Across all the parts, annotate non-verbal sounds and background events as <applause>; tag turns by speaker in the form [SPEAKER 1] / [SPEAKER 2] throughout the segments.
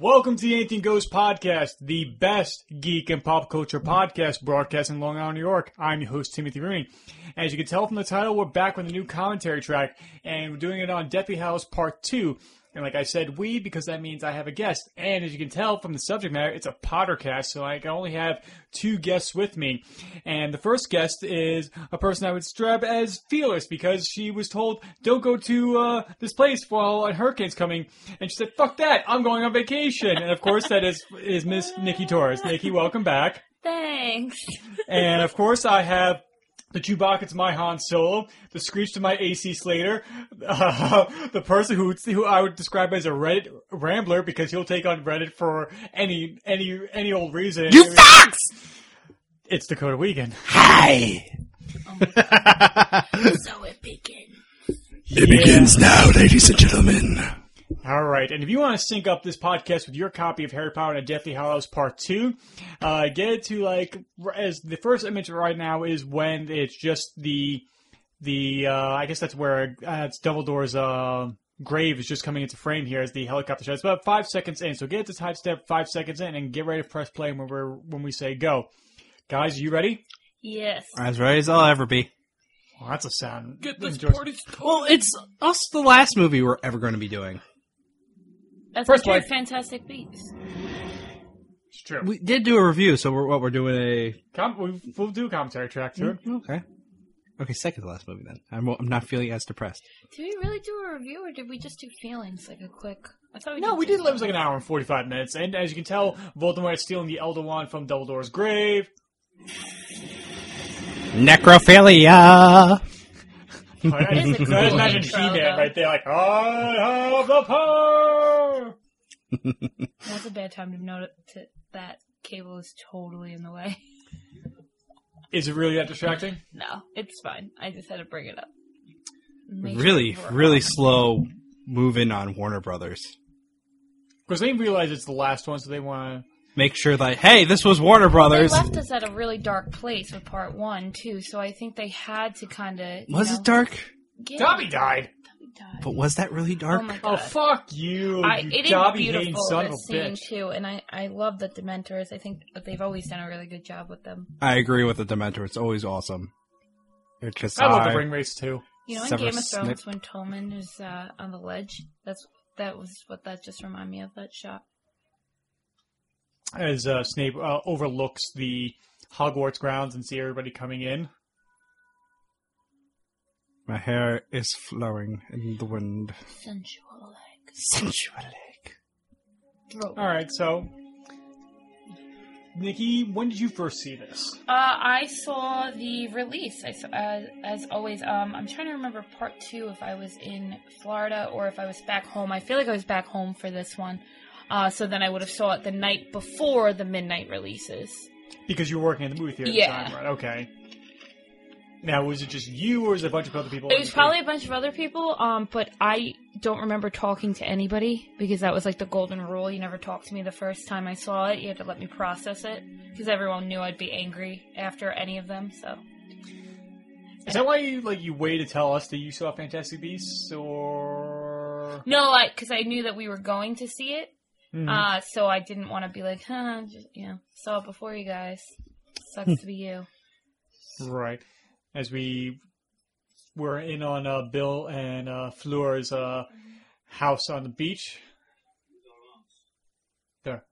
[SPEAKER 1] Welcome to the Anything Goes podcast, the best geek and pop culture podcast broadcast in Long Island, New York. I'm your host, Timothy Rooney. As you can tell from the title, we're back with a new commentary track, and we're doing it on Deathly House Part 2. And like I said, we, because that means I have a guest. And as you can tell from the subject matter, it's a Pottercast, so I can only have two guests with me. And the first guest is a person I would strap as fearless because she was told, don't go to uh, this place while a hurricane's coming. And she said, fuck that, I'm going on vacation. And of course, that is, is Miss Nikki Torres. Nikki, welcome back.
[SPEAKER 2] <laughs>
[SPEAKER 3] Thanks.
[SPEAKER 1] And of course, I have the Chewbacca to my Han Solo, the Screech to my AC Slater, <laughs> uh, the person who who I would describe as a Reddit rambler because he'll take on Reddit for any any any old reason.
[SPEAKER 4] You fucks!
[SPEAKER 1] It's Dakota Weekend.
[SPEAKER 4] Hi!
[SPEAKER 3] so it begins.
[SPEAKER 4] It begins now, ladies and gentlemen.
[SPEAKER 1] All right, and if you want to sync up this podcast with your copy of Harry Potter and the Deathly Hollows Part Two, uh, get it to like r- as the first image right now is when it's just the the uh, I guess that's where uh, it's Dumbledore's uh, grave is just coming into frame here as the helicopter shot. It's about five seconds in, so get it to time step five seconds in, and get ready to press play when we're when we say go. Guys, you ready?
[SPEAKER 3] Yes.
[SPEAKER 2] As right as I'll ever be.
[SPEAKER 1] Well, that's a sound.
[SPEAKER 5] Get this
[SPEAKER 1] Enjoy-
[SPEAKER 5] party started.
[SPEAKER 2] Well, it's us the last movie we're ever going to be doing.
[SPEAKER 3] That's
[SPEAKER 1] First
[SPEAKER 3] First like
[SPEAKER 1] one.
[SPEAKER 3] Fantastic Beasts.
[SPEAKER 1] It's true.
[SPEAKER 2] We did do a review, so we're, what we're doing a
[SPEAKER 1] Com- we, we'll do a commentary track to it.
[SPEAKER 2] okay, okay, second to last movie then. I'm, I'm not feeling as depressed.
[SPEAKER 3] Did we really do a review, or did we just do feelings like a quick? I thought we
[SPEAKER 1] No,
[SPEAKER 3] did
[SPEAKER 1] we did.
[SPEAKER 3] feelings.
[SPEAKER 1] It was like an hour and forty-five minutes, and as you can tell, Voldemort is stealing the Elder Wand from Dumbledore's grave.
[SPEAKER 2] Necrophilia.
[SPEAKER 1] I
[SPEAKER 3] is
[SPEAKER 1] just
[SPEAKER 3] a cool
[SPEAKER 1] imagine
[SPEAKER 3] intro,
[SPEAKER 1] He-Man
[SPEAKER 3] though.
[SPEAKER 1] right there, like I have the power.
[SPEAKER 3] Now's a bad time to note to- that cable is totally in the way.
[SPEAKER 1] Is it really that distracting?
[SPEAKER 3] <laughs> No, it's fine. I just had to bring it up. Make sure
[SPEAKER 2] Really,
[SPEAKER 3] we're
[SPEAKER 2] really
[SPEAKER 3] on.
[SPEAKER 2] slow moving on Warner Brothers.
[SPEAKER 1] Because they realize it's the last one, so they want
[SPEAKER 2] Make sure that hey, this was Warner
[SPEAKER 3] They
[SPEAKER 2] Brothers.
[SPEAKER 3] left us at a really dark place with part one too, so I think they had to kind of.
[SPEAKER 2] Was it dark?
[SPEAKER 1] to. Dobby died.
[SPEAKER 3] Died.
[SPEAKER 2] But was that really dark?
[SPEAKER 3] Oh my god!
[SPEAKER 1] Oh fuck you!
[SPEAKER 3] I,
[SPEAKER 1] you
[SPEAKER 3] it is
[SPEAKER 1] Dobby hating
[SPEAKER 3] beautiful
[SPEAKER 1] son of a
[SPEAKER 3] this scene
[SPEAKER 1] bitch.
[SPEAKER 3] too, and I, I love the Dementors. I think that they've always done a really good job with them.
[SPEAKER 2] I agree with the Dementor. It's always awesome. It's just
[SPEAKER 1] I love
[SPEAKER 2] I-
[SPEAKER 1] the ring race too.
[SPEAKER 3] You know, in
[SPEAKER 2] Severus
[SPEAKER 3] Game of Thrones,
[SPEAKER 2] Snape.
[SPEAKER 3] when Tolman is uh, on the ledge, that's that was what that just reminded me of that shot.
[SPEAKER 1] As uh, Snape uh, overlooks the Hogwarts grounds and see everybody coming in.
[SPEAKER 2] My hair is flowing in the wind.
[SPEAKER 3] Sensual like
[SPEAKER 2] Sensual lake.
[SPEAKER 3] throat. Uh,
[SPEAKER 1] All right, so Nikki, when did you first see this?
[SPEAKER 3] Uh, I saw the release. I saw, uh, as always, um, I'm trying to remember part two if I was in Florida or if I was back home. I feel like I was back home for this one. Uh, so then I would have saw it the night before the midnight releases.
[SPEAKER 1] Because you were working in the movie theater
[SPEAKER 3] Yeah.
[SPEAKER 1] at the time, right? Okay. Now, was it just you, or was it a bunch of other people?
[SPEAKER 3] It was probably a bunch of other people, um, but I don't remember talking to anybody because that was like the golden rule. You never talked to me the first time I saw it. You had to let me process it because everyone knew I'd be angry after any of them. So
[SPEAKER 1] Is that why you like you waited to tell us that you saw Fantastic Beasts, or
[SPEAKER 3] no, I because I knew that we were going to see it,
[SPEAKER 1] Mhm.
[SPEAKER 3] uh, so I didn't want to be like, huh, just, you know, saw it before you guys. Sucks to be you.
[SPEAKER 1] right? As we were in on uh, Bill and uh, Fleur's uh, house on the beach. There.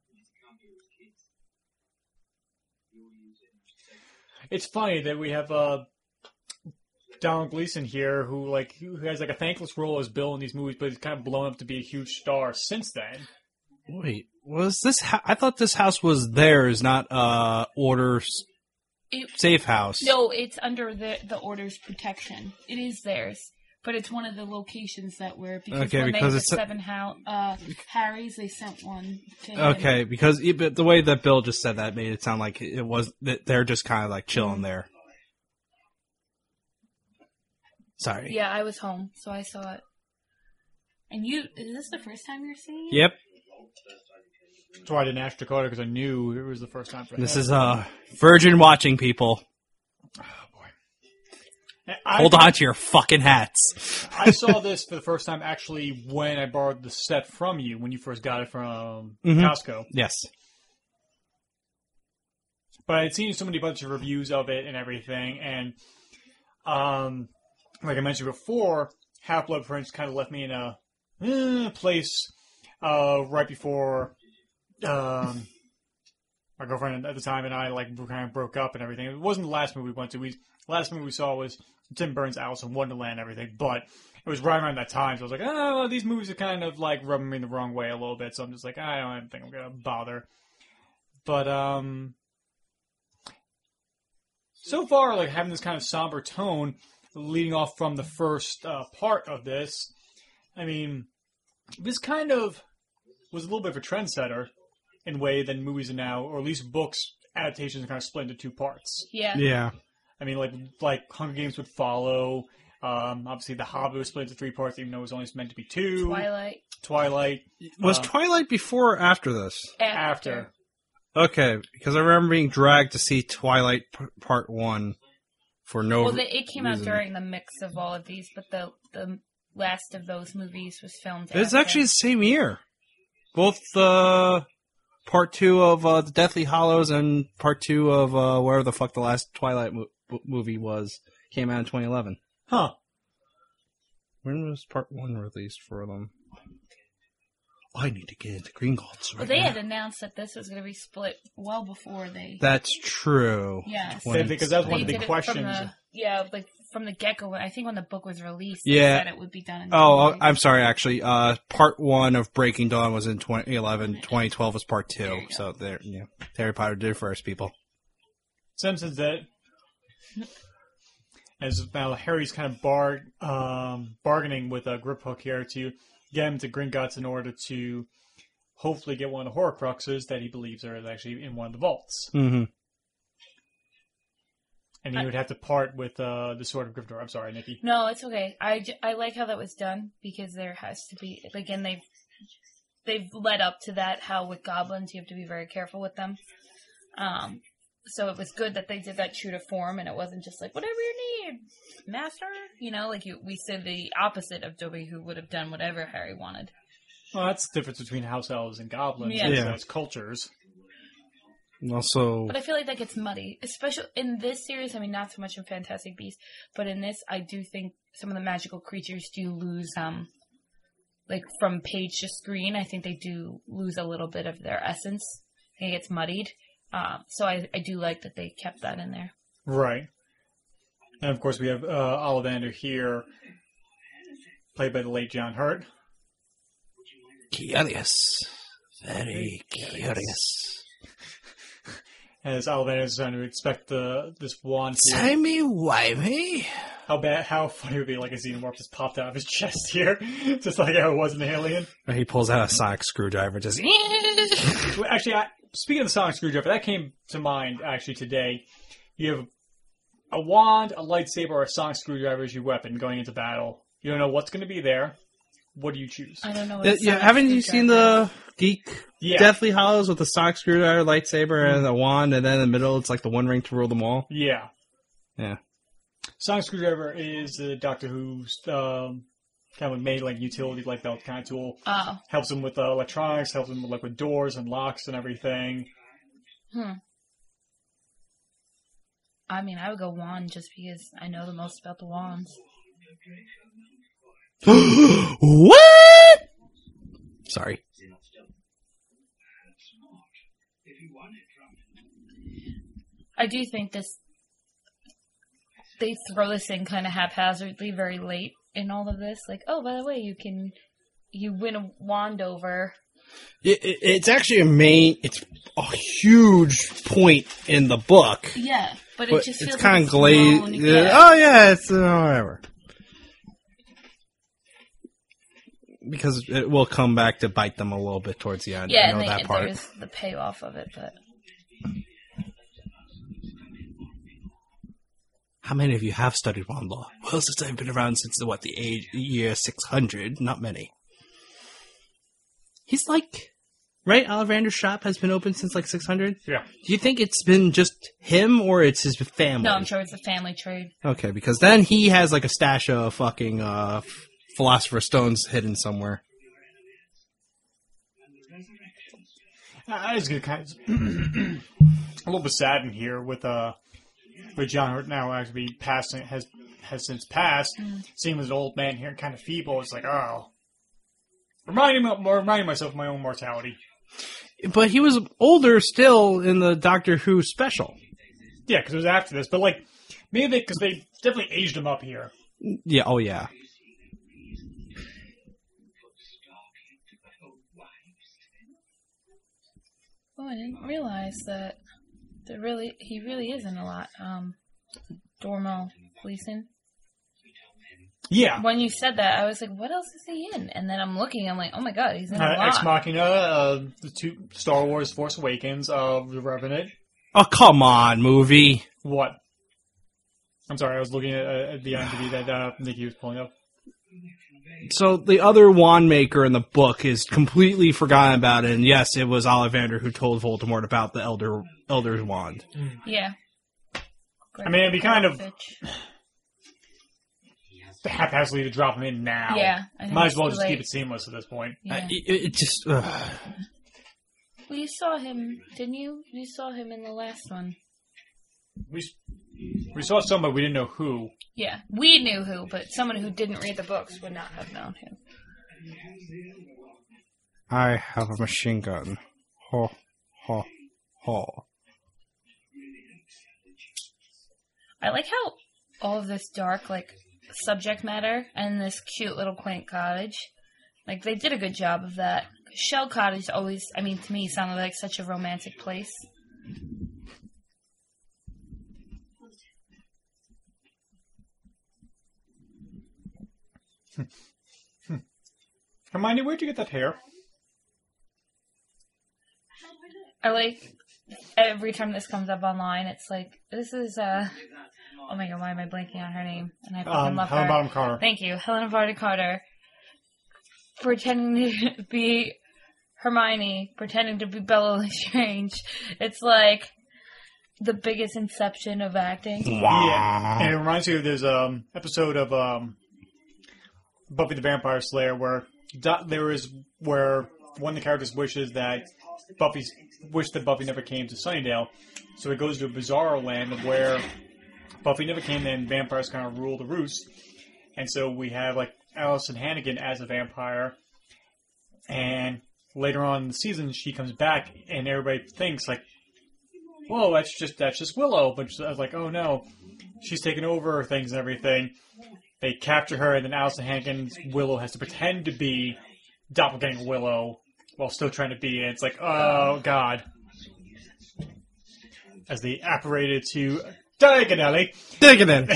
[SPEAKER 1] It's funny that we have uh, Donald Gleason here, who like who has like a thankless role as Bill in these movies, but he's kind of blown up to be a huge star since then.
[SPEAKER 2] Wait, was this? Ho- I thought this house was theirs, not uh order s-
[SPEAKER 3] It-
[SPEAKER 2] safe house.
[SPEAKER 3] No, it's under the the order's protection. It is theirs, but it's one of the locations that we're because
[SPEAKER 2] Okay,
[SPEAKER 3] when
[SPEAKER 2] because
[SPEAKER 3] they had
[SPEAKER 2] it's-
[SPEAKER 3] the seven hou- uh, Harrys, they sent one. To him.
[SPEAKER 2] Okay, because e- but the way that Bill just said that made it sound like it was that they're just kind of like chilling there. Sorry.
[SPEAKER 3] Yeah, I was home, so I saw it. And you, is this the first time you're seeing it?
[SPEAKER 2] Yep.
[SPEAKER 1] That's why I didn't ask Dakota because I knew it
[SPEAKER 2] uh,
[SPEAKER 1] was the first time for
[SPEAKER 2] This
[SPEAKER 1] him.
[SPEAKER 2] is uh virgin watching people.
[SPEAKER 1] And I,
[SPEAKER 2] Hold on to your fucking hats.
[SPEAKER 1] I saw this for the first time actually when I borrowed the set from you when you first got it from
[SPEAKER 2] Mhm.
[SPEAKER 1] Costco.
[SPEAKER 2] Yes.
[SPEAKER 1] but I'd seen so many bunch of reviews of it and everything, and um, like I mentioned before, Half Blood Prince kind of left me in a eh, place uh, right before um, my girlfriend at the time and I like kind of broke up and everything. It wasn't the last movie we went to. We last movie we saw was Tim Burns' Alice in Wonderland and everything, but it was right around that time. So I was like, oh, these movies are kind of like rubbing me in the wrong way a little bit. So I'm just like, I don't think I'm gonna bother. But um, so far, like having this kind of somber tone, leading off from the first uh, part of this. I mean, this kind of was a little bit of a trendsetter in a way than movies are now, or at least books adaptations are kind of split into two parts.
[SPEAKER 3] Yeah.
[SPEAKER 2] Yeah.
[SPEAKER 1] I mean, like like Hunger Games would follow. Um, obviously, The Hobbit was split into three parts, even though it was only meant to be two.
[SPEAKER 3] Twilight.
[SPEAKER 1] Twilight
[SPEAKER 2] Was
[SPEAKER 1] Uh,
[SPEAKER 2] Twilight before or after this?
[SPEAKER 3] After.
[SPEAKER 1] after.
[SPEAKER 2] Okay, because I remember being dragged to see Twilight p- Part One for no.
[SPEAKER 3] Well, the, it came out
[SPEAKER 2] reason.
[SPEAKER 3] during the mix of all of these, but the the last of those movies was filmed.
[SPEAKER 2] it's
[SPEAKER 3] after.
[SPEAKER 2] actually the same year. Both the Part Two of uh, the Deathly Hollows and Part Two of uh, wherever the fuck the last Twilight mo- bo- movie was came out in 2011.
[SPEAKER 1] Huh.
[SPEAKER 2] When was Part One released for them? I need to get into Green Golds
[SPEAKER 3] Well,
[SPEAKER 2] right
[SPEAKER 3] they
[SPEAKER 2] now.
[SPEAKER 3] had announced that this was going to be split well before they.
[SPEAKER 2] That's true.
[SPEAKER 3] Yes.
[SPEAKER 1] Yeah, because that's
[SPEAKER 3] they
[SPEAKER 1] one of the
[SPEAKER 3] did
[SPEAKER 1] big
[SPEAKER 3] it From
[SPEAKER 1] questions.
[SPEAKER 3] the, yeah, like from the get go. I think when the book was released,
[SPEAKER 2] Yeah.
[SPEAKER 3] they said it would be done. In
[SPEAKER 2] Oh,
[SPEAKER 3] January.
[SPEAKER 2] I'm sorry, actually. Uh, part one of Breaking Dawn was in 2011. 2012 was part two.
[SPEAKER 3] There you go.
[SPEAKER 2] so there, yeah. Harry Potter did it for us, people.
[SPEAKER 1] Simpsons that as now Harry's kind of bar, um, bargaining with a grip hook here to get him to Gringotts in order to hopefully get one of the Horcruxes that he believes are actually in one of the vaults,
[SPEAKER 2] Mm-hmm.
[SPEAKER 1] and he would have to part with uh, the sword of Gryffindor. I'm sorry, Nikki.
[SPEAKER 3] No, it's okay. I, j- I like how that was done because there has to be again they've they've led up to that how with goblins you have to be very careful with them. Um, so it was good that they did that true to form and it wasn't just like whatever you need, master. You know, like you, we said the opposite of Dobby who would have done whatever Harry wanted.
[SPEAKER 1] Well, that's the difference between house elves and goblins.
[SPEAKER 3] Yeah.
[SPEAKER 1] is
[SPEAKER 2] Yeah.
[SPEAKER 1] those cultures.
[SPEAKER 2] Also,
[SPEAKER 3] But I feel like that gets muddy, especially in this series. I mean, not so much in Fantastic Beasts, but in this, I do think some of the magical creatures do lose, um, like from page to screen. I think they do lose a little bit of their essence. I think it gets muddied. Uh, so I, I do like that they kept that in there.
[SPEAKER 1] Right. And of course, we have uh, Ollivander here, played by the late John Hurt.
[SPEAKER 2] curious. Very curious.
[SPEAKER 1] As Ollivander is trying to expect the this wand. here.
[SPEAKER 2] Timey wimey.
[SPEAKER 1] How bad? How funny would it be like a xenomorph just popped out of his <laughs> chest here, just like how it was an alien.
[SPEAKER 2] He pulls out a sonic screwdriver
[SPEAKER 3] <laughs>
[SPEAKER 2] and just. Uh,
[SPEAKER 1] Well, Actually, I, speaking of the sonic screwdriver, that came to mind actually today. You have a wand, a lightsaber, or a sonic screwdriver as your weapon going into battle. You don't know what's going to be there. What do you choose?
[SPEAKER 3] I don't know. What
[SPEAKER 2] Yeah,
[SPEAKER 3] a
[SPEAKER 2] yeah,
[SPEAKER 3] sonic
[SPEAKER 2] haven't you seen
[SPEAKER 3] screwdriver
[SPEAKER 2] the Geek
[SPEAKER 1] Yeah,
[SPEAKER 2] Deathly Hollows with the sonic screwdriver, lightsaber, and a wand, and then in the middle it's like the one ring to rule
[SPEAKER 3] <gasps>
[SPEAKER 2] them all? <gasps>
[SPEAKER 1] yeah,
[SPEAKER 2] Yeah.
[SPEAKER 1] Sonic screwdriver is the Doctor Who's um, kind of made like utility like belt kind of tool.
[SPEAKER 3] is? Oh,
[SPEAKER 1] Helps him with uh, electronics. Helps him with like with doors and locks and everything.
[SPEAKER 3] I mean, I would go wand just because I know the most about the wands.
[SPEAKER 2] what? Sorry.
[SPEAKER 3] I do think this they throw this in kind of haphazardly very late in all of this. Like, oh, by the way, you can you win a wand over.
[SPEAKER 2] It, it- it's actually a main. It's a huge point in the book,
[SPEAKER 3] Yeah, but,
[SPEAKER 2] but
[SPEAKER 3] it just feels
[SPEAKER 2] it's kind
[SPEAKER 3] like
[SPEAKER 2] of
[SPEAKER 3] blown-
[SPEAKER 2] glazed.
[SPEAKER 3] Yeah.
[SPEAKER 2] Oh yeah, it's uh, whatever. Because it will come back to bite them a little bit towards the end.
[SPEAKER 3] Yeah,
[SPEAKER 2] I know
[SPEAKER 3] and, they,
[SPEAKER 2] that
[SPEAKER 3] and
[SPEAKER 2] part.
[SPEAKER 3] there's the payoff of it, but
[SPEAKER 2] How many of you have studied wand law? Well, since I've been around since the, what the age year six hundred, not many. He's like right? Ollivander's shop has been open since like 600.
[SPEAKER 1] Yeah.
[SPEAKER 2] Do you think it's been just him or it's his family?
[SPEAKER 3] No, I'm sure it's a family trade.
[SPEAKER 2] Okay, because then he has like a stash of fucking uh, f- philosopher's stones hidden somewhere.
[SPEAKER 1] I I just get kind of <clears throat> a little bit saddened here with uh with John Hurt now actually passing has has since passed.
[SPEAKER 3] Mm.
[SPEAKER 1] Seeing him as an old man here, kind of feeble. It's like oh, reminding me reminding myself of my own mortality.
[SPEAKER 2] But he was older still in the Doctor Who special.
[SPEAKER 1] Yeah, because it was after this, but like maybe because they definitely aged him up here.
[SPEAKER 2] Yeah. Oh yeah.
[SPEAKER 3] Oh, I didn't realize that. That really, he really isn't a lot. Um, Dormo Gleason.
[SPEAKER 1] Yeah,
[SPEAKER 3] When you said that, I was like, "What else is he in?" And then I'm looking, I'm like, "Oh my god, he's in a
[SPEAKER 1] uh, Ex
[SPEAKER 3] lot."
[SPEAKER 1] Machina, uh, the two Star Wars Force Awakens, uh, The Revenant.
[SPEAKER 2] Oh come on, movie.
[SPEAKER 1] What? I'm sorry, I was looking at, uh,
[SPEAKER 3] <sighs>
[SPEAKER 1] at the IMDb that uh, Nikki was pulling up.
[SPEAKER 2] So the other wand maker in the book is completely forgotten about, and yes, it was Ollivander who told Voldemort about the Elder Elder's wand.
[SPEAKER 3] Yeah.
[SPEAKER 1] I mean, it'd be kind of- <laughs>
[SPEAKER 3] Bitch.
[SPEAKER 1] haphazardly to drop him in now.
[SPEAKER 3] Yeah, I think
[SPEAKER 1] Might as
[SPEAKER 3] it's
[SPEAKER 1] well
[SPEAKER 3] too
[SPEAKER 1] just
[SPEAKER 3] late.
[SPEAKER 1] keep it seamless at this point.
[SPEAKER 2] I-
[SPEAKER 3] Yeah.
[SPEAKER 2] it, it just ugh.
[SPEAKER 3] Well, you saw him, didn't you? You saw him in the last one.
[SPEAKER 1] We s- we saw somebody we didn't know who.
[SPEAKER 3] Yeah, we knew who, but someone who didn't read the books would not have known who.
[SPEAKER 2] I have a machine gun. Ho, ho, ho.
[SPEAKER 3] I like how all of this dark, like, subject matter and this cute little quaint cottage, like, they did a good job of that. Shell Cottage always, I mean, to me, sounded like such a romantic place.
[SPEAKER 1] Hermione, where'd you get that hair?
[SPEAKER 3] I like every time this comes up online, it's like this is uh oh my god, why am I blanking on her name? And I fucking
[SPEAKER 1] Um,
[SPEAKER 3] love
[SPEAKER 1] Helen
[SPEAKER 3] her.
[SPEAKER 1] Bottom Carter.
[SPEAKER 3] Thank you, Helena Bonham Carter, pretending to be Hermione, pretending to be Bella Lestrange. It's like the biggest inception of acting.
[SPEAKER 1] Yeah, and it reminds me of this um, episode of um, Buffy the Vampire Slayer where do- there is where one of the characters wishes that Buffy's wish that Buffy never came to Sunnydale, so it goes to a bizarro land of where Buffy never came there and vampires kind of rule the roost, and so we have like Allison Hannigan as a vampire, and later on in the season she comes back and everybody thinks like. Whoa, that's just that's just Willow, but I was like, oh no, she's taken over things and everything. They capture her, and then Allison Hankins Willow has to pretend to be doppelganger Willow while still trying to be it. It's like, oh god. As they apparated to diagonally,
[SPEAKER 2] Dig it in.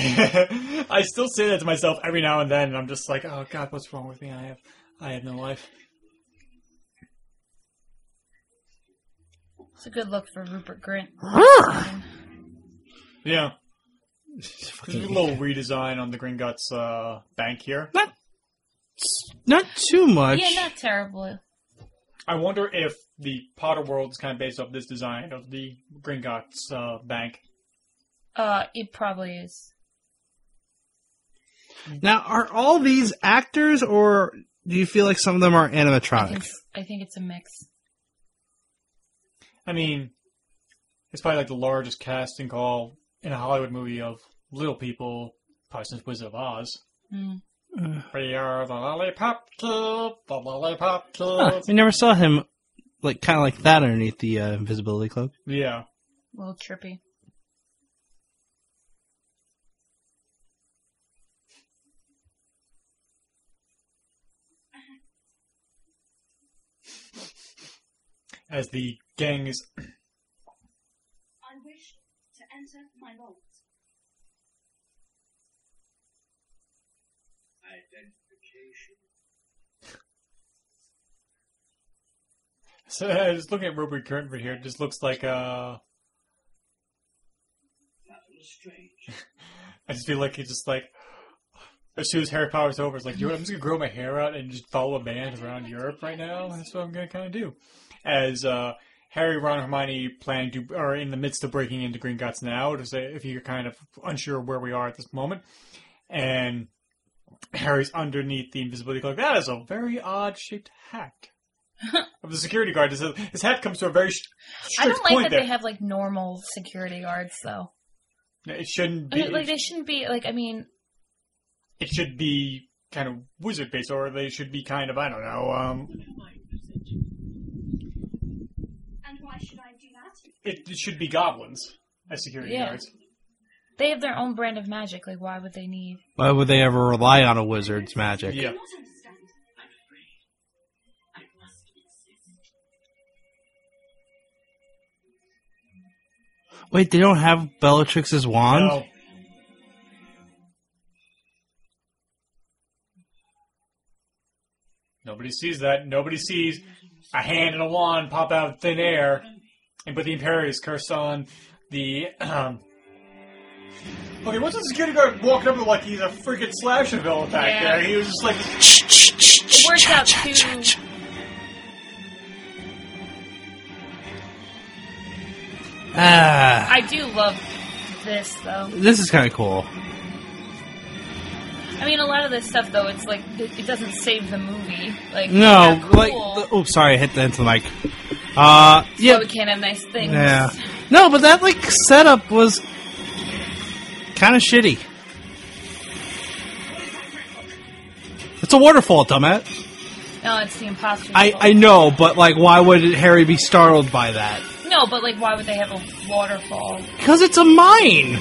[SPEAKER 1] <laughs> I still say that to myself every now and then, and I'm just like, oh god, what's wrong with me? I have, I have no life.
[SPEAKER 3] It's a good look for Rupert Grint.
[SPEAKER 1] Yeah, there's a
[SPEAKER 2] Fucking-
[SPEAKER 1] little redesign on the Green Guts uh, bank here.
[SPEAKER 2] Not too much.
[SPEAKER 3] Yeah, not terrible.
[SPEAKER 1] I wonder if the Potter world is kind of based off this design of the Gringotts uh, bank.
[SPEAKER 3] Uh, it probably is.
[SPEAKER 2] Now, are all these actors, or do you feel like some of them are
[SPEAKER 3] I think,
[SPEAKER 2] animatronic?
[SPEAKER 3] I think it's a mix.
[SPEAKER 1] I mean, it's probably like the largest casting call in a Hollywood movie of little people, probably since Wizard of Oz.
[SPEAKER 3] Hmm.
[SPEAKER 1] We are the lollipop club, the lollipop
[SPEAKER 2] Huh,
[SPEAKER 1] club.
[SPEAKER 2] I never saw him, like kind of like that underneath the uh, invisibility cloak.
[SPEAKER 1] Yeah.
[SPEAKER 3] A little trippy.
[SPEAKER 1] As the gang is <laughs>
[SPEAKER 5] I wish to enter my vault. Identification.
[SPEAKER 1] so, uh, just looking at Rupert Grint right here, it just looks like uh
[SPEAKER 5] That was strange.
[SPEAKER 1] I just feel like he's just like As soon as Harry Potter's over, it's like, you know what, I'm just gonna grow my hair out and just follow a band around Europe right now. That's what I'm gonna kind of do. As uh, Harry, Ron, and Hermione plan to are in the midst of breaking into Gringotts now to say if you're kind of unsure where we are at this moment, and Harry's underneath the invisibility cloak. That is a very odd shaped hat.
[SPEAKER 3] <laughs>
[SPEAKER 1] of the security guard, his, his hat comes to a very sh-
[SPEAKER 3] I
[SPEAKER 1] strict
[SPEAKER 3] don't like
[SPEAKER 1] point
[SPEAKER 3] that
[SPEAKER 1] there.
[SPEAKER 3] they have like normal security guards though.
[SPEAKER 1] it shouldn't
[SPEAKER 3] I
[SPEAKER 1] be.
[SPEAKER 3] mean, <laughs> like they shouldn't be like I mean
[SPEAKER 1] it should be kind of wizard based, or they should be kind of I don't know. Um,
[SPEAKER 5] And why should I do that?
[SPEAKER 1] it, it should be goblins as security
[SPEAKER 3] Yeah.
[SPEAKER 1] guards.
[SPEAKER 3] they have their own brand of magic. Like why would they need?
[SPEAKER 2] Why would they ever rely on a wizard's magic?
[SPEAKER 1] Yeah,
[SPEAKER 5] Not understand.
[SPEAKER 2] Wait, they don't have Bellatrix's wand?
[SPEAKER 1] No. Nobody sees that. Nobody sees a hand and a wand pop out of thin air and put the Imperius curse on the. Um, okay, what's the security guard walking up with like he's a freaking slasher villain back
[SPEAKER 3] Yeah.
[SPEAKER 1] there? He was just like,
[SPEAKER 3] It works out too.
[SPEAKER 2] Ah,
[SPEAKER 3] I do love this though.
[SPEAKER 2] this is kind of cool.
[SPEAKER 3] I mean, a lot of this stuff though, it's like it, it doesn't save the movie. Like
[SPEAKER 2] No,
[SPEAKER 3] it's not cool.
[SPEAKER 2] like, the, oh, sorry, I hit the end of the mic.
[SPEAKER 3] yeah,
[SPEAKER 2] Uh, yeah,
[SPEAKER 3] we can't have nice things.
[SPEAKER 2] yeah, no, but that like setup was kind of shitty. It's a waterfall, dumbass.
[SPEAKER 3] No, it's the imposter.
[SPEAKER 2] I I know, but like, why would Harry be startled by that?
[SPEAKER 3] no, but like, why would they have a waterfall?
[SPEAKER 2] Because it's a <laughs> mine,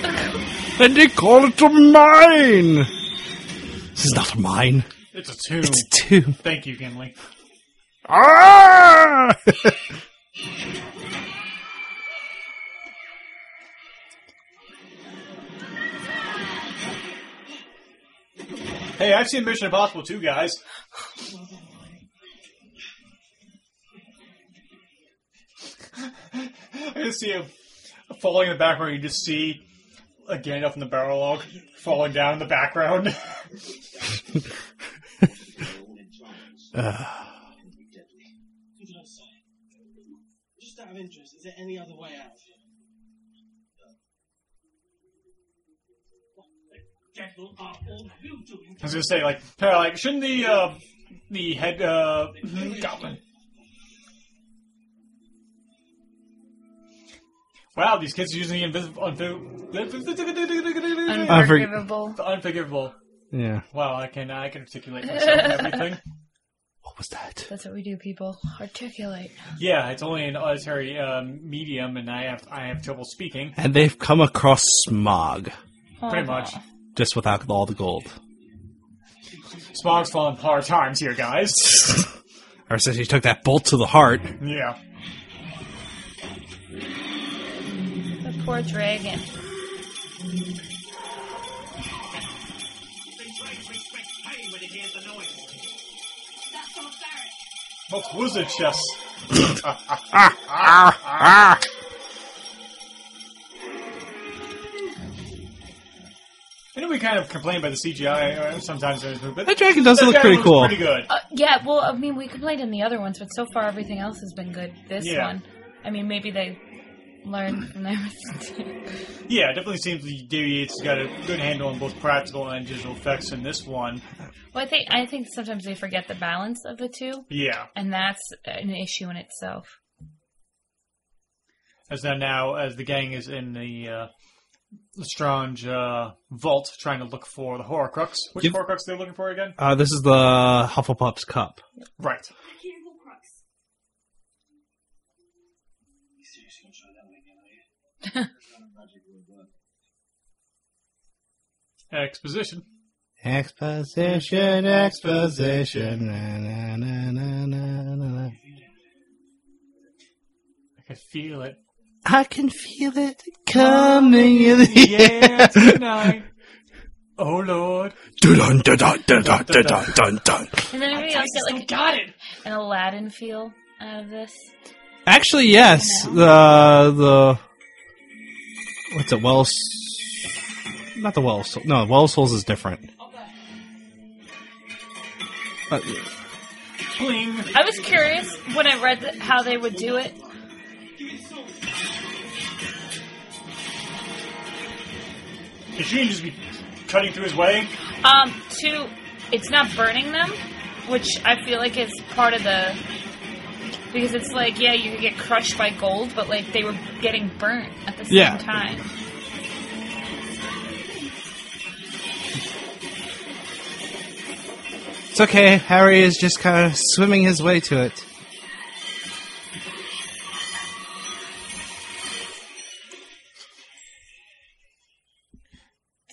[SPEAKER 2] and they call it a mine. This is not a mine.
[SPEAKER 1] it's a tomb.
[SPEAKER 2] It's a tomb.
[SPEAKER 1] Thank you, Gimli.
[SPEAKER 2] <laughs> Ah!
[SPEAKER 1] Hey, I've seen Mission Impossible too, guys. I just see him falling in the background. You just see a Gandalf in the barrel log falling down in the background.
[SPEAKER 6] Good luck, sir. Just out of interest, is there any other way out? What the devil are all you doing?
[SPEAKER 1] I was gonna say, like, kinda like shouldn't the uh, the head uh, goblin? Wow, these kids are using the invisible, unfi-
[SPEAKER 2] I forget-
[SPEAKER 3] Unforgivable.
[SPEAKER 1] unforgivable.
[SPEAKER 2] yeah.
[SPEAKER 1] Wow, I can I can articulate myself and
[SPEAKER 2] <laughs>
[SPEAKER 1] everything.
[SPEAKER 2] What was that?
[SPEAKER 3] That's what we do, people. Articulate.
[SPEAKER 1] Yeah, it's only an auditory um, medium, and I have I have trouble speaking.
[SPEAKER 2] And they've come across smog,
[SPEAKER 1] Pretty much,
[SPEAKER 2] just without all the gold.
[SPEAKER 1] smog's fallen hard times here, guys. <laughs>
[SPEAKER 2] Ever since he took that bolt to the heart.
[SPEAKER 1] yeah,
[SPEAKER 3] The poor dragon.
[SPEAKER 5] That's barbaric.
[SPEAKER 1] what was it, chess? I know we kind of complain about the CGI uh, sometimes in this movie, but
[SPEAKER 2] That dragon does
[SPEAKER 1] that
[SPEAKER 2] look
[SPEAKER 1] guy
[SPEAKER 2] pretty
[SPEAKER 1] looks
[SPEAKER 2] cool.
[SPEAKER 1] Pretty good.
[SPEAKER 3] Uh, yeah, well, I mean, we complained in the other ones, but so far everything else has been good. This
[SPEAKER 1] Yeah.
[SPEAKER 3] one, I mean, maybe they learned from their <laughs> mistake.
[SPEAKER 1] Yeah, it definitely seems like David Yates has got a good handle on both practical and digital effects in this one.
[SPEAKER 3] well, I think I think sometimes they forget the balance of the two,
[SPEAKER 1] Yeah,
[SPEAKER 3] and that's an issue in itself.
[SPEAKER 1] as they're now as the gang is in the uh, Lestrange uh, vault trying to look for the Horcrux. Which
[SPEAKER 2] Give-
[SPEAKER 1] Horcrux they're looking for again?
[SPEAKER 2] Uh, this is the Hufflepuff's cup.
[SPEAKER 1] Right.
[SPEAKER 5] Here, Horcrux.
[SPEAKER 6] You seriously gonna try that way again, are you?
[SPEAKER 1] Exposition.
[SPEAKER 2] Exposition, exposition. na, na, na, na, na, na.
[SPEAKER 1] I can feel it.
[SPEAKER 2] I can feel it coming in the air. <laughs>
[SPEAKER 1] tonight. Oh Lord.
[SPEAKER 4] Dun dun dun dun dun dun dun dun dun.
[SPEAKER 3] And then everybody else get like got it. an Aladdin feel out of this.
[SPEAKER 2] Actually, yes. The the what's it? Wells, not the Wells. No, Wells Souls is different. Uh,
[SPEAKER 1] Bling.
[SPEAKER 3] I was curious when I read th- how they would do it.
[SPEAKER 1] Did she just be cutting through his way?
[SPEAKER 3] Um, two, it's not burning them, which I feel like is part of the because it's like yeah, you could get crushed by gold, but like they were getting burnt at the same
[SPEAKER 2] Yeah.
[SPEAKER 3] time.
[SPEAKER 2] it's okay. Harry is just kind of swimming his way to it.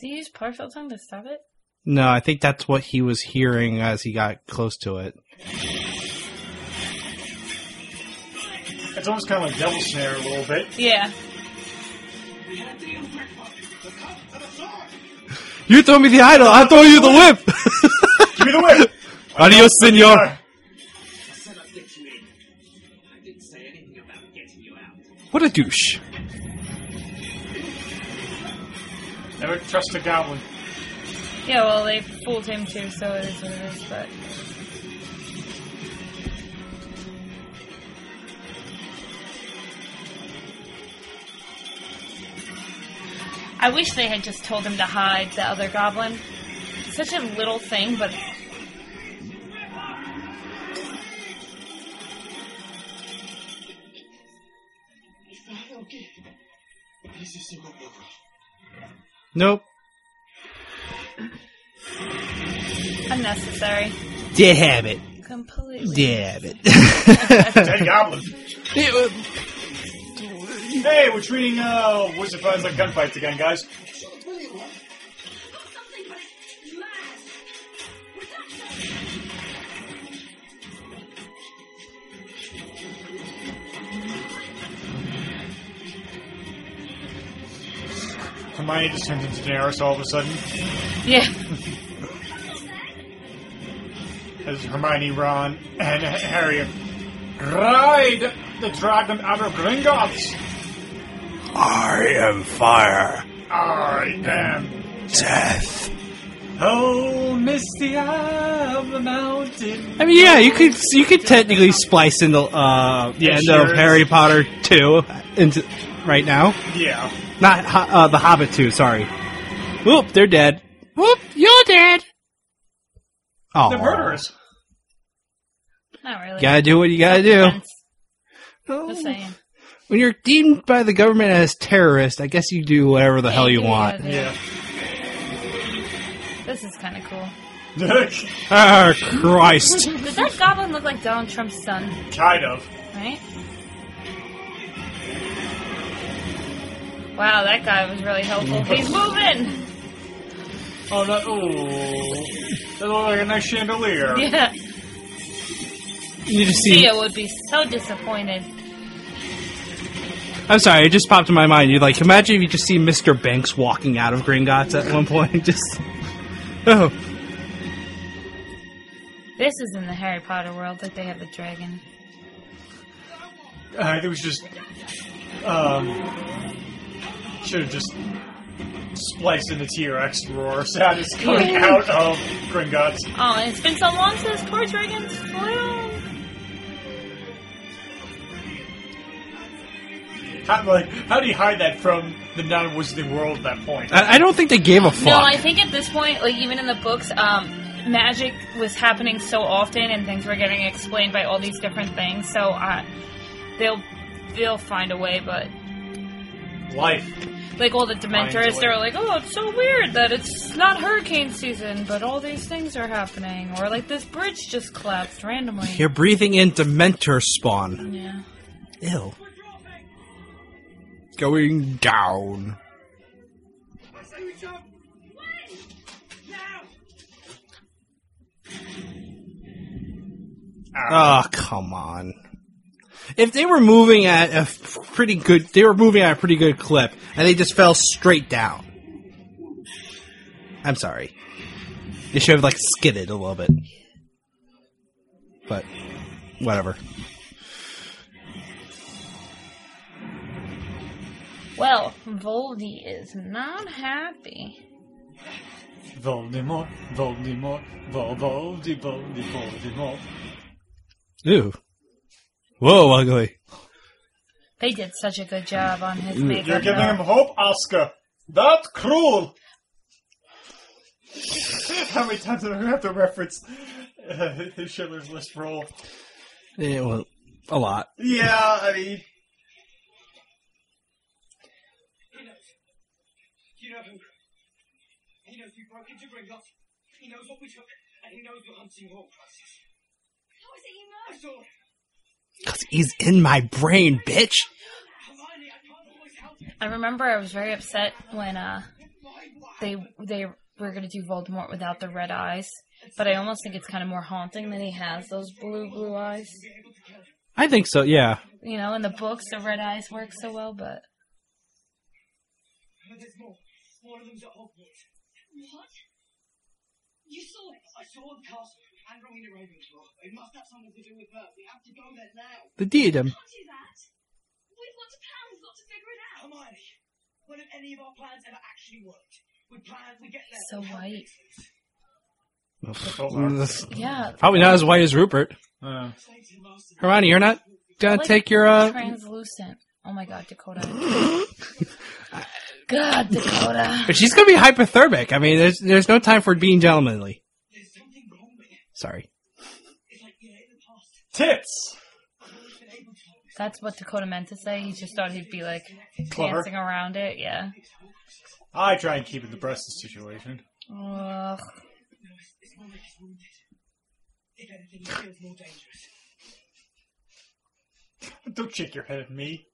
[SPEAKER 3] Do you use partial tongue to stop it?
[SPEAKER 2] No, I think that's what he was hearing as he got close to it.
[SPEAKER 1] It's almost kind of like devil snare a little bit.
[SPEAKER 3] Yeah.
[SPEAKER 6] We had the impact button, the cup, and the sword.
[SPEAKER 2] You throw me the idol, I throw you the whip.
[SPEAKER 1] Give me the whip.
[SPEAKER 2] Adios, senor.
[SPEAKER 6] I said I'd get you in. I didn't say anything about getting you out.
[SPEAKER 2] <laughs> What a douche.
[SPEAKER 1] Never trust a goblin.
[SPEAKER 3] Yeah, well, they fooled him too, so it is what it is, but. I wish they had just told him to hide the other goblin. Such a little thing, but.
[SPEAKER 6] If I don't get this is not over.
[SPEAKER 2] Nope.
[SPEAKER 3] unnecessary.
[SPEAKER 2] Damn it.
[SPEAKER 3] Completely.
[SPEAKER 2] Damn
[SPEAKER 1] <laughs>
[SPEAKER 2] it.
[SPEAKER 1] Dead goblin. Hey, we're treating uh, what's it as like gunfights again, guys.
[SPEAKER 6] Shall I tell you what?
[SPEAKER 5] Not something, but it's mad. With that said,
[SPEAKER 1] Hermione just turns into Daenerys all of a sudden.
[SPEAKER 3] Yeah.
[SPEAKER 1] As Hermione, Ron, and Harry ride the dragon out of Gringotts.
[SPEAKER 4] I am fire.
[SPEAKER 1] I am.
[SPEAKER 4] Death.
[SPEAKER 1] Oh, misty eye of the mountain.
[SPEAKER 2] I mean, yeah, you could you could technically splice in the uh, the
[SPEAKER 1] It
[SPEAKER 2] end
[SPEAKER 1] sure
[SPEAKER 2] of
[SPEAKER 1] is.
[SPEAKER 2] Harry Potter two into right now.
[SPEAKER 1] Yeah.
[SPEAKER 2] Not Ho- uh, the Hobbit two. Sorry. Whoop, they're dead. Whoop, you're dead. Oh,
[SPEAKER 1] The murderers.
[SPEAKER 3] Not really.
[SPEAKER 2] Gotta do what you gotta do.
[SPEAKER 3] Just saying.
[SPEAKER 2] When you're deemed by the government as terrorist, I guess you do whatever the hell you want.
[SPEAKER 1] Yeah. <laughs>
[SPEAKER 3] This is kind of cool.
[SPEAKER 1] kind
[SPEAKER 2] Ah, Christ.
[SPEAKER 3] Does that goblin look like Donald Trump's son?
[SPEAKER 1] of.
[SPEAKER 3] Right? Wow, that guy was really helpful. He's moving! <laughs>
[SPEAKER 1] Oh, no. Oh. That looked like a nice chandelier.
[SPEAKER 3] Yeah.
[SPEAKER 2] You just see.
[SPEAKER 3] Tia would be so disappointed.
[SPEAKER 2] I'm sorry, it just popped in my mind. You like imagine if you just see Mr. Banks walking out of Gringotts at one point. <laughs> Just oh,
[SPEAKER 3] This is in the Harry Potter world, like they have a dragon.
[SPEAKER 1] Uh, it was just. Um, should have just spliced in the T Rex roar <laughs> sound is coming
[SPEAKER 3] Yeah.
[SPEAKER 1] out of Gringotts.
[SPEAKER 3] Oh, and it's been so long since poor dragons flew!
[SPEAKER 1] How, like, how do you hide that from the non wizarding world at that point?
[SPEAKER 2] I, I don't think they gave a fuck.
[SPEAKER 3] No, I think at this point, like even in the books, um, magic was happening so often, and things were getting explained by all these different things. So uh, they'll they'll find a way. But
[SPEAKER 1] Life.
[SPEAKER 3] like all the Dementors,
[SPEAKER 1] Find a way.
[SPEAKER 3] they're like, oh, it's so weird that it's not hurricane season, but all these things are happening, or like this bridge just collapsed randomly.
[SPEAKER 2] You're breathing in Dementor spawn.
[SPEAKER 3] Yeah.
[SPEAKER 2] Ew. Going down.
[SPEAKER 6] I say we jump. Now.
[SPEAKER 2] Oh, come on. If they were moving at a f- pretty good, they were moving at a pretty good clip, and they just fell straight down. I'm sorry. They should have like skidded a little bit, but whatever.
[SPEAKER 3] Well, Voldy is not happy.
[SPEAKER 1] Voldemort, Voldemort, Vol, Voldy, Voldy, Voldemort.
[SPEAKER 2] Ew. Whoa, ugly.
[SPEAKER 3] They did such a good job on his makeup.
[SPEAKER 1] You're giving
[SPEAKER 3] though.
[SPEAKER 1] him hope, Oscar. That's cruel. <laughs> How many times do we have to reference uh, Schindler's List role?
[SPEAKER 2] Yeah, Eh, well, a lot.
[SPEAKER 1] Yeah, I mean,
[SPEAKER 6] You know who. He knows we broke into Gringotts. He knows what we took, and he knows we're hunting Horcruxes.
[SPEAKER 5] How is it he knows?
[SPEAKER 6] I saw it.
[SPEAKER 2] Cause he's in my brain, bitch.
[SPEAKER 6] Hermione, I can't always help you.
[SPEAKER 3] I remember I was very upset when uh
[SPEAKER 6] Why? Why?
[SPEAKER 3] they they were gonna do Voldemort without the red eyes, but I almost think it's kind of more haunting that he has those blue blue eyes.
[SPEAKER 2] I think so. Yeah.
[SPEAKER 3] You know, in the books, the red eyes work so well, but
[SPEAKER 6] But there's more. One of them's at Hogwarts.
[SPEAKER 5] What? You saw it?
[SPEAKER 6] I saw the castle and Rowena Ravenclaw. It must have something to do with her. We have to go there now.
[SPEAKER 2] The diadem.
[SPEAKER 5] Can't do that. We've got to plan. We've got to figure it out.
[SPEAKER 6] Hermione, when have any of our plans ever actually worked? We plan, we get there.
[SPEAKER 3] So
[SPEAKER 6] we help
[SPEAKER 3] white.
[SPEAKER 6] fix things.
[SPEAKER 2] Probably
[SPEAKER 3] yeah,
[SPEAKER 2] not as white as Rupert.
[SPEAKER 1] uh,
[SPEAKER 6] Saints and masters.
[SPEAKER 2] Hermione, you're not gonna
[SPEAKER 3] Like
[SPEAKER 2] take your uh.
[SPEAKER 3] translucent. Oh my God, Dakota! <gasps> God, Dakota!
[SPEAKER 2] But she's gonna be hyperthermic. I mean, there's there's no time for being gentlemanly.
[SPEAKER 6] There's something wrong with it.
[SPEAKER 2] Sorry.
[SPEAKER 6] It's like you know, in the past,
[SPEAKER 1] tits.
[SPEAKER 6] I've always been able to help
[SPEAKER 3] That's what Dakota meant to say. He just thought he'd be like
[SPEAKER 1] Clever.
[SPEAKER 3] dancing around it. Yeah.
[SPEAKER 6] these Horcruxes.
[SPEAKER 1] I try and keep it the breast situation.
[SPEAKER 3] Ugh.
[SPEAKER 6] No, it's, it's more like it's wounded. If anything, it feels more dangerous.
[SPEAKER 1] Don't shake your head at me.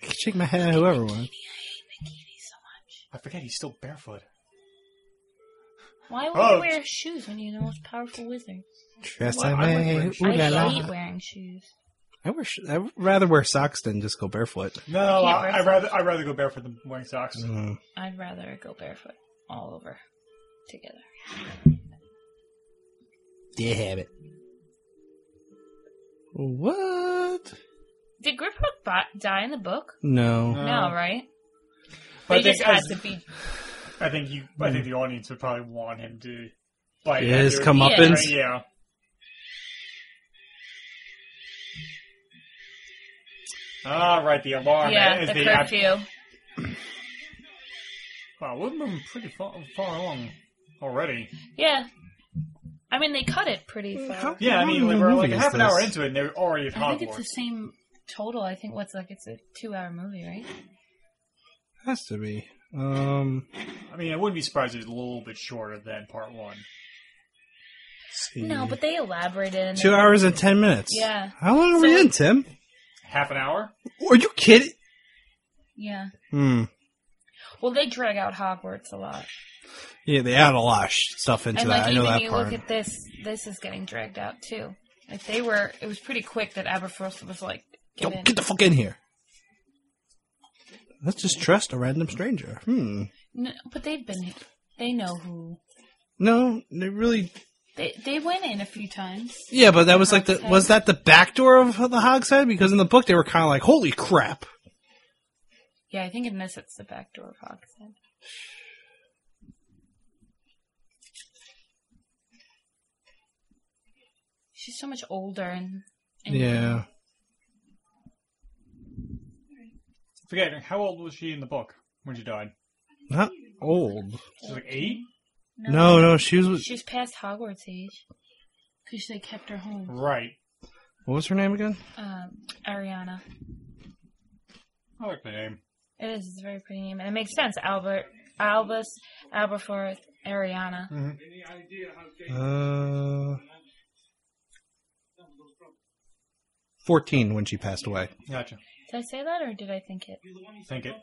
[SPEAKER 2] I could shake my head at whoever wants.
[SPEAKER 1] I forget he's still barefoot.
[SPEAKER 3] Why would
[SPEAKER 1] Oh.
[SPEAKER 3] you wear shoes when you're the most powerful wizard?
[SPEAKER 2] Dress
[SPEAKER 1] Well,
[SPEAKER 2] I
[SPEAKER 1] I like
[SPEAKER 2] may.
[SPEAKER 1] wearing
[SPEAKER 2] Ooh la
[SPEAKER 3] I
[SPEAKER 2] la.
[SPEAKER 3] hate wearing shoes.
[SPEAKER 2] I wish I'd rather wear socks than just go barefoot.
[SPEAKER 1] No, no,
[SPEAKER 3] Can't
[SPEAKER 1] I,
[SPEAKER 3] wear
[SPEAKER 1] I rather I rather go barefoot than wearing socks.
[SPEAKER 2] Mm.
[SPEAKER 3] I'd rather go barefoot all over together.
[SPEAKER 2] Dear habit. What?
[SPEAKER 3] Did Griphook bo- die in the book?
[SPEAKER 2] No.
[SPEAKER 3] no, right?
[SPEAKER 1] Uh, But I
[SPEAKER 3] They
[SPEAKER 1] think
[SPEAKER 3] just had
[SPEAKER 1] as-
[SPEAKER 3] to be.
[SPEAKER 1] I think you. I think the audience would probably want him to bite
[SPEAKER 2] It is
[SPEAKER 1] at your-
[SPEAKER 2] comeuppance.
[SPEAKER 1] Right, yeah. All Ah, right, the alarm
[SPEAKER 3] Yeah,
[SPEAKER 1] is
[SPEAKER 3] the
[SPEAKER 1] the
[SPEAKER 3] curfew.
[SPEAKER 1] wow, we're moving pretty far, far along already.
[SPEAKER 3] Yeah. I mean, they cut it pretty far.
[SPEAKER 1] Yeah, I
[SPEAKER 2] How
[SPEAKER 1] mean,
[SPEAKER 2] long
[SPEAKER 1] like,
[SPEAKER 2] of a
[SPEAKER 1] we're
[SPEAKER 2] movie
[SPEAKER 1] like
[SPEAKER 2] is
[SPEAKER 1] half an hour
[SPEAKER 2] this?
[SPEAKER 1] into it, and they're already at
[SPEAKER 3] I think it's
[SPEAKER 1] Hogwarts.
[SPEAKER 3] the same total. I think what's like it's a two-hour movie, right?
[SPEAKER 2] Has to be. Um.
[SPEAKER 1] I mean, I wouldn't be surprised if it's a little bit shorter than part one.
[SPEAKER 2] let's see.
[SPEAKER 3] No, but they elaborated. And
[SPEAKER 2] Two hours and ten minutes.
[SPEAKER 3] Yeah.
[SPEAKER 2] How long are we
[SPEAKER 3] So-
[SPEAKER 2] in, Tim?
[SPEAKER 1] Half an hour?
[SPEAKER 2] Are you kidding?
[SPEAKER 3] Yeah.
[SPEAKER 2] Hmm.
[SPEAKER 3] Well, they drag out Hogwarts a lot,
[SPEAKER 2] Yeah, they add a lot of sh- stuff into
[SPEAKER 3] and
[SPEAKER 2] that.
[SPEAKER 3] like
[SPEAKER 2] I know
[SPEAKER 3] even
[SPEAKER 2] that
[SPEAKER 3] you
[SPEAKER 2] part.
[SPEAKER 3] look at this, this is getting dragged out too. Like they were, it was pretty quick that Aberforth was like,
[SPEAKER 2] Yo,
[SPEAKER 3] get in.
[SPEAKER 2] get the fuck in here. Let's just trust a random stranger. Hmm.
[SPEAKER 3] No, but they've been, they know who.
[SPEAKER 2] No, they really.
[SPEAKER 3] They they went in a few times.
[SPEAKER 2] Yeah, but that was like the
[SPEAKER 3] Hogshead.
[SPEAKER 2] was that the back door of the Hogshead? Because in the book they were kind of like, "Holy crap!"
[SPEAKER 3] Yeah, I think in this it's the back door of Hogshead. She's so much older and, and
[SPEAKER 2] Yeah,
[SPEAKER 1] Forget, how old was she in the book when she died?
[SPEAKER 2] not old.
[SPEAKER 1] She's like eight?
[SPEAKER 2] No, no, she was.
[SPEAKER 3] she's past Hogwarts age because they kept her home.
[SPEAKER 1] Right.
[SPEAKER 2] What was her name again?
[SPEAKER 3] Um, Ariana,
[SPEAKER 1] I like the name.
[SPEAKER 3] it is it's a very pretty name, and it makes sense. Albert, Albus, Aberforth, Ariana.
[SPEAKER 6] Any idea how dangerous
[SPEAKER 2] Uh,
[SPEAKER 6] Dumbledore's brother?
[SPEAKER 2] fourteen when she passed away.
[SPEAKER 1] Gotcha.
[SPEAKER 3] Did I say that or did I think it?
[SPEAKER 6] You're the one who
[SPEAKER 1] Think it.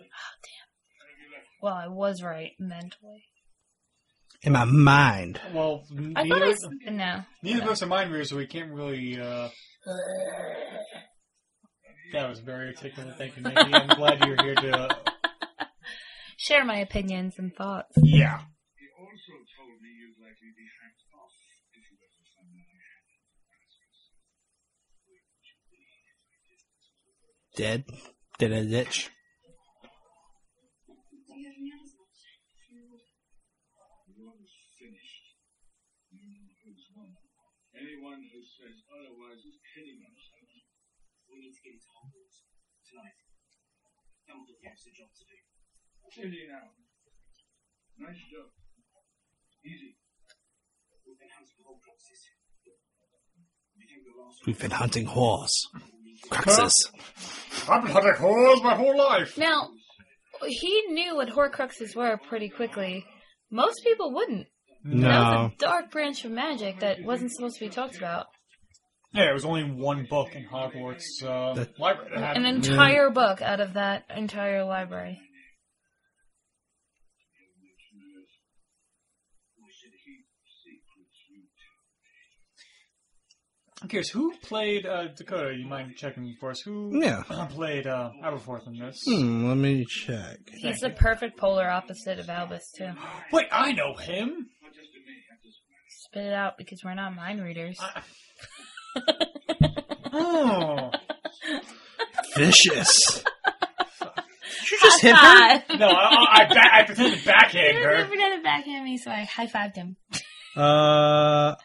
[SPEAKER 3] Well, I was right mentally.
[SPEAKER 2] In my mind.
[SPEAKER 1] Well,
[SPEAKER 3] I thought I
[SPEAKER 1] neither,
[SPEAKER 3] s- no.
[SPEAKER 1] neither of us are mind readers, so we can't really. Uh... That was very articulate. Thank you, Nikki. I'm glad you're here to. uh,
[SPEAKER 3] share my opinions and thoughts.
[SPEAKER 1] yeah.
[SPEAKER 6] He also told me you'd likely be hacked off if you were to find out I had
[SPEAKER 2] Dead. Dead in a ditch.
[SPEAKER 5] Do you have any other thoughts?
[SPEAKER 6] You want to Anyone who says otherwise is kidding themselves. We need to get into Hogwarts tonight. Dumbledore gives us a job to do. Silly now. Nice job. Easy. We've been hunting Horcruxes. We think the last
[SPEAKER 4] We've been hunting whores. Cruxes.
[SPEAKER 1] I've been hunting whores my whole life.
[SPEAKER 3] Now, he knew what Horcruxes were pretty quickly. Most people wouldn't. That was
[SPEAKER 2] No.
[SPEAKER 3] a dark branch of magic that wasn't supposed to be talked about.
[SPEAKER 1] Yeah, it was only one book in Hogwarts uh, library. That had
[SPEAKER 3] An entire book out of that entire library.
[SPEAKER 1] I'm curious, who played uh, Dakota? You mind checking for us? Who
[SPEAKER 2] Yeah.
[SPEAKER 1] played uh, Aberforth in this?
[SPEAKER 2] Hmm, let me check.
[SPEAKER 3] He's the perfect polar opposite of Albus, too.
[SPEAKER 1] Wait, I know him.
[SPEAKER 3] Spit it out because we're not mind
[SPEAKER 2] <laughs>
[SPEAKER 3] readers.
[SPEAKER 1] Oh.
[SPEAKER 2] Vicious. Did you just hit her?
[SPEAKER 1] No, I, I, I, ba- I pretended to backhand
[SPEAKER 3] He was
[SPEAKER 1] her.
[SPEAKER 3] never gonna backhand me, so I high fived him.
[SPEAKER 2] Uh,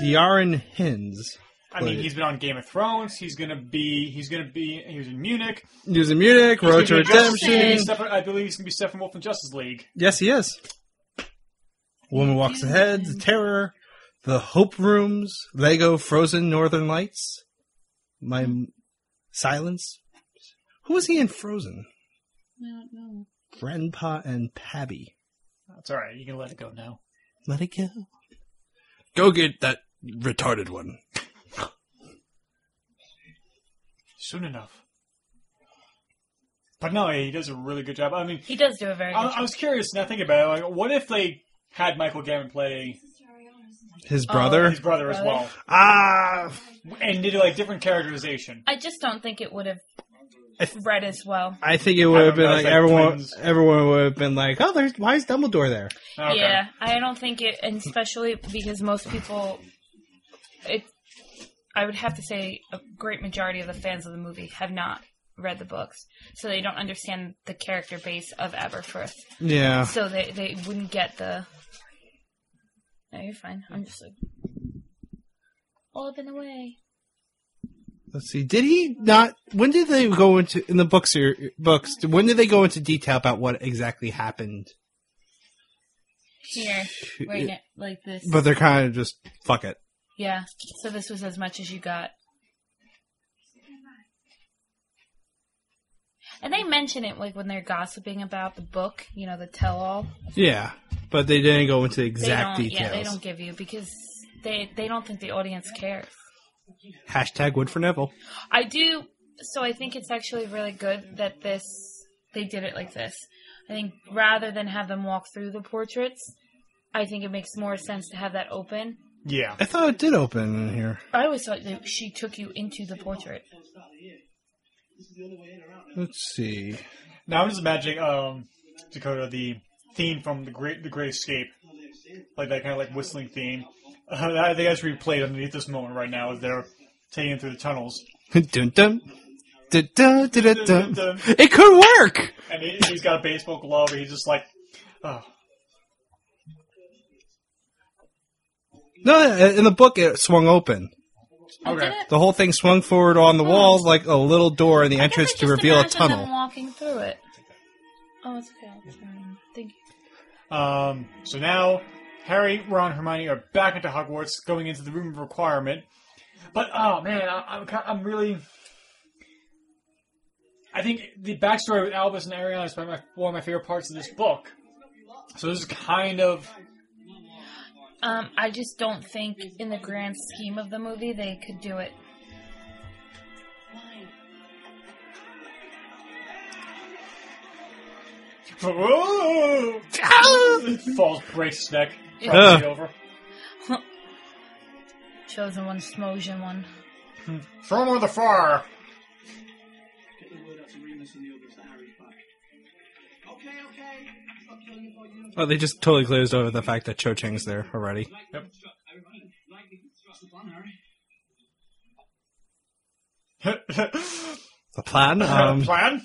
[SPEAKER 2] Ciaran Hinds.
[SPEAKER 1] I mean, he's been on Game of Thrones. He's gonna be. He's gonna be. He was in Munich.
[SPEAKER 2] He was in Munich,
[SPEAKER 1] He's
[SPEAKER 2] Road to
[SPEAKER 1] gonna be Justice League.
[SPEAKER 2] Redemption.
[SPEAKER 1] He's Stephen- I believe he's gonna be Stephen Wolf in Justice League.
[SPEAKER 2] Yes, he is. Woman Walks Ahead, The Terror, The Hope Rooms, Lego Frozen Northern Lights, My Silence. Who was he in Frozen? Grandpa and Pabby.
[SPEAKER 1] That's all right. You can let it go now.
[SPEAKER 2] Let it go. Go get that retarded one.
[SPEAKER 1] Soon enough. But no, he does a really good job. I mean,
[SPEAKER 3] He does do a very
[SPEAKER 1] I,
[SPEAKER 2] Oh,
[SPEAKER 3] good
[SPEAKER 1] I
[SPEAKER 3] job.
[SPEAKER 1] was curious now thinking about it. Like, what if they had Michael Gammon play
[SPEAKER 2] His brother.
[SPEAKER 1] his brother as well,
[SPEAKER 2] ah,
[SPEAKER 1] and did like different characterization?
[SPEAKER 3] I just don't think it would have
[SPEAKER 2] I th-
[SPEAKER 3] read as well.
[SPEAKER 2] I think it would have
[SPEAKER 1] I don't
[SPEAKER 2] been
[SPEAKER 1] know,
[SPEAKER 2] like,
[SPEAKER 1] it's like
[SPEAKER 2] everyone.
[SPEAKER 1] twins.
[SPEAKER 2] Everyone would have been like, "Oh, there's why is Dumbledore there?"
[SPEAKER 1] Okay.
[SPEAKER 3] Yeah, I don't think it, and especially because most people, it, I would have to say a great majority of the fans of the movie have not read the books, so they don't understand the character base of Aberforth,
[SPEAKER 2] Yeah,
[SPEAKER 3] so they they wouldn't get the. No, you're fine. I'm just like all up in the way.
[SPEAKER 2] Let's see. Did he not? When did they go into in the books? Or, books. When did they go into detail about what exactly happened?
[SPEAKER 3] Here, right now, like this.
[SPEAKER 2] But they're kind of just fuck it.
[SPEAKER 3] Yeah. So this was as much as you got. And they mention it like when they're gossiping about the book, you know, the tell-all.
[SPEAKER 2] Yeah, but they didn't go into
[SPEAKER 3] They
[SPEAKER 2] exact
[SPEAKER 3] don't,
[SPEAKER 2] details.
[SPEAKER 3] yeah, they don't give you because they they don't think the audience cares.
[SPEAKER 2] Hashtag Wood for Neville.
[SPEAKER 3] I do. So I think it's actually really good that this they did it like this. I think rather than have them walk through the portraits, I think it makes more sense to have that open.
[SPEAKER 1] Yeah.
[SPEAKER 2] I thought it did open in here.
[SPEAKER 3] I always thought that she took you into the portrait.
[SPEAKER 2] Let's see. <laughs>
[SPEAKER 1] Now I'm just imagining um, Dakota the theme from the Great the Great Escape, like that kind of like whistling theme. Uh, <laughs> I think that's replayed underneath this moment right now as they're taking it through the tunnels,
[SPEAKER 2] dun dun. Dun, dun, dun, dun,
[SPEAKER 1] Dun,
[SPEAKER 2] dun.
[SPEAKER 1] dun, dun.
[SPEAKER 2] It could work.
[SPEAKER 1] and he, he's got a baseball glove. And he's just like, oh,
[SPEAKER 2] No, in the book it swung open.
[SPEAKER 1] okay.
[SPEAKER 2] The whole thing swung forward on the
[SPEAKER 3] Oh.
[SPEAKER 2] wall like a little door in the entrance to reveal a tunnel.
[SPEAKER 3] walking through it. Oh, it's okay. I'll turn. Thank you.
[SPEAKER 1] Um, so now Harry, Ron, and Hermione are back into Hogwarts, going into the room of requirement. But oh man, I, I'm ki- I'm really. I think the backstory with Albus and Ariana is one of my, one of my favorite parts of this book. So this is kind of
[SPEAKER 3] Um, I just don't think, in the grand scheme of the movie, they could do it.
[SPEAKER 1] Whoa! falls breaks his neck.
[SPEAKER 2] Ugh.
[SPEAKER 1] Probably over.
[SPEAKER 3] Chosen one, Smosion one.
[SPEAKER 1] Throw him on the fire.
[SPEAKER 6] Get the word out to Remus and the others that Harry's back. Okay, okay. Stop telling about you.
[SPEAKER 2] Oh, they just totally glazed over the fact that Cho Chang's there already.
[SPEAKER 1] Yep.
[SPEAKER 6] Everybody, lightning construct the plan, Harry.
[SPEAKER 2] The plan.
[SPEAKER 1] Uh, <laughs>
[SPEAKER 2] Um,
[SPEAKER 1] plan.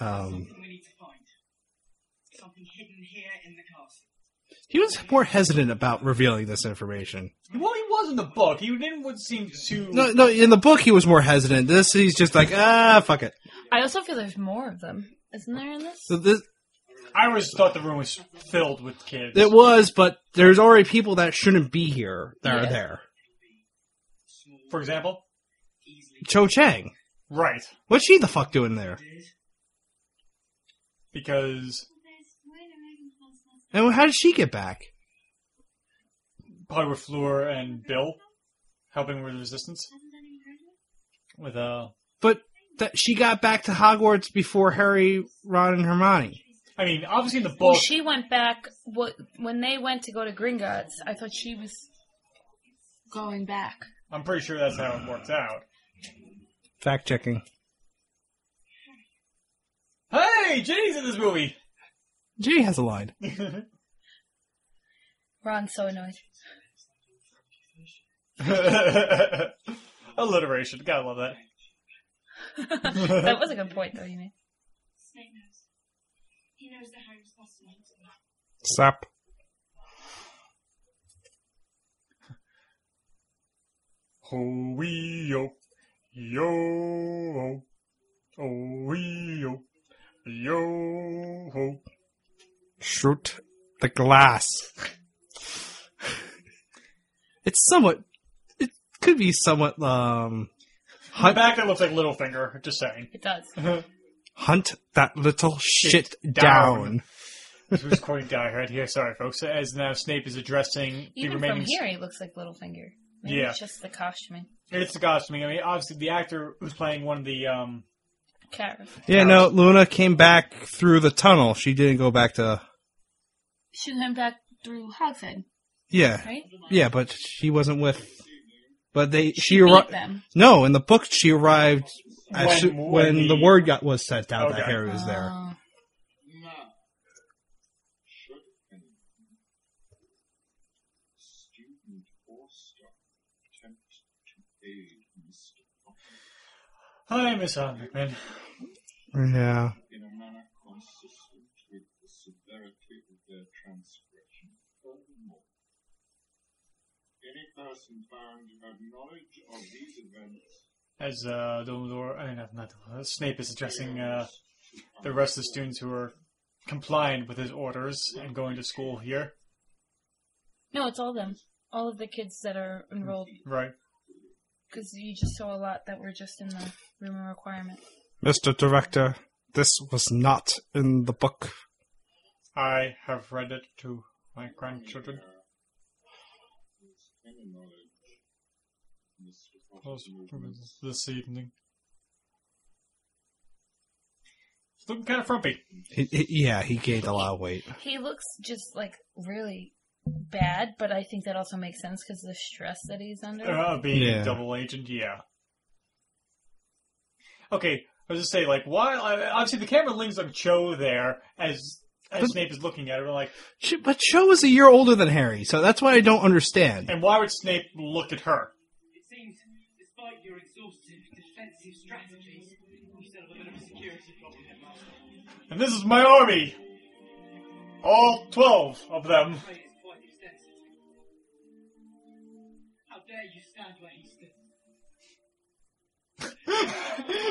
[SPEAKER 2] um,
[SPEAKER 6] Um, We need to find something hidden here in the castle.
[SPEAKER 2] He was more hesitant about revealing this information.
[SPEAKER 1] Well, he was in the book. He didn't seem too.
[SPEAKER 2] No, no. In the book, he was more hesitant. This, he's just like, ah, fuck it.
[SPEAKER 3] I also feel there's more of them, isn't there? In this,
[SPEAKER 2] So this,
[SPEAKER 1] I always thought the room was filled with kids.
[SPEAKER 2] it was, but there's already people that shouldn't be here that are
[SPEAKER 3] Yeah.
[SPEAKER 2] there.
[SPEAKER 1] For example,
[SPEAKER 2] Cho Chang,
[SPEAKER 1] right?
[SPEAKER 2] what's she the fuck doing there?
[SPEAKER 1] Because
[SPEAKER 2] And how did she get back?
[SPEAKER 1] probably with Fleur and Bill helping with resistance with uh.
[SPEAKER 2] But that she got back to Hogwarts before Harry, Ron, and Hermione.
[SPEAKER 1] I mean, obviously in the
[SPEAKER 3] well,
[SPEAKER 1] book,
[SPEAKER 3] she went back. What when they went to go to Gringotts? I thought she was going back.
[SPEAKER 1] I'm pretty sure that's how it worked out.
[SPEAKER 2] Fact checking.
[SPEAKER 1] Hey, Ginny's in this movie. <laughs>
[SPEAKER 2] Ginny has a line.
[SPEAKER 3] Ron's so annoyed.
[SPEAKER 1] Alliteration, gotta love that. <laughs>
[SPEAKER 3] that was a good point, though. You mean?
[SPEAKER 5] Snape knows. He knows the home responsibility.
[SPEAKER 2] Sup.
[SPEAKER 1] Ho Oh, wee yo, yo, oh wee yo, yo ho.
[SPEAKER 2] Shoot the glass. it's somewhat. It could be somewhat. Um,
[SPEAKER 1] The
[SPEAKER 2] hunt,
[SPEAKER 1] back that looks like Littlefinger. Just saying. <laughs>
[SPEAKER 3] It does.
[SPEAKER 2] hunt that little shit
[SPEAKER 1] down.
[SPEAKER 2] down.
[SPEAKER 1] Who's quoting Die Hard here? Sorry, folks. As now Snape is addressing the
[SPEAKER 3] Even from
[SPEAKER 1] remaining.
[SPEAKER 3] here, he looks like Littlefinger. Maybe
[SPEAKER 1] Yeah.
[SPEAKER 3] it's just the costuming.
[SPEAKER 1] It's the costuming. I mean, obviously the actor who's playing one of the um.
[SPEAKER 3] Karen.
[SPEAKER 2] Yeah, no. Luna came back through the tunnel. She didn't go back to.
[SPEAKER 3] She went back through Hogshead,
[SPEAKER 2] Yeah,
[SPEAKER 3] right?
[SPEAKER 2] yeah, but she wasn't with. But they. She,
[SPEAKER 3] She beat
[SPEAKER 2] arri-
[SPEAKER 3] them.
[SPEAKER 2] No, in the book she arrived as
[SPEAKER 1] When-
[SPEAKER 2] soo-
[SPEAKER 1] when
[SPEAKER 2] when,
[SPEAKER 1] the-
[SPEAKER 2] the word got was sent out that
[SPEAKER 1] Okay.
[SPEAKER 2] Harry was there.
[SPEAKER 3] Oh.
[SPEAKER 6] Now. Should any student or staff attempt to aid Mr. Potter
[SPEAKER 1] Hi, Miss Anne McMahon.
[SPEAKER 2] Yeah.
[SPEAKER 6] in a manner consistent with the severity of their transgression? Furthermore, any person found to have knowledge of these events
[SPEAKER 1] As uh, Dumbledore, I mean, not- not Dumbledore, Snape is addressing uh, the rest of the students who are complying with his orders and going to school here.
[SPEAKER 3] No, it's all them. All of the kids that are enrolled.
[SPEAKER 1] Right.
[SPEAKER 3] Because you just saw a lot that were just in the room of requirement.
[SPEAKER 2] Mr. Director, this was not in the book.
[SPEAKER 1] I have read it to my grandchildren.
[SPEAKER 6] is any knowledge of Mr. Potter's
[SPEAKER 1] Close
[SPEAKER 6] movements
[SPEAKER 1] this evening. He's looking kind of frumpy.
[SPEAKER 2] He, he- yeah, he gained a lot of weight.
[SPEAKER 3] He looks just like really bad, but I think that also makes sense because the stress that he's under.
[SPEAKER 1] Uh, being a
[SPEAKER 2] Yeah.
[SPEAKER 1] double agent, yeah. Okay, I was just say like, why? I- Obviously, the camera lings on Cho there as as
[SPEAKER 2] But-
[SPEAKER 1] Snape is looking at her, like,
[SPEAKER 2] Sh- But Cho was a year older than Harry, so that's what I don't understand.
[SPEAKER 1] and why would Snape look at her?
[SPEAKER 5] It seems, despite your exhaustive defensive strategies, you still have a bit of a security problem, Headmaster.
[SPEAKER 1] And this is my army. All twelve of them.
[SPEAKER 5] Trade is quite extensive. How dare you stand where he stood?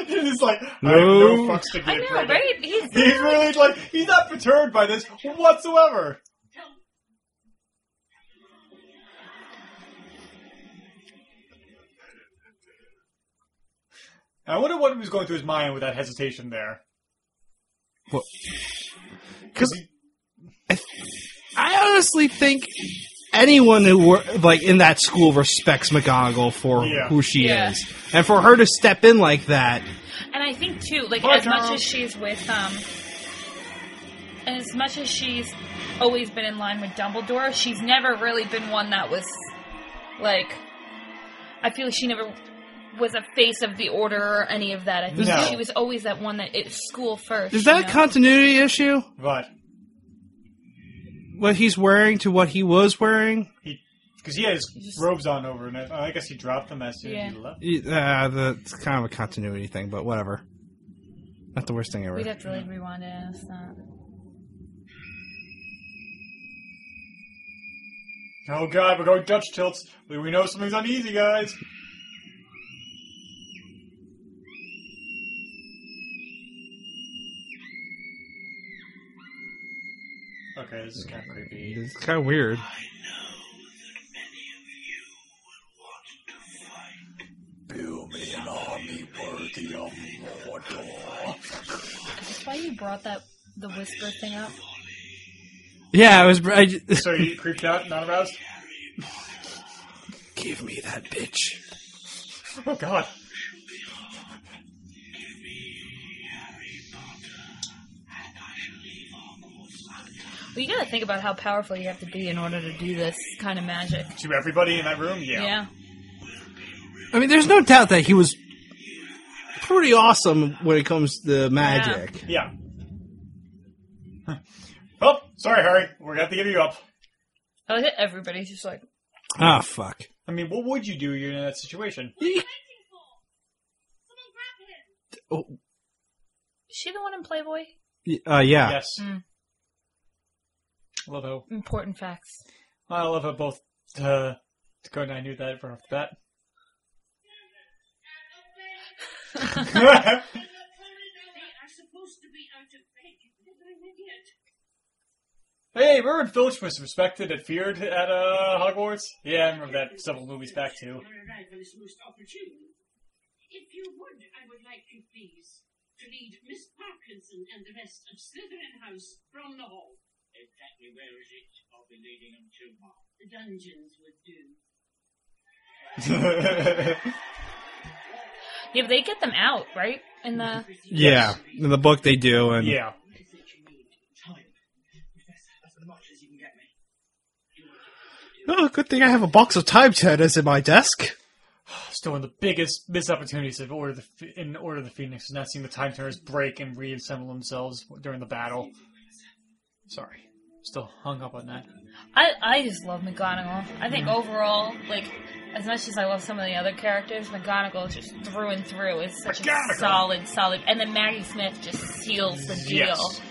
[SPEAKER 1] he's like, I have no
[SPEAKER 2] No.
[SPEAKER 1] fucks to give.
[SPEAKER 3] I know, right? He's
[SPEAKER 1] He's really like, he's not perturbed by this whatsoever. I wonder what was going through his mind with that hesitation there.
[SPEAKER 2] Because I honestly think anyone who were like in that school respects McGonagall for
[SPEAKER 1] Yeah.
[SPEAKER 2] who she
[SPEAKER 3] Yeah.
[SPEAKER 2] is, and for her to step in like that,
[SPEAKER 3] And I think too, like
[SPEAKER 1] Bye,
[SPEAKER 3] as much
[SPEAKER 1] Carol.
[SPEAKER 3] as she's with um, and as much as she's always been in line with Dumbledore, she's never really been one that was like. I feel like she never was a face of the order or any of that. I think
[SPEAKER 1] No.
[SPEAKER 3] she was always that one that it's school first.
[SPEAKER 2] is
[SPEAKER 3] you
[SPEAKER 2] that a
[SPEAKER 3] know?
[SPEAKER 2] continuity issue?
[SPEAKER 1] But
[SPEAKER 2] What he's wearing to what he was wearing?
[SPEAKER 1] he, because he had his robes on over, and I I guess he dropped them as soon as he
[SPEAKER 3] Yeah.
[SPEAKER 1] left.
[SPEAKER 2] Uh, that's kind of a continuity thing, but whatever. Not the worst thing ever.
[SPEAKER 3] We'd have to like rewind it. and It's not.
[SPEAKER 1] Oh god, we're going Dutch tilts. We, we know something's uneasy, guys. Okay, this is kind of creepy.
[SPEAKER 2] It's kind of weird.
[SPEAKER 3] That's why you brought that the whisper thing up.
[SPEAKER 4] Yeah, I was. I j
[SPEAKER 2] <laughs>
[SPEAKER 1] So you creeped out, not aroused?
[SPEAKER 4] Give me that bitch.
[SPEAKER 1] Oh god.
[SPEAKER 3] Well, you gotta think about how powerful you have to be in order to do this kind of magic.
[SPEAKER 1] To everybody in that room?
[SPEAKER 3] Yeah.
[SPEAKER 1] Yeah.
[SPEAKER 2] I mean, there's no doubt that he was pretty awesome when it comes to magic.
[SPEAKER 1] Yeah. Huh. Oh, sorry, Harry. We're gonna have to give you up.
[SPEAKER 3] I like that everybody's just like,
[SPEAKER 2] Ah, fuck.
[SPEAKER 1] I mean, what would you do in that situation?
[SPEAKER 3] is she the one in Playboy?
[SPEAKER 2] Uh, yeah.
[SPEAKER 1] Yes.
[SPEAKER 3] Mm.
[SPEAKER 1] I love how
[SPEAKER 3] Important facts.
[SPEAKER 1] I love how both uh, Dakota and I knew that right off the <laughs> bat.
[SPEAKER 5] They are supposed to be out of bed. You're an idiot.
[SPEAKER 1] hey, remember when Filch was respected and feared at uh, Hogwarts? Yeah, I remember that several movies back too.
[SPEAKER 5] Your arrival is most opportune. If you would, I would like you, please, to lead Miss Parkinson and the rest of Slytherin House from the hall. Exactly where is it? I'll be leading them to, Mom. The dungeons would do.
[SPEAKER 3] Yeah, but they get them out, right? In the
[SPEAKER 2] Yeah. In the book, they do, and
[SPEAKER 1] <laughs> yeah.
[SPEAKER 5] What is it you need? Time. Professor, as much as you can get me. You want to
[SPEAKER 2] Oh,
[SPEAKER 5] do.
[SPEAKER 2] good thing I have a box of time turners in my desk.
[SPEAKER 1] Still one of the biggest missed opportunities of Order of the, Ph- in Order of the Phoenix is not seeing the Time Turners break and reassemble themselves during the battle. Sorry. Still hung up on that.
[SPEAKER 3] I, I just love McGonagall. I think overall, like, as much as I love some of the other characters, McGonagall just through and through is such a
[SPEAKER 1] McGonagall.
[SPEAKER 3] solid, solid. And then Maggie Smith just seals the deal.
[SPEAKER 1] Yes.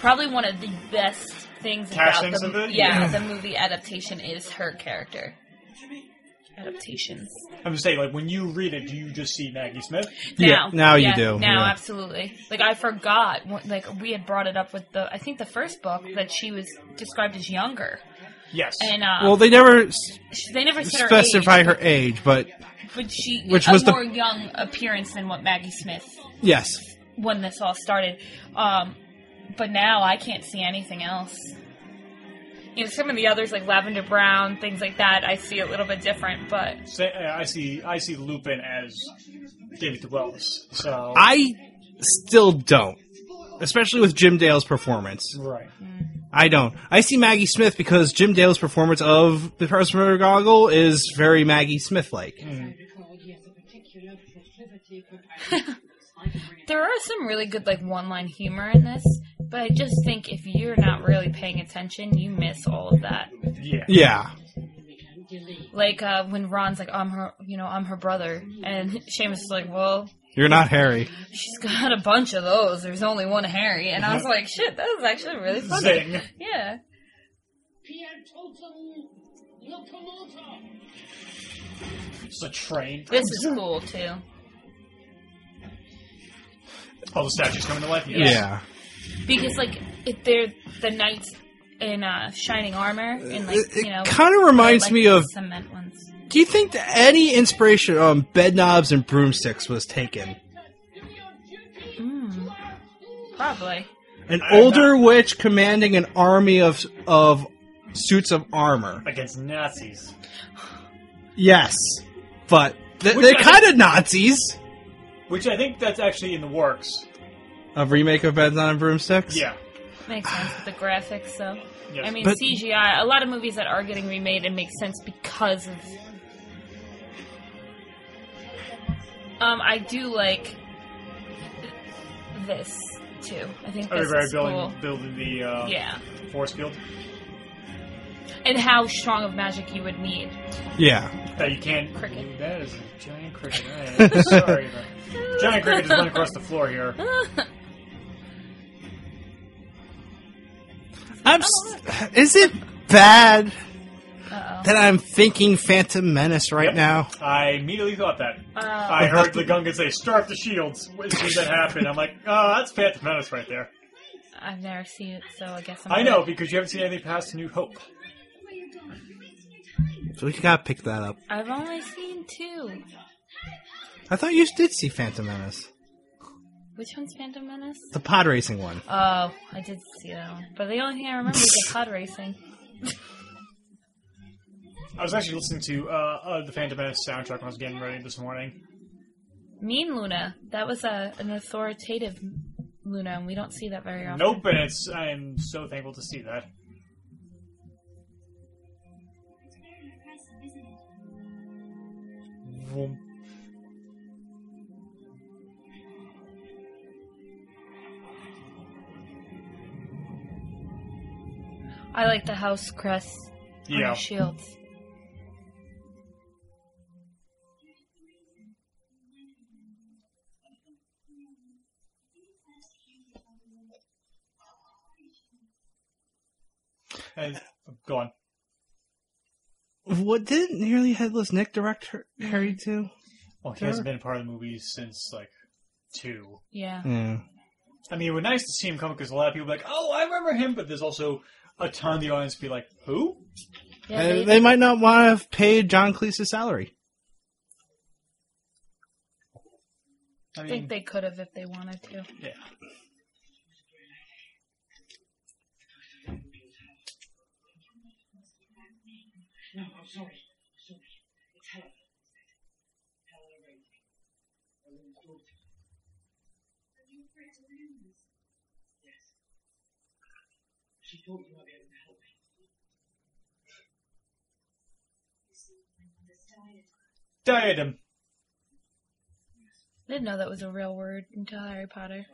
[SPEAKER 3] Probably one of the best things
[SPEAKER 1] Castings
[SPEAKER 3] about
[SPEAKER 1] of
[SPEAKER 3] the,
[SPEAKER 1] it?
[SPEAKER 3] yeah,
[SPEAKER 1] Yeah.
[SPEAKER 3] the movie adaptation is her character. Adaptations.
[SPEAKER 1] I'm just saying, like, when you read it, do you just see Maggie Smith?
[SPEAKER 2] Yeah,
[SPEAKER 3] Now,
[SPEAKER 2] now you
[SPEAKER 3] yeah,
[SPEAKER 2] do,
[SPEAKER 3] Now,
[SPEAKER 2] yeah.
[SPEAKER 3] absolutely. Like I forgot. what- Like we had brought it up with the. I think the first book that she was described as younger,
[SPEAKER 1] Yes.
[SPEAKER 3] and uh,
[SPEAKER 2] Well, they never s-
[SPEAKER 3] she- they never said her age.
[SPEAKER 2] specify her age, but
[SPEAKER 3] But she,
[SPEAKER 2] Which
[SPEAKER 3] a
[SPEAKER 2] was the-
[SPEAKER 3] more young appearance than what Maggie Smith
[SPEAKER 2] yes.
[SPEAKER 3] when this all started. Um, but now I can't see anything else. You know, some of the others like lavender brown, things like that. I see a little bit different, but
[SPEAKER 1] Say, uh, I see. I see Lupin as David Wells. So
[SPEAKER 2] I still don't, especially with Jim Dale's performance.
[SPEAKER 1] right.
[SPEAKER 2] I don't. I see Maggie Smith because Jim Dale's performance of the Person Murder Goggle is very Maggie Smith like.
[SPEAKER 1] Mm.
[SPEAKER 5] I recall he has a particular proclivity for paradoxes. I can bring it
[SPEAKER 3] there are some really good like one-line humor in this. But I just think if you're not really paying attention, you miss all of that.
[SPEAKER 1] Yeah.
[SPEAKER 2] Yeah.
[SPEAKER 5] and delay.
[SPEAKER 3] Like uh, when Ron's like, "I'm her," you know, "I'm her brother," and <laughs> Seamus is like, "Well,
[SPEAKER 2] You're not Harry.
[SPEAKER 3] she's got a bunch of those. There's only one Harry." And I was
[SPEAKER 2] Uh-huh.
[SPEAKER 3] like, "Shit, that was actually really funny."
[SPEAKER 1] Zing.
[SPEAKER 3] Yeah.
[SPEAKER 5] Pierre Totem Locomotor!
[SPEAKER 1] It's a train.
[SPEAKER 3] This is cool too.
[SPEAKER 1] All the statues coming to life. Yes.
[SPEAKER 2] Yeah.
[SPEAKER 3] Because like if they're the knights in uh shining armor and like
[SPEAKER 2] It- it
[SPEAKER 3] you know
[SPEAKER 2] kinda reminds
[SPEAKER 3] like
[SPEAKER 2] me
[SPEAKER 3] the
[SPEAKER 2] of-
[SPEAKER 3] cement ones.
[SPEAKER 2] Do you think that any inspiration on bed knobs and broomsticks was taken?
[SPEAKER 3] Mm. Probably.
[SPEAKER 2] An
[SPEAKER 1] I don't
[SPEAKER 2] older witch commanding an army of of suits of armor.
[SPEAKER 1] Against Nazis.
[SPEAKER 2] Yes, but th-
[SPEAKER 1] Which
[SPEAKER 2] they're
[SPEAKER 1] I-
[SPEAKER 2] kind of Nazis.
[SPEAKER 1] Which I think that's actually in the works.
[SPEAKER 2] A remake of Beds on Broomsticks.
[SPEAKER 1] Yeah.
[SPEAKER 3] Makes sense with the graphics though.
[SPEAKER 1] Yes.
[SPEAKER 3] I mean
[SPEAKER 2] But-
[SPEAKER 3] CGI, a lot of movies that are getting remade it makes sense because of Um, I do like this too. I think
[SPEAKER 1] Are
[SPEAKER 3] this
[SPEAKER 1] very
[SPEAKER 3] is
[SPEAKER 1] building
[SPEAKER 3] cool.
[SPEAKER 1] building the uh,
[SPEAKER 3] Yeah.
[SPEAKER 1] force field
[SPEAKER 3] And how strong of magic you would need.
[SPEAKER 2] yeah.
[SPEAKER 1] that you can't.
[SPEAKER 3] Cricket.
[SPEAKER 1] That is a giant
[SPEAKER 3] <laughs>
[SPEAKER 1] cricket. I am sorry. But giant cricket just went across the floor here.
[SPEAKER 2] I'm. s- is it bad
[SPEAKER 3] Uh-oh.
[SPEAKER 2] that I'm thinking Phantom Menace right
[SPEAKER 1] Yep.
[SPEAKER 2] now.
[SPEAKER 1] I immediately thought that.
[SPEAKER 3] Uh,
[SPEAKER 1] I heard the Gungan say, "Start the shields." When did that happen? I'm like, oh, that's Phantom Menace right there.
[SPEAKER 3] I've never seen it, so I guess I'm
[SPEAKER 1] I know because you haven't seen anything past New Hope.
[SPEAKER 2] So we gotta pick that up.
[SPEAKER 3] I've only seen two.
[SPEAKER 2] I thought you did see Phantom Menace,
[SPEAKER 3] Which one's Phantom Menace?
[SPEAKER 2] the pod racing one.
[SPEAKER 3] Oh, I did see that one. But the only thing I remember
[SPEAKER 2] <laughs>
[SPEAKER 3] is the pod racing.
[SPEAKER 1] I was actually listening to uh, uh, the Phantom Menace soundtrack when I was getting ready this morning.
[SPEAKER 3] Mean Luna. That was a, an authoritative Luna, and we don't see that very often.
[SPEAKER 1] Nope, and it's I'm so thankful to see that. Vroom.
[SPEAKER 3] I like the house crest on
[SPEAKER 1] Yeah,
[SPEAKER 3] the shields.
[SPEAKER 1] and, uh, go on.
[SPEAKER 2] What didn't nearly headless Nick direct her, Harry to?
[SPEAKER 1] Well, he hasn't been a part of the movie since like two.
[SPEAKER 3] Yeah.
[SPEAKER 2] Yeah.
[SPEAKER 1] I mean, it would be nice to see him come because a lot of people be like, "Oh, I remember him," but there's also a ton of the audience be like, "Who?"
[SPEAKER 3] yeah
[SPEAKER 2] And
[SPEAKER 3] they-
[SPEAKER 2] they, might not want to have paid John Cleese's salary.
[SPEAKER 1] I
[SPEAKER 3] I
[SPEAKER 1] mean,
[SPEAKER 3] think they could have if they wanted to.
[SPEAKER 1] yeah.
[SPEAKER 5] No, I'm sorry. Sorry. It's Helen. Helen Rayleigh. Helen's daughter. Are you afraid to learn this? Yes. She thought you might be able to help me. You see, this diet.
[SPEAKER 1] Diadem.
[SPEAKER 3] Didn't know that was a real word until Harry Potter.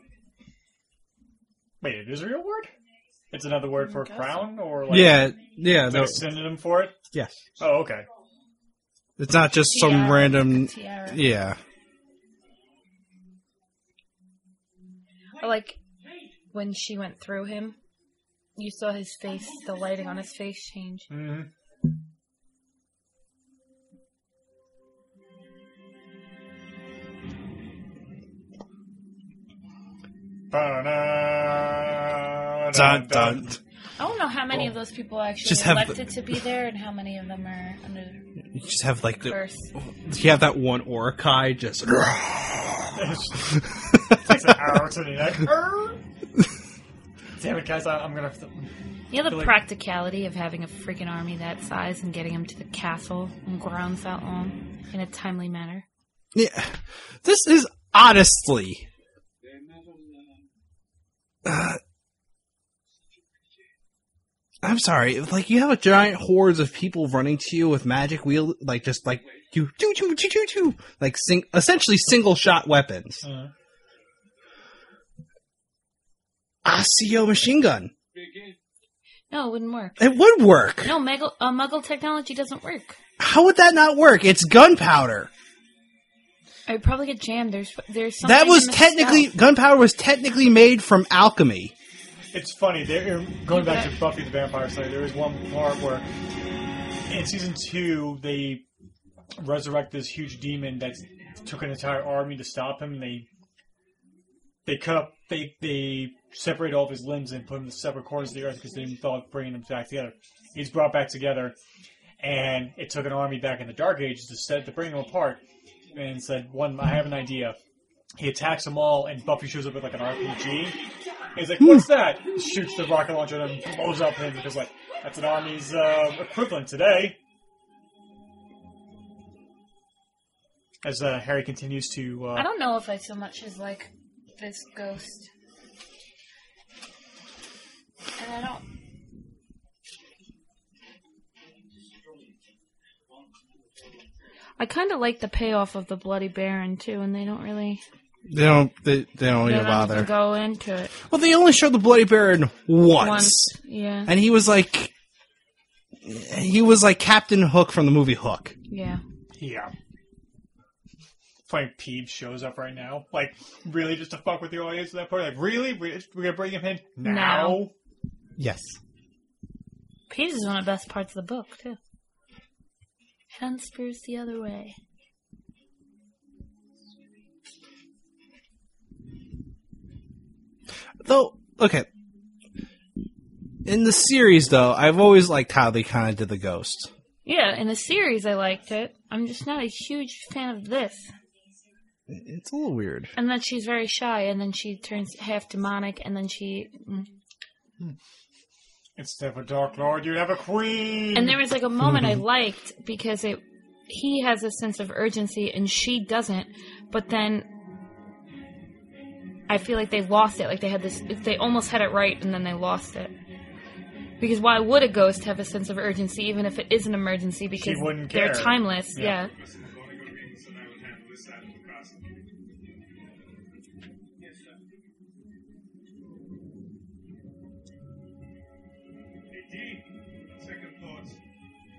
[SPEAKER 1] Wait, it is a real word. It's another word for
[SPEAKER 3] guess
[SPEAKER 1] crown, or like,
[SPEAKER 2] yeah, yeah.
[SPEAKER 1] is that a
[SPEAKER 2] no-
[SPEAKER 1] synonym for it?
[SPEAKER 2] yes.
[SPEAKER 1] Oh, okay.
[SPEAKER 2] It's not just some
[SPEAKER 3] Tiara.
[SPEAKER 2] random.
[SPEAKER 3] Tiara.
[SPEAKER 2] Yeah.
[SPEAKER 3] I like when she went through him. You saw his face, the lighting on his face change.
[SPEAKER 1] hmm
[SPEAKER 2] Dun, dun.
[SPEAKER 3] I don't know how many of those people actually
[SPEAKER 2] Just have the-
[SPEAKER 3] elected to be there and how many of them are under
[SPEAKER 2] You just have like the.
[SPEAKER 3] curse.
[SPEAKER 2] You have that one Orakai just. <laughs>
[SPEAKER 1] Takes an arrow to the neck. Err. Damn it, guys! I, I'm gonna have to.
[SPEAKER 3] You know the
[SPEAKER 1] Like-
[SPEAKER 3] practicality of having a freaking army that size and getting them to the castle and grounds that long in a timely manner.
[SPEAKER 2] yeah. This is honestly.
[SPEAKER 6] They never learn.
[SPEAKER 2] Uh, I'm sorry. Like you have a giant hordes of people running to you with magic wheel, like just like you choo choo choo choo choo, like sing- essentially single shot weapons.
[SPEAKER 1] Uh,
[SPEAKER 2] Osseo machine gun.
[SPEAKER 6] Begin.
[SPEAKER 3] No, it wouldn't work.
[SPEAKER 2] It would work.
[SPEAKER 3] No, Muggle, uh, Muggle technology doesn't work.
[SPEAKER 2] How would that not work? It's gunpowder.
[SPEAKER 3] I would probably get jammed. There's there's something
[SPEAKER 2] That was
[SPEAKER 3] in the
[SPEAKER 2] technically
[SPEAKER 3] spell.
[SPEAKER 2] gunpowder was technically made from alchemy.
[SPEAKER 1] It's funny. There, going back to Buffy the Vampire Slayer, there is one part where in season two they resurrect this huge demon that took an entire army to stop him. And they they cut up, they they separate all of his limbs and put him in separate corners of the earth because they thought bringing him back together. He's brought back together, and it took an army back in the Dark Ages to set to bring him apart. And said, "One, I have an idea." He attacks them all, and Buffy shows up with like an RPG. He's like, "What's that?" Shoots the rocket launcher at him, blows up him because like that's an army's uh, equivalent today. As uh, Harry continues to, uh,
[SPEAKER 3] I don't know if I so much as like this ghost, and I don't. I kind of like the payoff of the Bloody Baron too, and they don't really
[SPEAKER 2] They don't. They, they don't
[SPEAKER 3] they
[SPEAKER 2] even
[SPEAKER 3] don't even
[SPEAKER 2] bother.
[SPEAKER 3] go into it
[SPEAKER 2] Well, they only showed the bloody baron once,
[SPEAKER 3] once. Yeah,
[SPEAKER 2] and he was like, he was like Captain Hook from the movie Hook.
[SPEAKER 3] yeah.
[SPEAKER 1] yeah. Funny Peebs shows up right now, like really just to fuck with the audience at that point. Like, really, Re- we're gonna bring him in now?
[SPEAKER 3] Now.
[SPEAKER 2] Yes.
[SPEAKER 3] Peeves is one of the best parts of the book too. Hand screws the other way.
[SPEAKER 2] Though, okay. In the series, though, I've always liked how they kind of did the ghost.
[SPEAKER 3] Yeah, in the series I liked it. I'm just not a huge fan of this.
[SPEAKER 2] It's a little weird.
[SPEAKER 3] And then she's very shy, and then she turns half demonic, and then she. mm.
[SPEAKER 1] Instead of a Dark Lord, you'd have a Queen.
[SPEAKER 3] And there was like a moment
[SPEAKER 1] Mm-hmm.
[SPEAKER 3] I liked because it. He has a sense of urgency, and she doesn't. But then. I feel like they lost it. Like they had this. They almost had it right, and then they lost it. Because why would a ghost have a sense of urgency, even if it is an emergency? Because
[SPEAKER 1] wouldn't
[SPEAKER 3] they're
[SPEAKER 1] care.
[SPEAKER 3] timeless.
[SPEAKER 1] Yeah.
[SPEAKER 3] yeah.
[SPEAKER 6] Indeed. Second thoughts.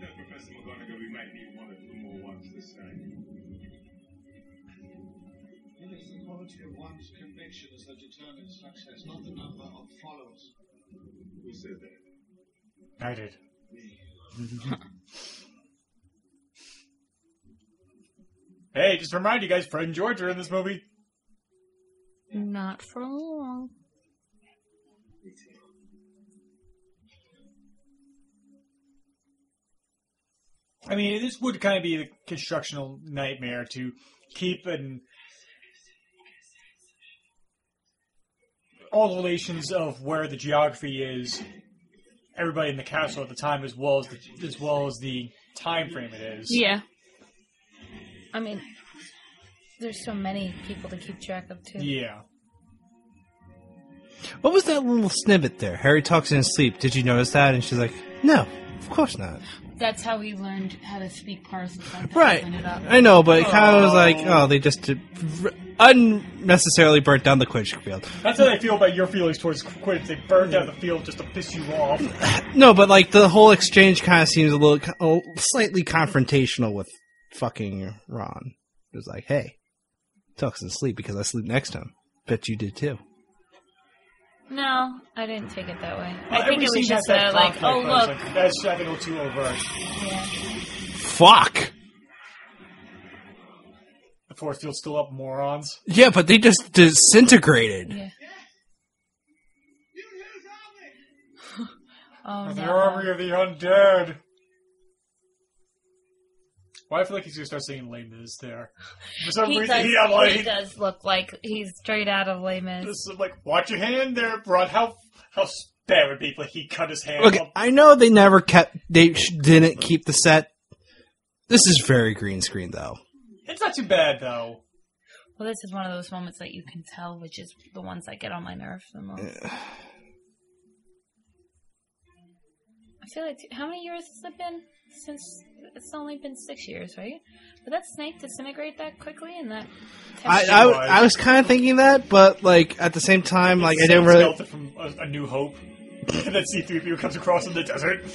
[SPEAKER 6] No, Professor McGonagall, we might need one or two more ones this time. It is the quality of one's convictions that determines success, not the number of followers. Who said
[SPEAKER 1] <laughs>
[SPEAKER 6] that?
[SPEAKER 1] I
[SPEAKER 3] <laughs>
[SPEAKER 1] did. hey, just to remind you guys, Fred and George are in this movie.
[SPEAKER 3] Not for long.
[SPEAKER 1] I mean, this would kind of be a constructional nightmare to keep and all the relations of where the geography is, everybody in the castle at the time, as well as the, as well as the time frame it is.
[SPEAKER 3] Yeah. I mean, there's so many people to keep track of too.
[SPEAKER 1] Yeah.
[SPEAKER 2] What was that little snippet there? Harry talks in his sleep. Did you notice that? And she's like, no, of course not.
[SPEAKER 3] That's how he learned how to speak Parson.
[SPEAKER 2] Right. I know, but it kind of was like, oh, they just did, unnecessarily burnt down the Quidditch field.
[SPEAKER 1] That's how they feel about your feelings towards Quidditch. They burned down the field just to piss you off.
[SPEAKER 2] No, but like the whole exchange kind of seems a little co- oh, slightly confrontational with fucking Ron. It was like, hey, Tuck's in sleep because I sleep next to him. Bet you did too.
[SPEAKER 3] No, I didn't take it that way. I
[SPEAKER 1] Every
[SPEAKER 3] think it was
[SPEAKER 1] scene has
[SPEAKER 3] just a,
[SPEAKER 1] that
[SPEAKER 3] like, oh
[SPEAKER 1] conflict, but it's like, that's
[SPEAKER 3] look.
[SPEAKER 1] oh I think a little too overt.
[SPEAKER 3] Yeah.
[SPEAKER 2] Fuck.
[SPEAKER 1] The force field's still up, morons.
[SPEAKER 2] Yeah, but they just disintegrated.
[SPEAKER 3] yeah. oh
[SPEAKER 1] The
[SPEAKER 3] no.
[SPEAKER 1] army of the undead. Well, I feel like he's gonna start singing "Lame Is" there. For some
[SPEAKER 3] He
[SPEAKER 1] reason,
[SPEAKER 3] does,
[SPEAKER 1] he had like
[SPEAKER 3] he does look like he's straight out of Les Mis.
[SPEAKER 1] this. I'm like, watch your hand there, bro. How how spare would people? He cut his hand.
[SPEAKER 2] Okay,
[SPEAKER 1] off.
[SPEAKER 2] I know they never kept, they sh- didn't keep the set. This is very green screen though.
[SPEAKER 1] It's not too bad though.
[SPEAKER 3] Well, this is one of those moments that you can tell, which is the ones that get on my nerves the most. I feel like, how many years has it been since? It's only been six years, right? Did that snake disintegrate that quickly in that?
[SPEAKER 2] I,
[SPEAKER 3] texture?
[SPEAKER 2] I, I was kind of thinking that, but like at the same time, like I
[SPEAKER 1] Same
[SPEAKER 2] didn't really.
[SPEAKER 1] skeleton from a, a New Hope. <laughs> and then C-3PO comes across in the desert.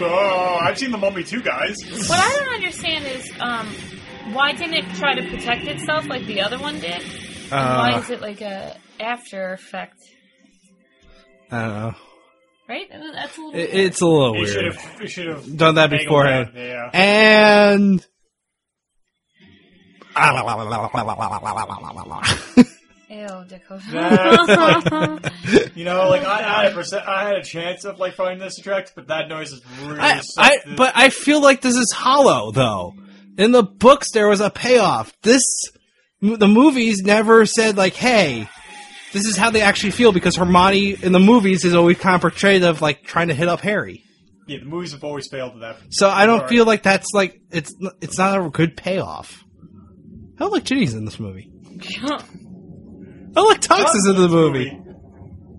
[SPEAKER 1] Oh, I've seen the Mummy too, guys.
[SPEAKER 3] what I don't understand is, um, why didn't it try to protect itself like the other one did? And why
[SPEAKER 2] Uh.
[SPEAKER 3] is it like a after effect?
[SPEAKER 2] I don't know.
[SPEAKER 3] Right? And That's a little.
[SPEAKER 2] It, it's a little
[SPEAKER 1] It should
[SPEAKER 2] weird.
[SPEAKER 1] have. It should have
[SPEAKER 2] Done that
[SPEAKER 1] mangled
[SPEAKER 2] beforehand.
[SPEAKER 1] that, Yeah.
[SPEAKER 3] <laughs>
[SPEAKER 1] <laughs>
[SPEAKER 2] And
[SPEAKER 3] Ew, Dakota. <laughs>
[SPEAKER 1] That's You know, like I had a percent, I had a chance of like finding this attract, but that noise is really.
[SPEAKER 2] I, I,
[SPEAKER 1] sucked in.
[SPEAKER 2] but I feel like this is hollow though. In the books, there was a payoff. This, the movies never said like, "Hey, this is how they actually feel." Because Hermione in the movies is always kind of portrayed of like trying to hit up Harry.
[SPEAKER 1] yeah, the movies have always failed at that.
[SPEAKER 2] So I don't
[SPEAKER 1] Right.
[SPEAKER 2] feel like that's like it's n- it's not a good payoff. I don't like Ginny's in this movie. I don't like Tux is in the movie.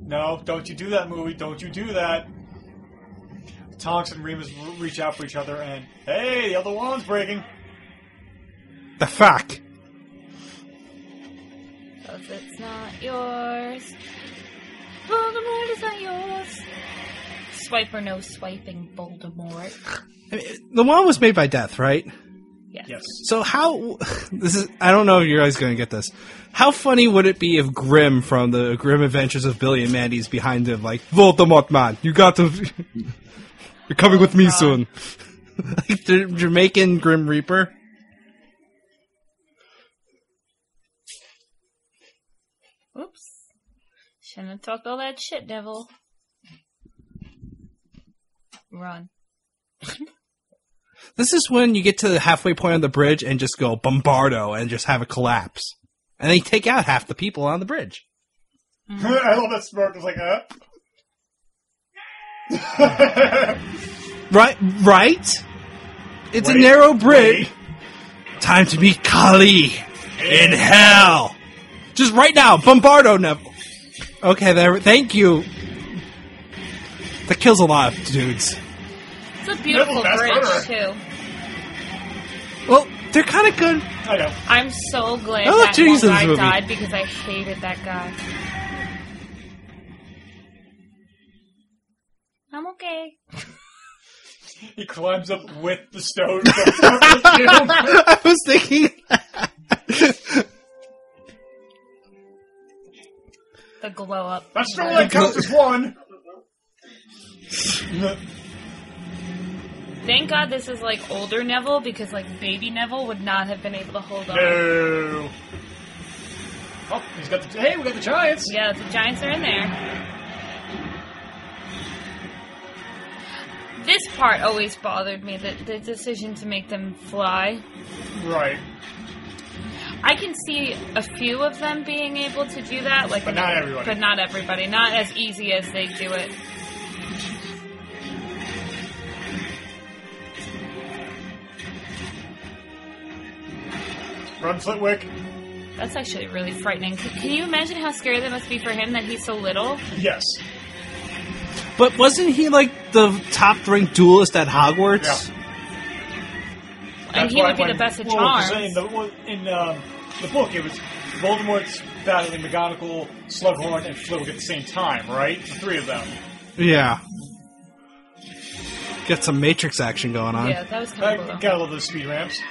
[SPEAKER 1] No, don't you do that movie? Don't you do that? Tonks and Remus re- reach out for each other, and hey, the other wand's breaking.
[SPEAKER 2] The fuck.
[SPEAKER 3] Because it's not yours. Voldemort is not yours. Swipe or no swiping, Voldemort.
[SPEAKER 2] I mean, the one was made by Death, right?
[SPEAKER 3] Yes.
[SPEAKER 1] Yes.
[SPEAKER 2] So how <laughs> this is I don't know if you're guys going to get this. How funny would it be if Grimm from the Grim Adventures of Billy and Mandy is behind him like Voldemort man, you got to <laughs> You're coming with
[SPEAKER 1] Oh,
[SPEAKER 2] me soon. <laughs> like the Jamaican Grim Reaper.
[SPEAKER 3] Oops. Shouldn't have talked all that shit, devil. Run.
[SPEAKER 2] This is when you get to the halfway point on the bridge and just go bombardo and just have a collapse. And they take out half the people on the bridge.
[SPEAKER 1] <laughs> I love that smirk. It's like, huh?
[SPEAKER 2] Right right? It's a
[SPEAKER 1] Wait,
[SPEAKER 2] narrow bridge. Time to meet Kali in hell. Just right now, Bombardo Neville. Okay, there. Thank you. That kills a lot of dudes.
[SPEAKER 3] It's a beautiful
[SPEAKER 1] Devil, that's
[SPEAKER 3] bridge too.
[SPEAKER 2] Well, they're kind of good.
[SPEAKER 1] I know.
[SPEAKER 3] I'm so glad
[SPEAKER 2] Oh,
[SPEAKER 3] that
[SPEAKER 2] Jesus,
[SPEAKER 3] one guy
[SPEAKER 2] movie.
[SPEAKER 3] died because I hated that guy. I'm okay.
[SPEAKER 1] He climbs up with the stone. <laughs> comes up with you.
[SPEAKER 2] <laughs> I was thinking.
[SPEAKER 3] The glow up.
[SPEAKER 1] That still only counts as one.
[SPEAKER 3] Thank God this is like older Neville because like baby Neville would not have been able to hold on.
[SPEAKER 1] No. Oh, he's got the. Hey, we got the Giants.
[SPEAKER 3] Yeah, the Giants are in there. This part always bothered me, the, the decision to make them fly.
[SPEAKER 1] Right.
[SPEAKER 3] I can see a few of them being able to do that, like
[SPEAKER 1] But not everybody.
[SPEAKER 3] But not everybody. Not as easy as they do it.
[SPEAKER 1] Run, Flitwick.
[SPEAKER 3] That's actually really frightening. C- Can you imagine how scary that must be for him that he's so little?
[SPEAKER 1] Yes.
[SPEAKER 2] But wasn't he like the top ranked duelist at Hogwarts?
[SPEAKER 3] and
[SPEAKER 1] That's
[SPEAKER 3] he
[SPEAKER 1] why
[SPEAKER 3] would be
[SPEAKER 1] when-
[SPEAKER 3] the best at
[SPEAKER 1] well, 'cause
[SPEAKER 3] charms.
[SPEAKER 1] In the, well, in, um, the book, it was Voldemort's battling McGonagall, Slughorn, and Flitwick at the same time, right? The three of them.
[SPEAKER 2] Yeah. Got some Matrix action going
[SPEAKER 1] uh,
[SPEAKER 2] on.
[SPEAKER 3] Yeah, that was
[SPEAKER 1] I
[SPEAKER 3] kind of cool. though.
[SPEAKER 1] gotta love those speed ramps.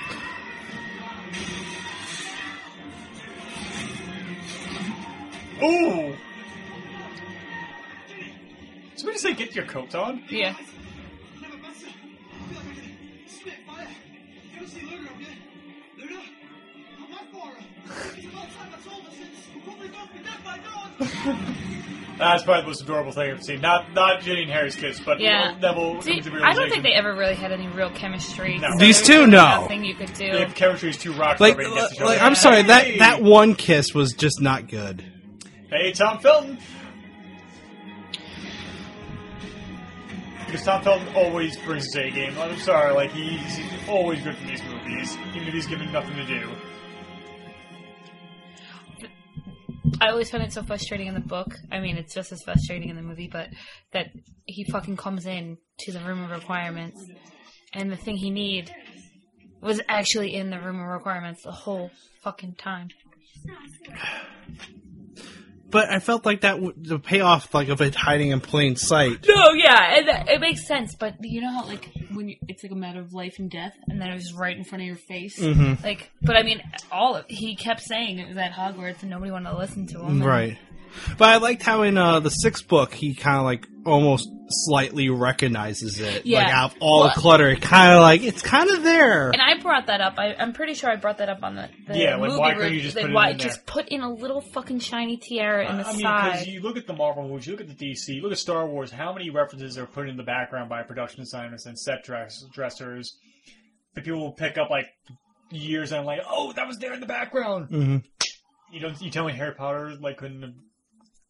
[SPEAKER 1] Ooh! Somebody say get your coat on?
[SPEAKER 3] Yeah.
[SPEAKER 1] That's probably the most adorable thing I've seen. Not not Ginny and Harry's kiss, but
[SPEAKER 3] Yeah.
[SPEAKER 1] Neville
[SPEAKER 3] See,
[SPEAKER 1] comes to
[SPEAKER 3] I don't think
[SPEAKER 1] realization.
[SPEAKER 3] they ever really had any real chemistry.
[SPEAKER 1] No.
[SPEAKER 3] so
[SPEAKER 2] These
[SPEAKER 3] there's
[SPEAKER 2] two,
[SPEAKER 3] really
[SPEAKER 2] no.
[SPEAKER 3] Nothing you could do.
[SPEAKER 1] They have chemistry is too rock
[SPEAKER 2] Like, uh,
[SPEAKER 1] rubbing against each
[SPEAKER 2] like,
[SPEAKER 1] other.
[SPEAKER 2] I'm sorry
[SPEAKER 1] Hey!
[SPEAKER 2] that that one kiss was just not good.
[SPEAKER 1] Hey, Tom Felton. Because Tom Felton always brings his A game. I'm sorry, like he's, he's always good for these movies, even if he's given nothing to do.
[SPEAKER 3] I always find it so frustrating in the book. I mean, it's just as frustrating in the movie, but that he fucking comes in to the room of requirements, and the thing he need was actually in the room of requirements the whole fucking time.
[SPEAKER 2] But I felt like that w- the payoff like of it hiding in plain sight.
[SPEAKER 3] No, yeah, and that, it makes sense, but you know how like when you, it's like a matter of life and death, and then it was right in front of your face. Like, but I mean, all of he kept saying it was at Hogwarts, and nobody wanted to listen to him. and-
[SPEAKER 2] Right. But I liked how in uh, the sixth book he kind of like almost slightly recognizes it. Like
[SPEAKER 3] Yeah.
[SPEAKER 2] out of all the clutter, it kind of like it's kind of there.
[SPEAKER 3] And I brought that up. I, I'm pretty sure I brought that up on the, the
[SPEAKER 1] Yeah, like,
[SPEAKER 3] movie
[SPEAKER 1] why couldn't
[SPEAKER 3] review.
[SPEAKER 1] you just
[SPEAKER 3] Like,
[SPEAKER 1] put it
[SPEAKER 3] why-
[SPEAKER 1] in there?
[SPEAKER 3] just put in a little fucking shiny tiara in the
[SPEAKER 1] I mean,
[SPEAKER 3] side.
[SPEAKER 1] because you look at the Marvel movies, you look at the DC, you look at Star Wars, how many references are put in the background by production assignments and set dress- dressers that people will pick up like years and like, oh, that was there in the background.
[SPEAKER 2] Mhm.
[SPEAKER 1] You don't. You tell me Harry Potter like couldn't have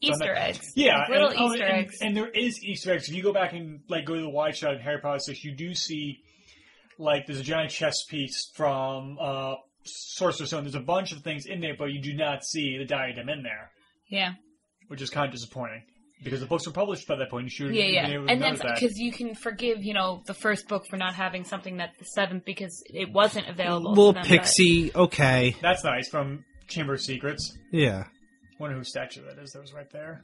[SPEAKER 3] Easter eggs.
[SPEAKER 1] Yeah,
[SPEAKER 3] Like, little
[SPEAKER 1] and, oh,
[SPEAKER 3] Easter
[SPEAKER 1] and-
[SPEAKER 3] eggs.
[SPEAKER 1] And there is Easter eggs. If you go back and like go to the wide shot in Harry Potter six, you do see like there's a giant chess piece from uh, Sorcerer's Stone. There's a bunch of things in there, but you do not see the diadem in there,
[SPEAKER 3] yeah,
[SPEAKER 1] which is kind of disappointing because the books were published by that point. You should have
[SPEAKER 3] yeah, yeah.
[SPEAKER 1] been able to
[SPEAKER 3] And then
[SPEAKER 1] notice that.
[SPEAKER 3] because you can forgive, you know, the first book for not having something that the seventh because it wasn't available. to
[SPEAKER 2] Little
[SPEAKER 3] them, but-
[SPEAKER 2] pixie, okay,
[SPEAKER 1] That's nice from Chamber of Secrets.
[SPEAKER 2] yeah.
[SPEAKER 1] Wonder whose statue that is. That was right there.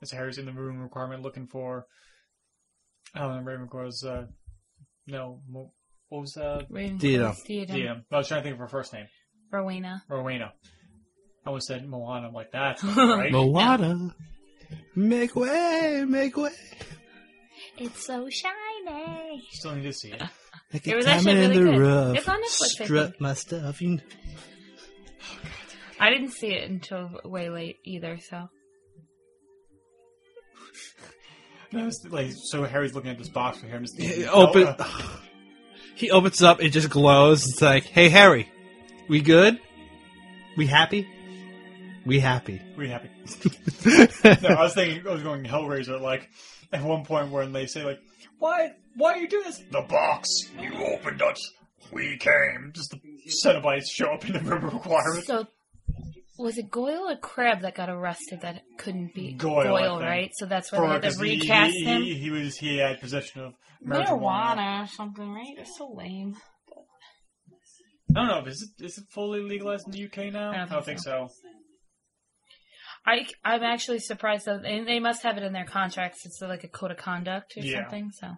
[SPEAKER 1] as Harry's in the room requirement looking for. I don't know, Ravenclaw's, uh, no, mo- what was, uh,
[SPEAKER 3] Ravenclaw,
[SPEAKER 2] Dia.
[SPEAKER 1] yeah, I was trying to think of her first name.
[SPEAKER 3] Rowena.
[SPEAKER 1] Rowena. I almost said Moana, I'm like that, right?
[SPEAKER 2] Moana, make way, make way.
[SPEAKER 3] It's so shiny.
[SPEAKER 1] Still need to see it.
[SPEAKER 2] Like
[SPEAKER 3] It
[SPEAKER 2] a
[SPEAKER 3] was
[SPEAKER 2] diamond
[SPEAKER 3] actually
[SPEAKER 2] in
[SPEAKER 3] really
[SPEAKER 2] the
[SPEAKER 3] good.
[SPEAKER 2] rough.
[SPEAKER 3] It's on Netflix, I
[SPEAKER 2] Strut
[SPEAKER 3] think.
[SPEAKER 2] my stuff. You kn-
[SPEAKER 3] I didn't see it until way late either, so.
[SPEAKER 1] That was, like, so Harry's looking at this box for him.
[SPEAKER 2] He open. <sighs> He opens up. It just glows. It's like, hey Harry, we good? We happy? We happy? <laughs>
[SPEAKER 1] we happy. <laughs> No, I was thinking I was going Hellraiser. Like at one point when they say like, "Why, why are you doing this?" The box you opened us. We came. Just the Cenobites show up in the member requirements.
[SPEAKER 3] So, was it Goyle or Crab that got arrested that couldn't be
[SPEAKER 1] Goyle, I think.
[SPEAKER 3] right? So that's why they had to
[SPEAKER 1] because he-
[SPEAKER 3] recast
[SPEAKER 1] he,
[SPEAKER 3] him.
[SPEAKER 1] He, he was he had possession of marijuana.
[SPEAKER 3] Marijuana or something, right? It's so lame.
[SPEAKER 1] I don't know. if- Is it is it fully legalized in the UK now?
[SPEAKER 3] I don't think
[SPEAKER 1] so.
[SPEAKER 3] I, I'm actually surprised though. They, they must have it in their contracts. It's like a code of conduct or
[SPEAKER 1] Yeah.
[SPEAKER 3] something. So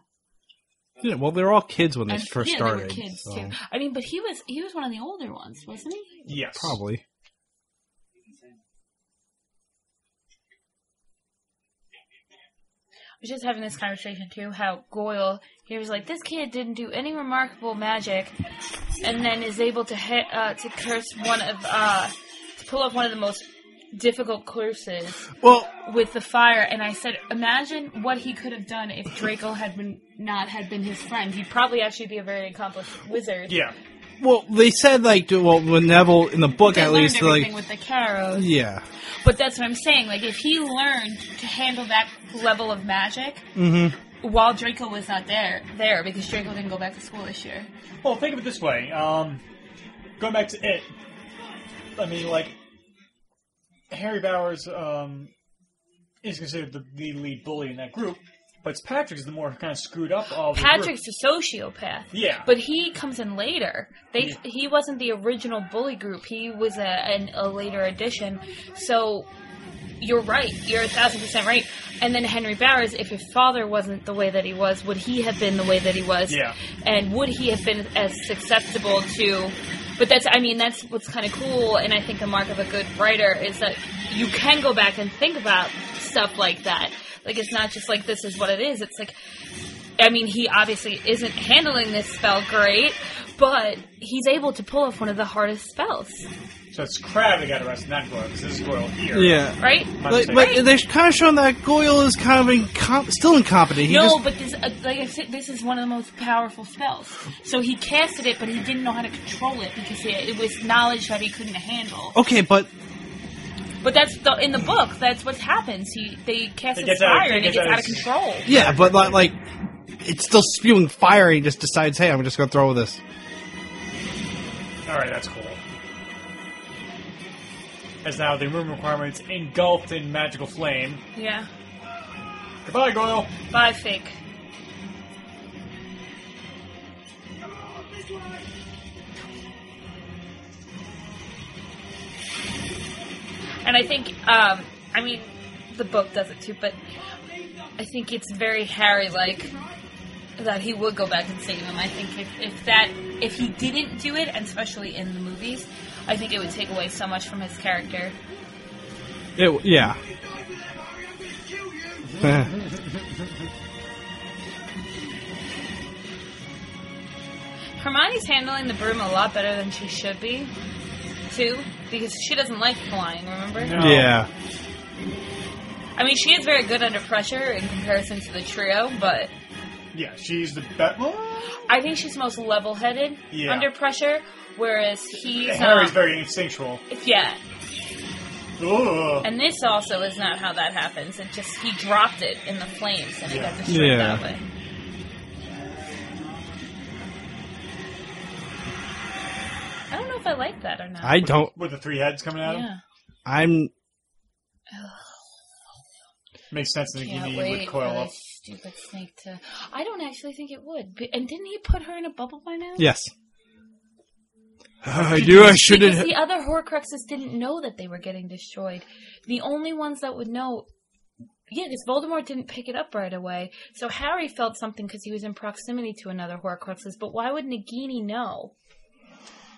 [SPEAKER 2] Yeah, well, they were all kids when they
[SPEAKER 3] And-
[SPEAKER 2] first
[SPEAKER 3] yeah,
[SPEAKER 2] started.
[SPEAKER 3] they were kids
[SPEAKER 2] so-
[SPEAKER 3] too. I mean, but he was he was one of the older ones, wasn't he?
[SPEAKER 1] Yes,
[SPEAKER 2] Probably.
[SPEAKER 3] I was just having this conversation too. How Goyle he was like, this kid didn't do any remarkable magic, and then is able to hit uh, to curse one of uh, to pull off one of the most difficult curses
[SPEAKER 2] Well,
[SPEAKER 3] with the fire. And I said, imagine what he could have done if Draco had been not had been his friend. He'd probably actually be a very accomplished wizard.
[SPEAKER 1] Yeah,
[SPEAKER 2] well, they said like, do- well, when Neville in the book
[SPEAKER 3] They
[SPEAKER 2] at
[SPEAKER 3] learned
[SPEAKER 2] least,
[SPEAKER 3] everything with
[SPEAKER 2] like,
[SPEAKER 3] the Caros.
[SPEAKER 2] yeah,
[SPEAKER 3] But that's what I'm saying. Like, if he learned to handle that level of magic
[SPEAKER 2] Mm-hmm.
[SPEAKER 3] while Draco was not there, there because Draco didn't go back to school this year.
[SPEAKER 1] Well, think of it this way. Um, going back to it, I mean, like Harry Bowers um, is considered the, the lead bully in that group, but Patrick is the more kind of screwed up of the group.
[SPEAKER 3] Patrick's a sociopath.
[SPEAKER 1] Yeah.
[SPEAKER 3] But he comes in later. They he wasn't the original bully group. He was a, an, a later addition. So you're right. You're a thousand percent right. And then Henry Bowers, if his father wasn't the way that he was, would he have been the way that he was?
[SPEAKER 1] Yeah.
[SPEAKER 3] And would he have been as susceptible to? But that's I mean that's what's kind of cool, and I think the mark of a good writer is that you can go back and think about stuff like that. Like it's not just like this is what it is. It's like I mean, he obviously isn't handling this spell great, but he's able to pull off one of the hardest spells,
[SPEAKER 1] So it's Crab that got arrested, not Goyle, because this is Goyle here.
[SPEAKER 2] yeah.
[SPEAKER 3] right?
[SPEAKER 1] My
[SPEAKER 2] But,
[SPEAKER 1] mistake.
[SPEAKER 2] but they're kind of showing that Goyle is kind of incom- still incompetent. He
[SPEAKER 3] no,
[SPEAKER 2] just,
[SPEAKER 3] but this, uh, like I said, this is one of the most powerful spells. So he casted it, but he didn't know how to control it because he, it was knowledge that he couldn't handle.
[SPEAKER 2] okay, but
[SPEAKER 3] But that's the, in the book. That's what happens. He they cast
[SPEAKER 1] It
[SPEAKER 3] his
[SPEAKER 1] gets out of-
[SPEAKER 3] fire,
[SPEAKER 1] it
[SPEAKER 3] and it
[SPEAKER 1] gets
[SPEAKER 3] gets
[SPEAKER 1] out
[SPEAKER 3] out of
[SPEAKER 1] of-
[SPEAKER 3] control.
[SPEAKER 2] yeah, but like, like, it's still spewing fire. And he just decides, hey, I'm just gonna throw this.
[SPEAKER 1] All right, that's cool. As now the room requirements engulfed in magical flame.
[SPEAKER 3] Yeah.
[SPEAKER 1] Goodbye, Goyle.
[SPEAKER 3] Bye, fake. And I think, um, I mean, the book does it too, but I think it's very Harry like that he would go back and save him. I think if, if that, if he didn't do it, and especially in the movies, I think it would take away so much from his character.
[SPEAKER 2] It, yeah. <laughs>
[SPEAKER 3] Hermione's handling the broom a lot better than she should be, too, because she doesn't like flying, remember?
[SPEAKER 1] No.
[SPEAKER 2] yeah.
[SPEAKER 3] I mean, she is very good under pressure in comparison to the trio, but
[SPEAKER 1] Yeah, she's the best.
[SPEAKER 3] I think she's most level headed
[SPEAKER 1] Yeah.
[SPEAKER 3] under pressure, whereas he's.
[SPEAKER 1] Harry's
[SPEAKER 3] um,
[SPEAKER 1] very instinctual.
[SPEAKER 3] Yeah,
[SPEAKER 1] Ugh.
[SPEAKER 3] and this also is not how that happens. It just, he dropped it in the flames and it got destroyed
[SPEAKER 2] Yeah.
[SPEAKER 3] that way. I don't know if I like that or not.
[SPEAKER 2] I don't.
[SPEAKER 1] With the three heads coming out, of him.
[SPEAKER 3] yeah.
[SPEAKER 2] I'm.
[SPEAKER 1] makes sense in the
[SPEAKER 3] Can't
[SPEAKER 1] guinea with
[SPEAKER 3] wait for
[SPEAKER 1] coil up.
[SPEAKER 3] this stupid snake to. I don't actually think it would. But, and didn't he put her in a bubble by now?
[SPEAKER 2] Yes. I knew I
[SPEAKER 3] Because
[SPEAKER 2] shouldn't.
[SPEAKER 3] the other Horcruxes didn't know that they were getting destroyed. The only ones that would know Yeah, because Voldemort didn't pick it up right away. So Harry felt something because he was in proximity to another Horcruxes. But why would Nagini know?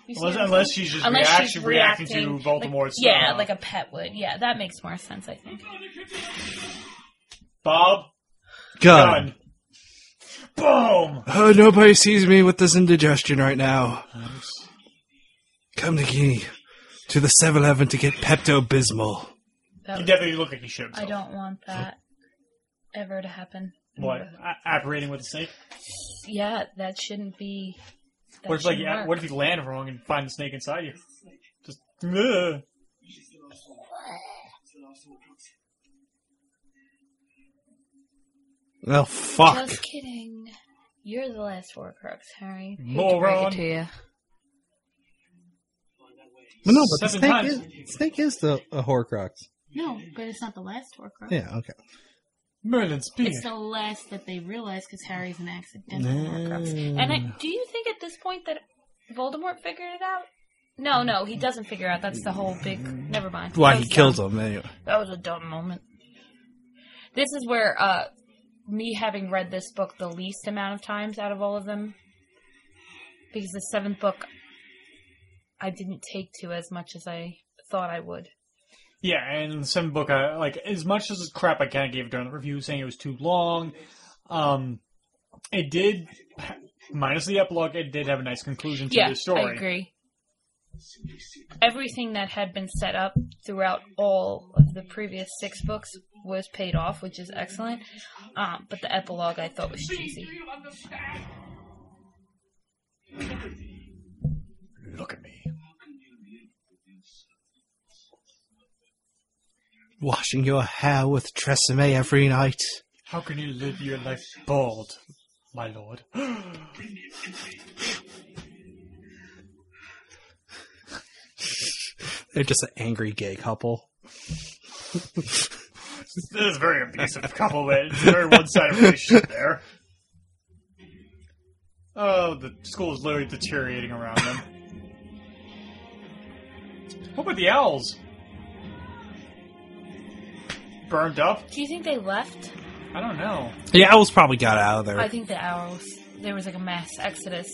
[SPEAKER 3] You see
[SPEAKER 1] Unless,
[SPEAKER 3] what I'm
[SPEAKER 1] unless
[SPEAKER 3] saying?
[SPEAKER 1] she's just
[SPEAKER 3] Unless
[SPEAKER 1] reaction,
[SPEAKER 3] she's
[SPEAKER 1] reacting, to
[SPEAKER 3] like-
[SPEAKER 1] Voldemort's.
[SPEAKER 3] yeah,
[SPEAKER 1] uh,
[SPEAKER 3] like a pet would. Yeah, that makes more sense, I think.
[SPEAKER 1] Bob
[SPEAKER 2] Gun.
[SPEAKER 1] gun. Boom.
[SPEAKER 4] Oh, nobody sees me with this indigestion right now.
[SPEAKER 2] Come, Nagini, to the 7 Eleven to get Pepto Bismol.
[SPEAKER 3] That
[SPEAKER 1] You
[SPEAKER 3] would-
[SPEAKER 1] definitely look like you should.
[SPEAKER 3] I don't want that ever to happen.
[SPEAKER 1] What? A- apparating with a snake?
[SPEAKER 3] Yeah, that shouldn't be. That
[SPEAKER 1] What if like
[SPEAKER 3] shouldn't
[SPEAKER 1] yeah,
[SPEAKER 3] work.
[SPEAKER 1] what if you land wrong and find the snake inside you? Just ugh.
[SPEAKER 6] She's the last one. It's the last Horcrux.
[SPEAKER 2] Well, fuck.
[SPEAKER 3] Just kidding. You're the last Horcrux, Harry. Hate to break
[SPEAKER 1] Moron.
[SPEAKER 3] it to you.
[SPEAKER 6] Find that way.
[SPEAKER 2] Well, no, but the
[SPEAKER 1] Seven
[SPEAKER 2] snake
[SPEAKER 1] times.
[SPEAKER 2] is, snake is the a Horcrux.
[SPEAKER 3] No, but it's not the last Horcrux.
[SPEAKER 2] Yeah, okay.
[SPEAKER 1] Merlin's beard.
[SPEAKER 3] It's the last that they realize because Harry's an accidental Horcrux. And I, do you think at this point that Voldemort figured it out? No, no, he doesn't figure out. That's the whole big. Never mind.
[SPEAKER 2] Why
[SPEAKER 3] That
[SPEAKER 2] he
[SPEAKER 3] was
[SPEAKER 2] kills
[SPEAKER 3] dumb.
[SPEAKER 2] him anyway.
[SPEAKER 3] That was a dumb moment. This is where uh, me having read this book the least amount of times out of all of them, because the seventh book I didn't take to as much as I thought I would.
[SPEAKER 1] Yeah, and the seventh book, I, like as much as crap I kind of gave during the review, saying it was too long. Um, it did, minus the epilogue, it did have a nice conclusion to
[SPEAKER 3] yeah,
[SPEAKER 1] the story.
[SPEAKER 3] I agree. Everything that had been set up throughout all of the previous six books was paid off, which is excellent. Um, but the epilogue I thought was cheesy.
[SPEAKER 5] you understand?
[SPEAKER 1] Look at me.
[SPEAKER 2] Washing your hair with Tresemme every night.
[SPEAKER 1] How can you live your life bald, my lord?
[SPEAKER 2] They're just an angry gay couple.
[SPEAKER 1] <laughs> This is a very abusive couple, but it's a very one-sided relationship there. Oh, the school is literally deteriorating around them. what about the owls? Burned up?
[SPEAKER 3] Do you think they left?
[SPEAKER 1] I don't know.
[SPEAKER 2] The owls probably got out of there.
[SPEAKER 3] I think the owls. There was like a mass exodus.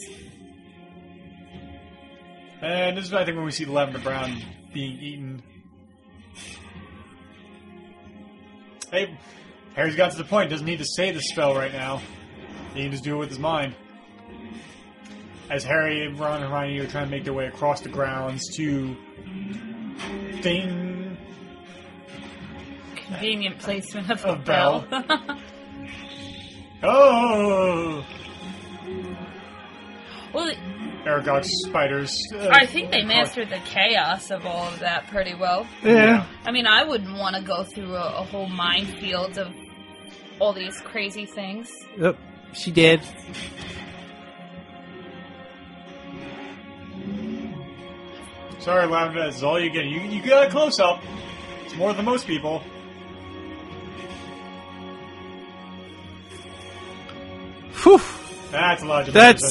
[SPEAKER 1] And this is, I think, when we see Lavender Brown being eaten. Hey, Harry's got to the point. Doesn't need to say the spell right now. He can just do it with his mind. As Harry, Ron, and Hermione are trying to make their way across the grounds to. Ding. <laughs>
[SPEAKER 3] Convenient placement of
[SPEAKER 1] A
[SPEAKER 3] a bell.
[SPEAKER 1] Oh!
[SPEAKER 3] <laughs> well,
[SPEAKER 1] Aragog spiders. Uh,
[SPEAKER 3] I think they mastered the chaos of all of that pretty well.
[SPEAKER 1] Yeah.
[SPEAKER 3] I mean, I wouldn't want to go through a, a whole minefield of all these crazy things.
[SPEAKER 2] Yep, she did.
[SPEAKER 1] Sorry, Lavender, this is all you get. You, you got a close up. It's more than most people.
[SPEAKER 2] Whew.
[SPEAKER 1] That's a lot of
[SPEAKER 2] That's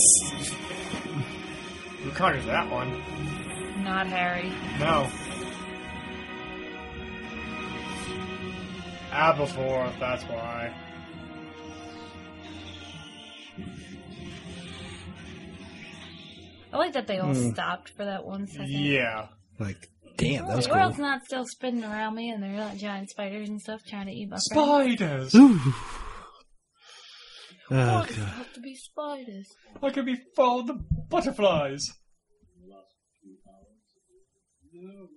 [SPEAKER 1] Who conquers that one?
[SPEAKER 3] Not Harry.
[SPEAKER 1] No. Aberforth, Ah, that's why.
[SPEAKER 3] I like that they all stopped for that one second.
[SPEAKER 1] Hmm. Yeah.
[SPEAKER 2] like, damn, that was
[SPEAKER 3] the world's
[SPEAKER 2] cool.
[SPEAKER 3] not still spinning around me, and there are giant spiders and stuff trying to eat my friend.
[SPEAKER 1] Spiders!
[SPEAKER 2] Ooh. Oh,
[SPEAKER 3] Why does it
[SPEAKER 2] God.
[SPEAKER 3] have to be spiders?
[SPEAKER 1] I could be followed the butterflies!
[SPEAKER 6] No. No.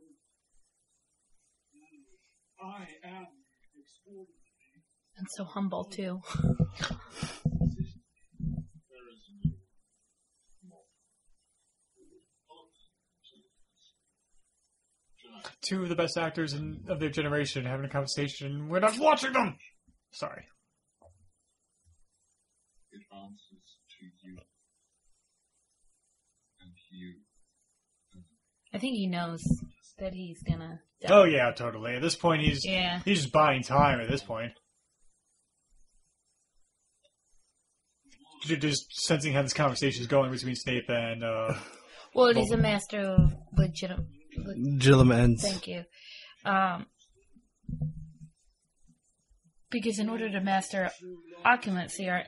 [SPEAKER 6] I am extraordinary.
[SPEAKER 3] And so humble too.
[SPEAKER 6] There is no more.
[SPEAKER 1] Two of the best actors in, of their generation having a conversation. We're not watching them! Sorry.
[SPEAKER 6] It answers to you. And you.
[SPEAKER 3] I think he knows that he's gonna. die.
[SPEAKER 1] Oh, yeah, totally. At this point, he's
[SPEAKER 3] Yeah.
[SPEAKER 1] he's just buying time at this point. Ju- Just sensing how this conversation is going between Snape and uh,
[SPEAKER 3] Well, he's a master of legitimate.
[SPEAKER 2] Gillum ends.
[SPEAKER 3] Thank you. Um, Because in order to master oculancy, are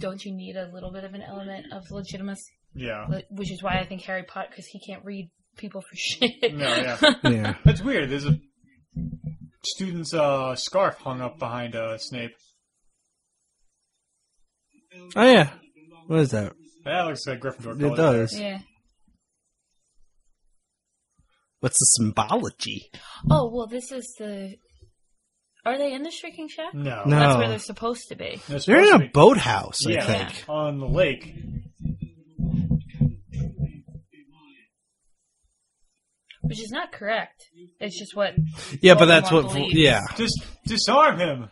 [SPEAKER 3] don't you need a little bit of an element of legitimacy?
[SPEAKER 1] Yeah.
[SPEAKER 3] Li- Which is why I think Harry Potter, because he can't read people for <laughs> shit.
[SPEAKER 1] No, yeah.
[SPEAKER 2] Yeah.
[SPEAKER 1] That's weird. There's a student's uh, scarf hung up behind uh, Snape.
[SPEAKER 2] Oh yeah. What is that?
[SPEAKER 1] That looks like Gryffindor.
[SPEAKER 2] It
[SPEAKER 1] colors.
[SPEAKER 3] <laughs>
[SPEAKER 2] does.
[SPEAKER 3] yeah.
[SPEAKER 2] What's the symbology?
[SPEAKER 3] Oh well, this is the. Are they in the Shrieking Shack?
[SPEAKER 1] No.
[SPEAKER 2] No.
[SPEAKER 3] That's where they're supposed to be.
[SPEAKER 1] They're supposed
[SPEAKER 2] They're
[SPEAKER 1] to
[SPEAKER 2] in a
[SPEAKER 1] be-
[SPEAKER 2] boathouse, I
[SPEAKER 1] yeah,
[SPEAKER 2] think.
[SPEAKER 1] on the lake.
[SPEAKER 3] Which is not correct. It's just what.
[SPEAKER 2] Yeah, but that's
[SPEAKER 3] Voldemort
[SPEAKER 2] what.
[SPEAKER 3] believes.
[SPEAKER 2] Yeah.
[SPEAKER 1] Just disarm him.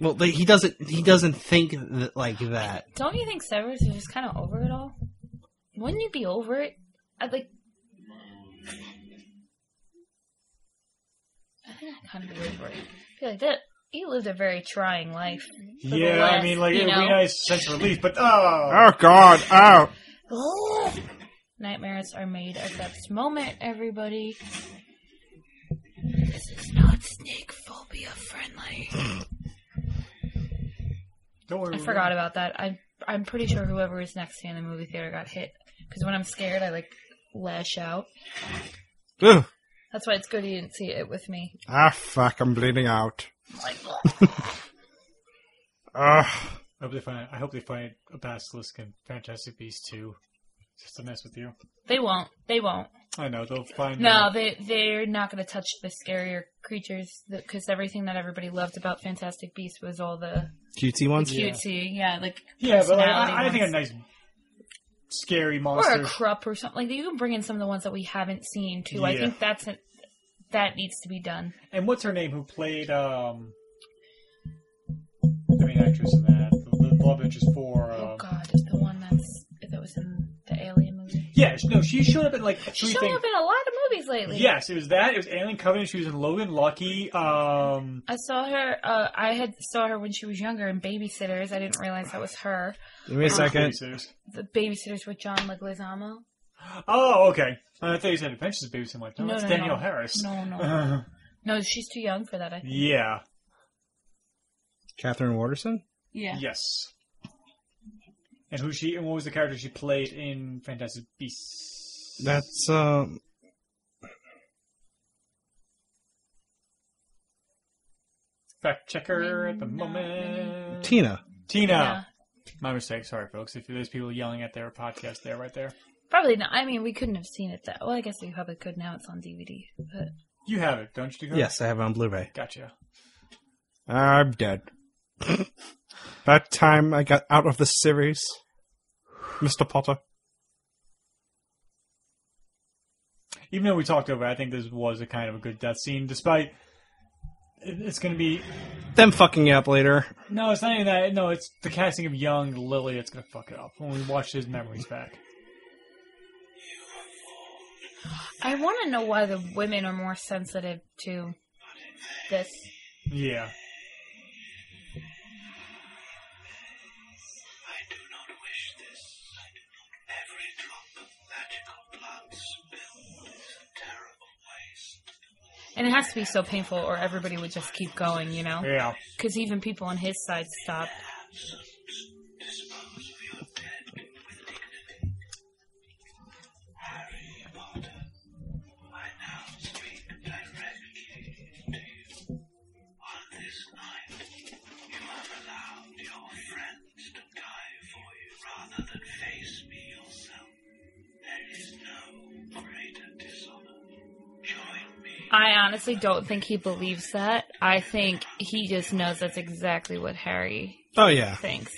[SPEAKER 2] Well, they, he doesn't. He doesn't think th- like that.
[SPEAKER 3] Don't you think Severus is just kind of over it all? Wouldn't you be over it? I like. I think I kind of be over it. I feel like that. He lived a very trying life. for the
[SPEAKER 1] Yeah, I
[SPEAKER 3] last,
[SPEAKER 1] mean, like,
[SPEAKER 3] you
[SPEAKER 1] it would be
[SPEAKER 3] know,
[SPEAKER 1] a nice sense of relief, but oh.
[SPEAKER 2] God! Oh.
[SPEAKER 3] <gasps> nightmares are made of this moment. Everybody, this is not snake phobia friendly.
[SPEAKER 1] Don't worry.
[SPEAKER 3] I forgot about that. I I'm pretty sure whoever was next to me in the movie theater got hit because when I'm scared, I like lash out.
[SPEAKER 2] Ugh.
[SPEAKER 3] That's why it's good you didn't see it with me.
[SPEAKER 2] Ah, fuck! I'm bleeding out.
[SPEAKER 3] Like,
[SPEAKER 2] Ah.
[SPEAKER 1] I hope they find. I hope they find a basilisk in Fantastic Beasts too, just to mess with you.
[SPEAKER 3] they won't. They won't.
[SPEAKER 1] I know they'll find.
[SPEAKER 3] No, they they're not going to touch the scarier creatures because everything that everybody loved about Fantastic Beasts was all the
[SPEAKER 2] Cutesy ones.
[SPEAKER 3] cutesy, yeah, like
[SPEAKER 1] yeah, but like,
[SPEAKER 3] personality
[SPEAKER 1] I, I think a
[SPEAKER 3] ones.
[SPEAKER 1] nice, scary
[SPEAKER 3] or a
[SPEAKER 1] monster.
[SPEAKER 3] Krupp or something. Like you can bring in some of the ones that we haven't seen too. I
[SPEAKER 1] Yeah.
[SPEAKER 3] think that's an, that needs to be done.
[SPEAKER 1] And what's her name? Who played um, the main actress in that? The, the love interest for. Um,
[SPEAKER 3] Oh God, the one that's that was in the Alien movie.
[SPEAKER 1] Yeah, no, she showed up in like
[SPEAKER 3] She's
[SPEAKER 1] three
[SPEAKER 3] showing
[SPEAKER 1] things.
[SPEAKER 3] up in a lot of movies lately.
[SPEAKER 1] Yes, it was that. It was Alien Covenant. She was in Logan Lucky. Um,
[SPEAKER 3] I saw her. Uh, I had saw her when she was younger in Babysitters. I didn't realize that was her.
[SPEAKER 2] Give
[SPEAKER 1] oh,
[SPEAKER 2] me a second.
[SPEAKER 1] Producers.
[SPEAKER 3] The Babysitters with John Leguizamo.
[SPEAKER 1] Oh, okay. I thought you said Adventures of Babysitting Life. No,
[SPEAKER 3] No,
[SPEAKER 1] that's
[SPEAKER 3] no,
[SPEAKER 1] Daniel
[SPEAKER 3] no.
[SPEAKER 1] Harris.
[SPEAKER 3] No, no,
[SPEAKER 1] Uh,
[SPEAKER 3] no. She's too young for that. I think.
[SPEAKER 1] <laughs> yeah.
[SPEAKER 2] Catherine Waterson.
[SPEAKER 3] Yeah.
[SPEAKER 1] Yes. And who she and what was the character she played in Fantastic Beasts?
[SPEAKER 2] That's um.
[SPEAKER 1] fact checker at the
[SPEAKER 3] Not
[SPEAKER 1] moment.
[SPEAKER 2] Tina.
[SPEAKER 1] Tina.
[SPEAKER 3] Yeah.
[SPEAKER 1] My mistake. Sorry, folks. If there's people yelling at their podcast, there, right there.
[SPEAKER 3] Probably not. I mean, we couldn't have seen it that. Well, I guess we probably could now. It's on DVD. But
[SPEAKER 1] You have it, don't you? Dakota?
[SPEAKER 2] Yes, I have it on Blu-ray.
[SPEAKER 1] Gotcha.
[SPEAKER 2] I'm dead. that time I got out of the series, Mr. Potter.
[SPEAKER 1] Even though we talked over, it, I think this was a kind of a good death scene, despite. it- It's going to be
[SPEAKER 2] Them fucking up later.
[SPEAKER 1] no. It's not even that. No, it's the casting of young Lily that's going to fuck it up when we watch his memories back.
[SPEAKER 3] I want to know why the women are more sensitive to this.
[SPEAKER 1] Yeah.
[SPEAKER 6] I do not wish this. I do not. Every drop of magical blood spilled is a terrible waste.
[SPEAKER 3] And it has to be so painful, or everybody would just keep going, you know?
[SPEAKER 1] Yeah.
[SPEAKER 3] Because even people on his side stopped.
[SPEAKER 6] Dispose of your dead with dignity. Harry Potter, I now speak directly to you. On this night, you have allowed your friends to die for you rather than face me yourself. There is no greater dishonor. Join me.
[SPEAKER 3] I honestly don't think he believes that. I think he just knows that's exactly what Harry
[SPEAKER 2] Oh yeah.
[SPEAKER 3] thinks.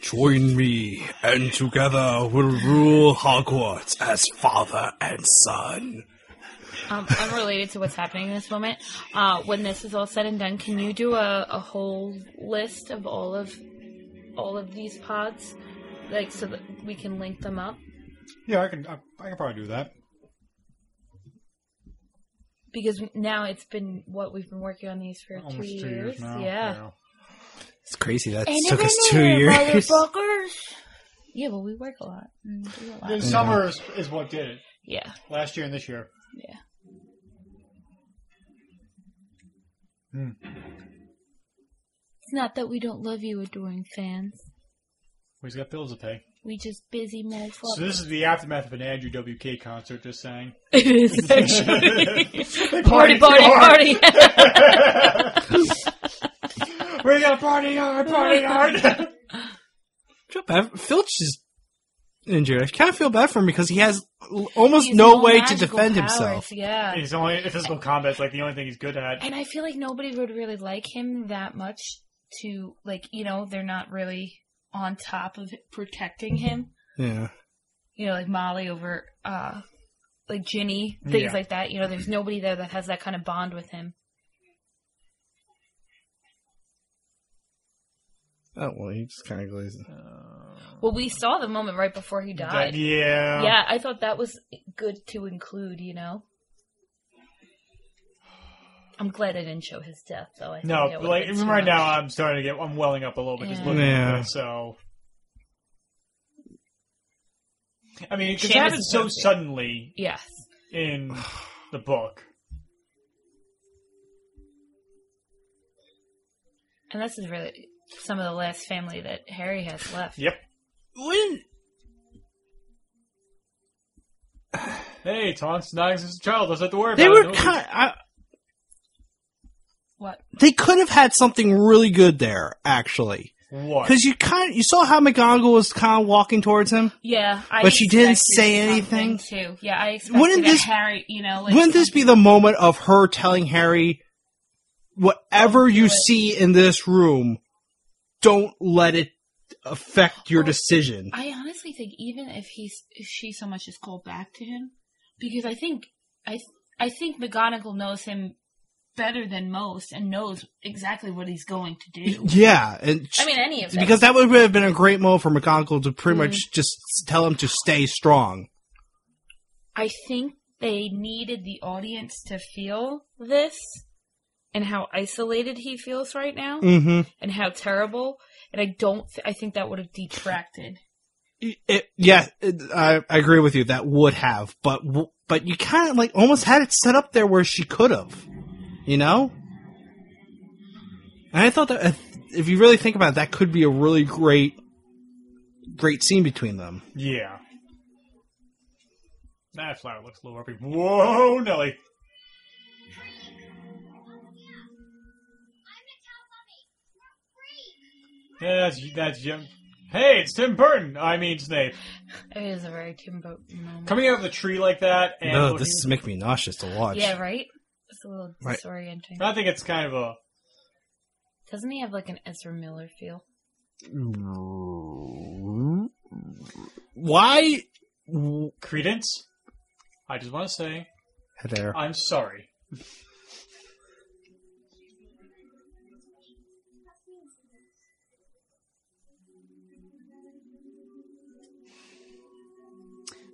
[SPEAKER 4] Join me, and together we'll rule Hogwarts as father and son.
[SPEAKER 3] Um, unrelated to what's happening in this moment, uh, when this is all said and done, can you do a, a whole list of all of all of these pods, like so that we can link them up?
[SPEAKER 1] Yeah, I can. I, I can probably do that.
[SPEAKER 3] Because now it's been what we've been working on these for two years. yeah.
[SPEAKER 2] It's crazy that
[SPEAKER 3] Ain't
[SPEAKER 2] took
[SPEAKER 3] it
[SPEAKER 2] us
[SPEAKER 3] been
[SPEAKER 2] two
[SPEAKER 3] there,
[SPEAKER 2] years. <laughs>
[SPEAKER 3] motherfuckers? Yeah, but we work a lot. and do a lot.
[SPEAKER 1] The summer is, is what did it
[SPEAKER 3] Yeah,
[SPEAKER 1] last year and this year.
[SPEAKER 3] yeah. It's not that we don't love you, adoring fans.
[SPEAKER 1] He's got bills to pay.
[SPEAKER 3] We just busy motherfuckers. <laughs>
[SPEAKER 1] So this is the aftermath of an Andrew WK concert. Just saying.
[SPEAKER 3] it is actually
[SPEAKER 1] They
[SPEAKER 3] <laughs> party,
[SPEAKER 1] partied
[SPEAKER 3] party,
[SPEAKER 1] too hard.
[SPEAKER 3] party.
[SPEAKER 1] we got party hard, party
[SPEAKER 3] <laughs>
[SPEAKER 1] hard.
[SPEAKER 2] feel bad. Filch is injured. I kind of feel bad for him because he has l- almost
[SPEAKER 3] He's
[SPEAKER 2] no
[SPEAKER 3] all
[SPEAKER 2] way to
[SPEAKER 3] magical
[SPEAKER 2] defend
[SPEAKER 3] powers,
[SPEAKER 2] himself.
[SPEAKER 3] Yeah.
[SPEAKER 1] He's only physical combat's like the only thing he's good at.
[SPEAKER 3] And I feel like nobody would really like him that much to, like, you know, they're not really on top of protecting him.
[SPEAKER 2] Yeah.
[SPEAKER 3] You know, like Molly over, uh, like Ginny, things
[SPEAKER 1] Yeah.
[SPEAKER 3] like that. You know, there's nobody there that has that kind of bond with him.
[SPEAKER 2] Oh well, he just kind of glazed.
[SPEAKER 3] Well, we saw the moment right before he
[SPEAKER 1] That- uh,
[SPEAKER 3] died.
[SPEAKER 1] yeah.
[SPEAKER 3] yeah, I thought that was good to include, you know? I'm glad I didn't show his death, though. I think
[SPEAKER 1] No,
[SPEAKER 3] that
[SPEAKER 1] but,
[SPEAKER 3] would've
[SPEAKER 1] like
[SPEAKER 3] been
[SPEAKER 1] even
[SPEAKER 3] too
[SPEAKER 1] right
[SPEAKER 3] much.
[SPEAKER 1] now, I'm starting to get, I'm welling up a little bit just
[SPEAKER 3] Yeah.
[SPEAKER 1] looking
[SPEAKER 2] Yeah.
[SPEAKER 1] at it. So, I mean, because it
[SPEAKER 3] Seamus
[SPEAKER 1] happened
[SPEAKER 3] is
[SPEAKER 1] so
[SPEAKER 3] perfect.
[SPEAKER 1] suddenly
[SPEAKER 3] Yes.
[SPEAKER 1] in the
[SPEAKER 2] <sighs>
[SPEAKER 1] book.
[SPEAKER 3] And this is really some of the last family that Harry has left.
[SPEAKER 1] Yep.
[SPEAKER 2] When
[SPEAKER 1] Hey, Tonks not as a child. Doesn't have to worry
[SPEAKER 2] they
[SPEAKER 1] about it.
[SPEAKER 2] were
[SPEAKER 1] No,
[SPEAKER 2] kind, I,
[SPEAKER 3] What?
[SPEAKER 2] they could have had something really good there actually
[SPEAKER 1] what?
[SPEAKER 2] because you kind you saw how McGonagall was kind of walking towards him.
[SPEAKER 3] Yeah, I
[SPEAKER 2] But she didn't
[SPEAKER 3] expected
[SPEAKER 2] say
[SPEAKER 3] something,
[SPEAKER 2] anything?
[SPEAKER 3] too. Yeah, I expected
[SPEAKER 2] Wouldn't
[SPEAKER 3] that
[SPEAKER 2] this-
[SPEAKER 3] Harry, you know, like
[SPEAKER 2] Wouldn't this be the moment of her telling Harry, whatever you
[SPEAKER 3] it.
[SPEAKER 2] see in this room, don't let it affect your
[SPEAKER 3] Well,
[SPEAKER 2] decision?
[SPEAKER 3] I honestly think even if he's if she so much as called back to him, because I think I I think McGonagall knows him better than most and knows exactly what he's going to do.
[SPEAKER 2] Yeah, and
[SPEAKER 3] I mean, Mm-hmm. any of them.
[SPEAKER 2] because that would have been a great moment for McGonagall to pretty much just tell him to stay strong.
[SPEAKER 3] I think they needed the audience to feel this and how isolated he feels right now.
[SPEAKER 2] Mm-hmm.
[SPEAKER 3] and how terrible. And I don't. Th- I think that would have detracted.
[SPEAKER 2] It, yeah, it, I, I agree with you. That would have, but w- but you kind of like almost had it set up there where she could have, you know. And I thought that if, if you really think about it, that could be a really great, great scene between them.
[SPEAKER 1] yeah. That flower looks a little ropey. Whoa, Nelly. Yeah, that's that's Jim. Hey, it's Tim Burton. I mean Snape.
[SPEAKER 3] It is a very Tim Burton moment.
[SPEAKER 1] Coming out of the tree like that, and
[SPEAKER 2] No,
[SPEAKER 1] looking-
[SPEAKER 2] this is making me nauseous to watch.
[SPEAKER 3] yeah, right. It's a little
[SPEAKER 2] Right.
[SPEAKER 3] disorienting.
[SPEAKER 1] I think it's kind of a
[SPEAKER 3] Doesn't he have like an Ezra Miller feel?
[SPEAKER 2] Why?
[SPEAKER 1] credence. I just want to say
[SPEAKER 2] There.
[SPEAKER 1] I'm sorry.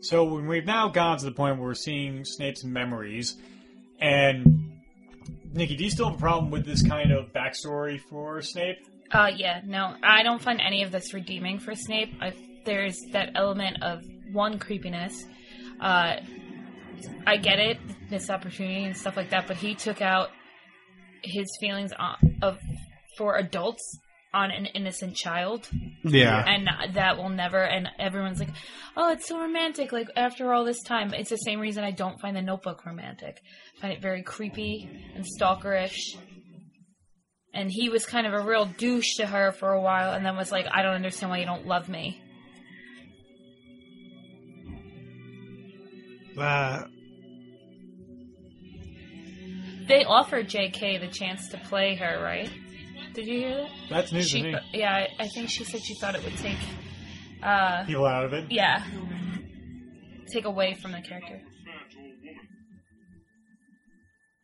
[SPEAKER 1] So when we've now gone to the point where we're seeing Snape's memories, and Nikki, do you still have a problem with this kind of backstory for Snape?
[SPEAKER 3] Uh, yeah. No, I don't find any of this redeeming for Snape. I, there's that element of one creepiness. Uh, I get it, missed opportunity and stuff like that. But he took out his feelings on, of for adults on an innocent child.
[SPEAKER 2] Yeah.
[SPEAKER 3] and that will never and everyone's like oh it's so romantic like after all this time it's the same reason i don't find the notebook romantic I find it very creepy and stalkerish and he was kind of a real douche to her for a while and then was like i don't understand why you don't love me
[SPEAKER 2] Uh,
[SPEAKER 3] they offered jk the chance to play her right did you hear that
[SPEAKER 1] That's news
[SPEAKER 3] she,
[SPEAKER 1] to me.
[SPEAKER 3] yeah I- i think she said she thought it would take uh
[SPEAKER 1] People out of it.
[SPEAKER 3] yeah take away from the character
[SPEAKER 6] Refer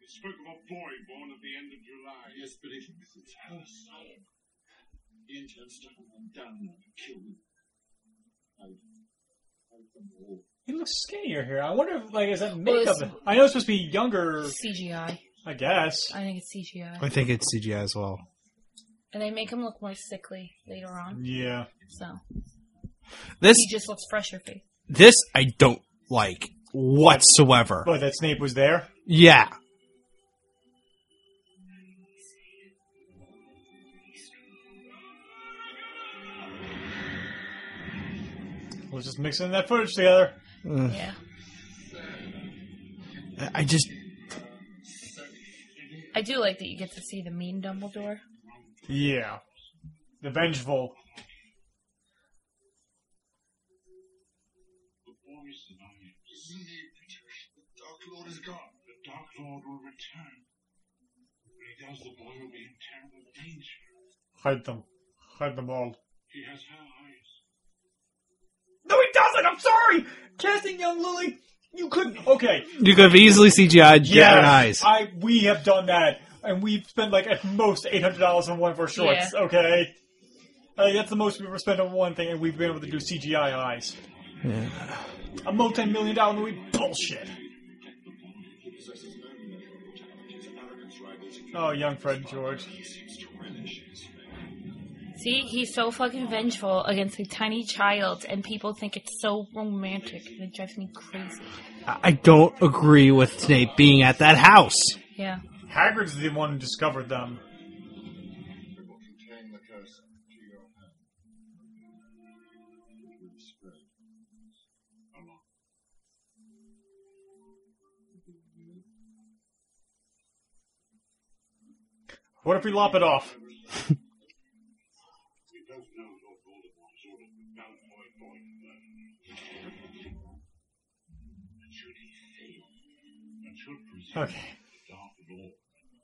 [SPEAKER 6] to a woman. They spoke of a boy born at the end of July. Yes, but if it's a son, the interns took them down and killed them. Out. Out them all.
[SPEAKER 1] He looks skinnier here. I wonder if like is that
[SPEAKER 3] Well,
[SPEAKER 1] makeup?
[SPEAKER 3] it's-
[SPEAKER 1] I know it's supposed to be younger.
[SPEAKER 3] cgi
[SPEAKER 1] I guess.
[SPEAKER 3] i think it's cgi
[SPEAKER 2] I think it's CGI as well.
[SPEAKER 3] And they make him look more sickly later on.
[SPEAKER 1] Yeah.
[SPEAKER 3] So
[SPEAKER 2] This
[SPEAKER 3] he just looks fresher face.
[SPEAKER 2] this I don't like whatsoever.
[SPEAKER 1] But that Snape was there.
[SPEAKER 2] Yeah.
[SPEAKER 1] We're just mixing that footage together.
[SPEAKER 2] Mm.
[SPEAKER 3] Yeah.
[SPEAKER 2] I- I just
[SPEAKER 3] I do like that you get to see the mean Dumbledore.
[SPEAKER 1] Yeah. The vengeful.
[SPEAKER 6] The boy survived. Isn't he, Peter? The Dark Lord is gone. The Dark Lord will return. When he does, the boy will be in terrible danger.
[SPEAKER 1] Hide them. Hide them all.
[SPEAKER 6] He has her eyes.
[SPEAKER 1] No, he doesn't! I'm sorry! Casting young Lily, you couldn't. Okay.
[SPEAKER 2] you could have easily CGI'd your
[SPEAKER 1] Yes,
[SPEAKER 2] eyes.
[SPEAKER 1] I we have done that, and we've spent like at most eight hundred dollars on one of our shorts. Okay, like, that's the most we've ever spent on one thing, and we've been able to do CGI eyes. A multi-million dollar movie, bullshit. Oh, young Fred and George.
[SPEAKER 3] See, he's so fucking vengeful against a tiny child, and people think it's so romantic, and it drives me crazy.
[SPEAKER 2] I I don't agree with Snape being at that house.
[SPEAKER 3] Yeah.
[SPEAKER 1] Hagrid's the one who discovered them.
[SPEAKER 6] It will contain the curse to your hand. It will spread along.
[SPEAKER 1] What if we lop it off?
[SPEAKER 6] We both know Lord Voldemort is all of the Malfoy boy But should he fail, and should presume
[SPEAKER 1] Okay.
[SPEAKER 6] the Dark Lord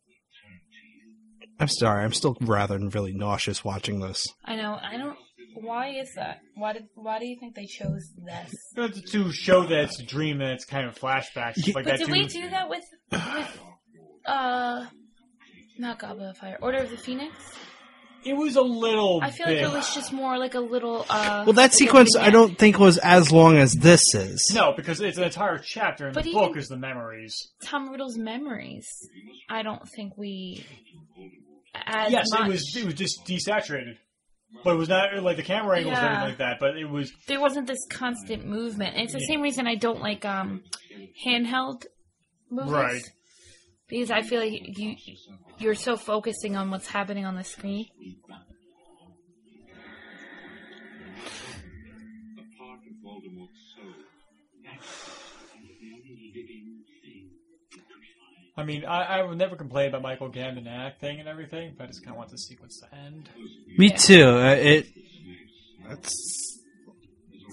[SPEAKER 6] will turn to you,
[SPEAKER 2] I'm sorry, I'm still rather really nauseous watching this.
[SPEAKER 3] I know. I don't. Why is that? Why did? Why do you think they chose this?
[SPEAKER 1] That's To show that it's a dream and it's kind of flashbacks, just like
[SPEAKER 3] But
[SPEAKER 1] that
[SPEAKER 3] did we
[SPEAKER 1] dude.
[SPEAKER 3] do that with with uh not Goblet of Fire, Order of the Phoenix?
[SPEAKER 1] It was a little.
[SPEAKER 3] I feel like
[SPEAKER 1] bit-
[SPEAKER 3] it was just more like a little. uh
[SPEAKER 2] Well, that
[SPEAKER 3] like a
[SPEAKER 2] sequence I
[SPEAKER 3] vignette.
[SPEAKER 2] don't think was as long as this is.
[SPEAKER 1] no, because it's an entire chapter, and
[SPEAKER 3] But
[SPEAKER 1] the
[SPEAKER 3] even-
[SPEAKER 1] book is the memories.
[SPEAKER 3] Tom Riddle's memories. I don't think we as
[SPEAKER 1] yes,
[SPEAKER 3] much.
[SPEAKER 1] it was it was just desaturated, but it was not like the camera angles or
[SPEAKER 3] Yeah.
[SPEAKER 1] anything like that. But it was
[SPEAKER 3] there wasn't this constant movement. And it's the same reason I don't like um handheld movies.
[SPEAKER 1] Right.
[SPEAKER 3] Because I feel like you you're so focusing on what's happening on the screen.
[SPEAKER 6] a part of Voldemort's soul. That's the only living thing we could find.
[SPEAKER 1] I mean I, I would never complain about Michael Gambon acting and everything, but I just kind of want the sequence to end.
[SPEAKER 2] Me too. Uh, it. That's.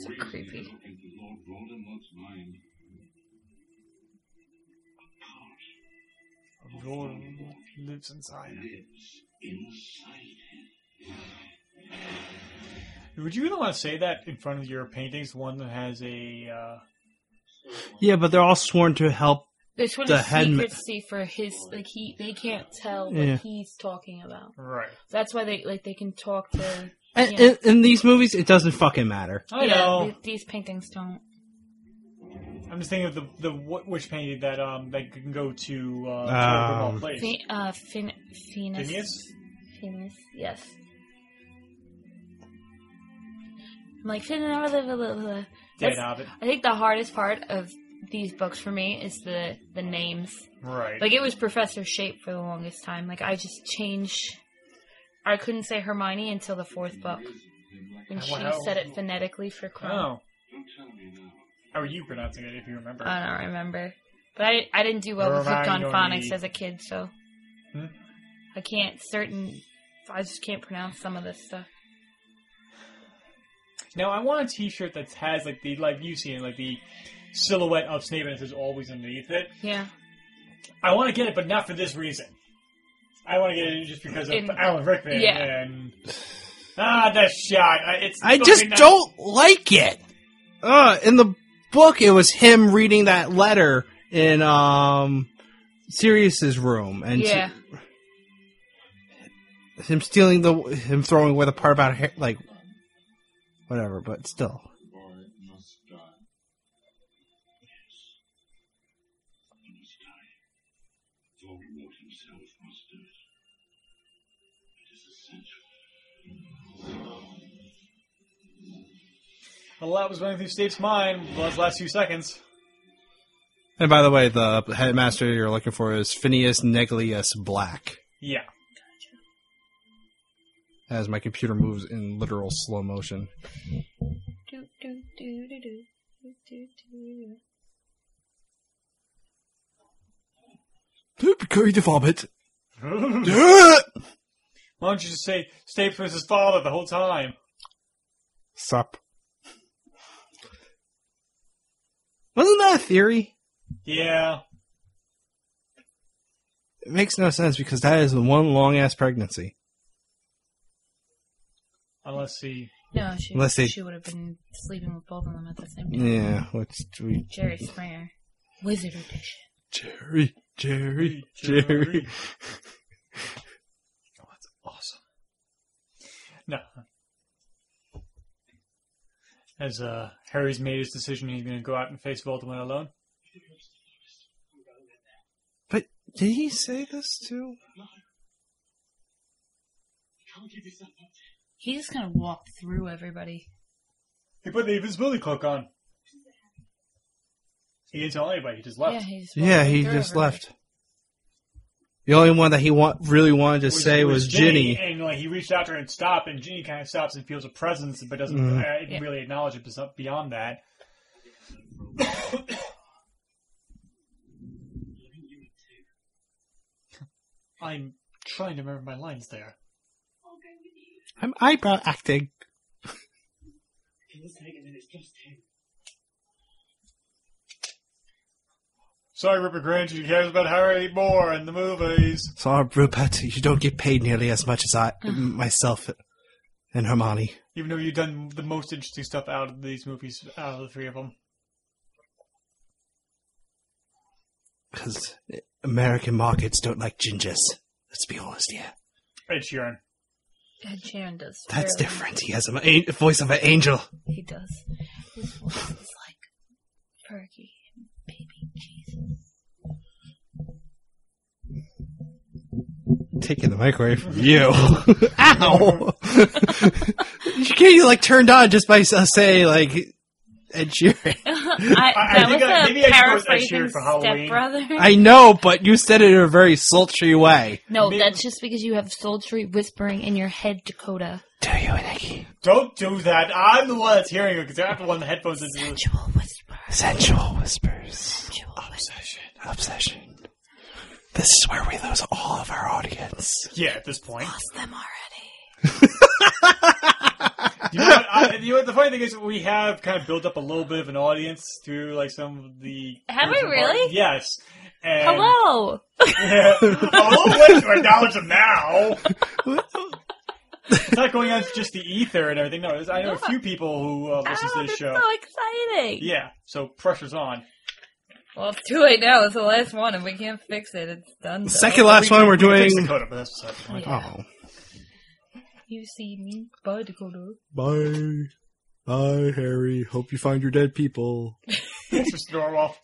[SPEAKER 3] So creepy.
[SPEAKER 6] In Lord Voldemort's mind, a part
[SPEAKER 1] Voldemort lives inside. him.
[SPEAKER 6] lives inside him.
[SPEAKER 1] Would you really want to say that in front of your paintings? One that has a uh,
[SPEAKER 2] Yeah, but they're all sworn to help.
[SPEAKER 3] This one
[SPEAKER 2] The
[SPEAKER 3] is
[SPEAKER 2] headma-
[SPEAKER 3] secrecy for his like he they can't tell what
[SPEAKER 2] Yeah.
[SPEAKER 3] he's talking about.
[SPEAKER 1] right.
[SPEAKER 3] That's why they like they can talk to. Yeah.
[SPEAKER 2] And, and, in these movies, it doesn't fucking matter.
[SPEAKER 1] I
[SPEAKER 3] Oh, yeah,
[SPEAKER 1] know.
[SPEAKER 3] th- these paintings don't.
[SPEAKER 1] I'm just thinking of the the wh- which painting that um that can go to uh,
[SPEAKER 2] Um,
[SPEAKER 1] um, place.
[SPEAKER 3] Fe- uh, fin- Venus.
[SPEAKER 1] Phineas?
[SPEAKER 3] Venus. Yes. I'm like Venus. blah, blah, blah, blah.
[SPEAKER 1] Dead
[SPEAKER 3] That's-
[SPEAKER 1] Hobbit.
[SPEAKER 3] I think the hardest part of these books for me is the the names.
[SPEAKER 1] Right.
[SPEAKER 3] Like it was Professor Shape for the longest time. Like I just changed. I couldn't say Hermione until the fourth book, when she
[SPEAKER 1] Wow.
[SPEAKER 3] said it phonetically for Crumb.
[SPEAKER 1] oh, how are you pronouncing it if you remember?
[SPEAKER 3] I don't remember, but I, I didn't do well with hooked on
[SPEAKER 1] Hermione.
[SPEAKER 3] phonics as a kid, so
[SPEAKER 1] Hmm?
[SPEAKER 3] I can't certain. I just can't pronounce some of this stuff.
[SPEAKER 1] Now I want a T-shirt that has like the like you see it, like the silhouette of Snape and it says "Always" underneath it.
[SPEAKER 3] Yeah,
[SPEAKER 1] I want to get it, but not for this reason. I want to get it just because of
[SPEAKER 3] In-
[SPEAKER 1] Alan Rickman
[SPEAKER 3] yeah.
[SPEAKER 1] and ah, that shot. I- It's
[SPEAKER 2] I
[SPEAKER 1] fucking
[SPEAKER 2] just
[SPEAKER 1] not-
[SPEAKER 2] don't like it. Uh, in the book, it was him reading that letter in um Sirius's room, and she-
[SPEAKER 3] yeah.
[SPEAKER 2] him stealing the him throwing away the part about hair, like whatever, but still.
[SPEAKER 6] The boy must die. Yes. He must die. Voldemort himself must do it. It is essential.
[SPEAKER 1] A lot was running through Snape's mind those last few seconds.
[SPEAKER 2] And by the way, the headmaster you're looking for is Phineas Neglius Black.
[SPEAKER 1] Yeah.
[SPEAKER 2] as my computer moves in literal slow motion.
[SPEAKER 3] Do, do, do, do, do. Do, do, do.
[SPEAKER 4] Going to vomit.
[SPEAKER 1] Why don't you just say Staples' father the whole time?
[SPEAKER 2] <laughs> Sup. Wasn't that a theory?
[SPEAKER 1] Yeah.
[SPEAKER 2] It makes no sense because that is one long ass pregnancy.
[SPEAKER 1] Unless he.
[SPEAKER 3] No, she,
[SPEAKER 2] Unless they-
[SPEAKER 3] she would have been sleeping with both of them at the same time.
[SPEAKER 2] Yeah, which we
[SPEAKER 3] Jerry Springer. Wizard Edition.
[SPEAKER 2] Jerry, Jerry, Jerry.
[SPEAKER 1] Oh, that's awesome. No. As uh, Harry's made his decision, he's going to go out and face Voldemort alone.
[SPEAKER 2] But did he say this too?
[SPEAKER 3] He's just gonna walk through everybody.
[SPEAKER 1] He put the invisibility cloak on. He didn't tell anybody. He just left.
[SPEAKER 3] Yeah, he just walked
[SPEAKER 2] Yeah, he
[SPEAKER 3] through
[SPEAKER 2] just
[SPEAKER 3] everybody.
[SPEAKER 2] left. The only one that he want, really wanted to
[SPEAKER 1] Which
[SPEAKER 2] say was Ginny.
[SPEAKER 1] And like he reached out to her and stopped, and Ginny kind of stops and feels a presence, but doesn't
[SPEAKER 2] Mhm.
[SPEAKER 1] uh, didn't
[SPEAKER 3] Yeah.
[SPEAKER 1] really acknowledge it bes- beyond that. <coughs> I'm trying to remember my lines there.
[SPEAKER 5] I'll go with you.
[SPEAKER 2] I'm eyebrow acting.
[SPEAKER 5] It was taken and it's just him.
[SPEAKER 1] Sorry, Rupert Grant, who cares about Harry more in the movies.
[SPEAKER 2] Sorry, Rupert, you don't get paid nearly as much as <laughs> I, myself, and Hermione.
[SPEAKER 1] Even though you've done the most interesting stuff out of these movies, out of the three of them.
[SPEAKER 2] Because American markets don't like gingers. Let's be honest here.
[SPEAKER 1] Ed Sheeran.
[SPEAKER 3] Ed Sheeran does.
[SPEAKER 2] That's
[SPEAKER 3] fairly-
[SPEAKER 2] different. He has a an- voice of an angel.
[SPEAKER 3] He does. His voice is like Fergie and Baby Jesus.
[SPEAKER 2] Taking the microwave from you. <laughs> Ow! you can't get like turned on just by s- saying like Ed Sheeran.
[SPEAKER 3] I,
[SPEAKER 1] <laughs> I
[SPEAKER 3] that
[SPEAKER 1] think
[SPEAKER 3] was
[SPEAKER 1] I-
[SPEAKER 3] a
[SPEAKER 1] maybe I should post Ed
[SPEAKER 3] paraphrasing
[SPEAKER 1] Sheeran for Halloween.
[SPEAKER 3] stepbrother.
[SPEAKER 2] I know, but you said it in a very sultry way.
[SPEAKER 3] no,
[SPEAKER 1] Maybe-
[SPEAKER 3] that's just because you have sultry whispering in your head, Dakota.
[SPEAKER 2] Do you, Nikki?
[SPEAKER 1] Don't do that. I'm the one that's hearing it because I have to one the headphones into this.
[SPEAKER 3] Sensual whisper.
[SPEAKER 2] Sensual whispers.
[SPEAKER 3] Sensual whisper.
[SPEAKER 2] Obsession. This is where we lose all of our audience.
[SPEAKER 1] <laughs> Yeah, at this point.
[SPEAKER 3] Lost them already.
[SPEAKER 1] you know, what, I, you know what, the funny thing is, we have kind of built up a little bit of an audience through like some of the.
[SPEAKER 3] Have we really?
[SPEAKER 1] Yes. And, <laughs>
[SPEAKER 3] Hello.
[SPEAKER 1] Yeah, oh, wait, to acknowledge them now. It's not going on to just the ether and everything. No, it's- I know a few people who uh, listen
[SPEAKER 3] Oh,
[SPEAKER 1] to this
[SPEAKER 3] that's
[SPEAKER 1] show.
[SPEAKER 3] so exciting.
[SPEAKER 1] Yeah, so pressure's on.
[SPEAKER 3] Well, it's too late now. It's the last one. If we can't fix it, it's done.
[SPEAKER 2] Second last one we're
[SPEAKER 1] We can fix
[SPEAKER 2] doing.
[SPEAKER 1] the code up, but that's beside the point.
[SPEAKER 2] Oh.
[SPEAKER 3] You see me, bud, Dakota.
[SPEAKER 4] Bye. Bye, Harry. Hope you find your dead people.
[SPEAKER 1] <laughs> Thanks, Mr. Norwell.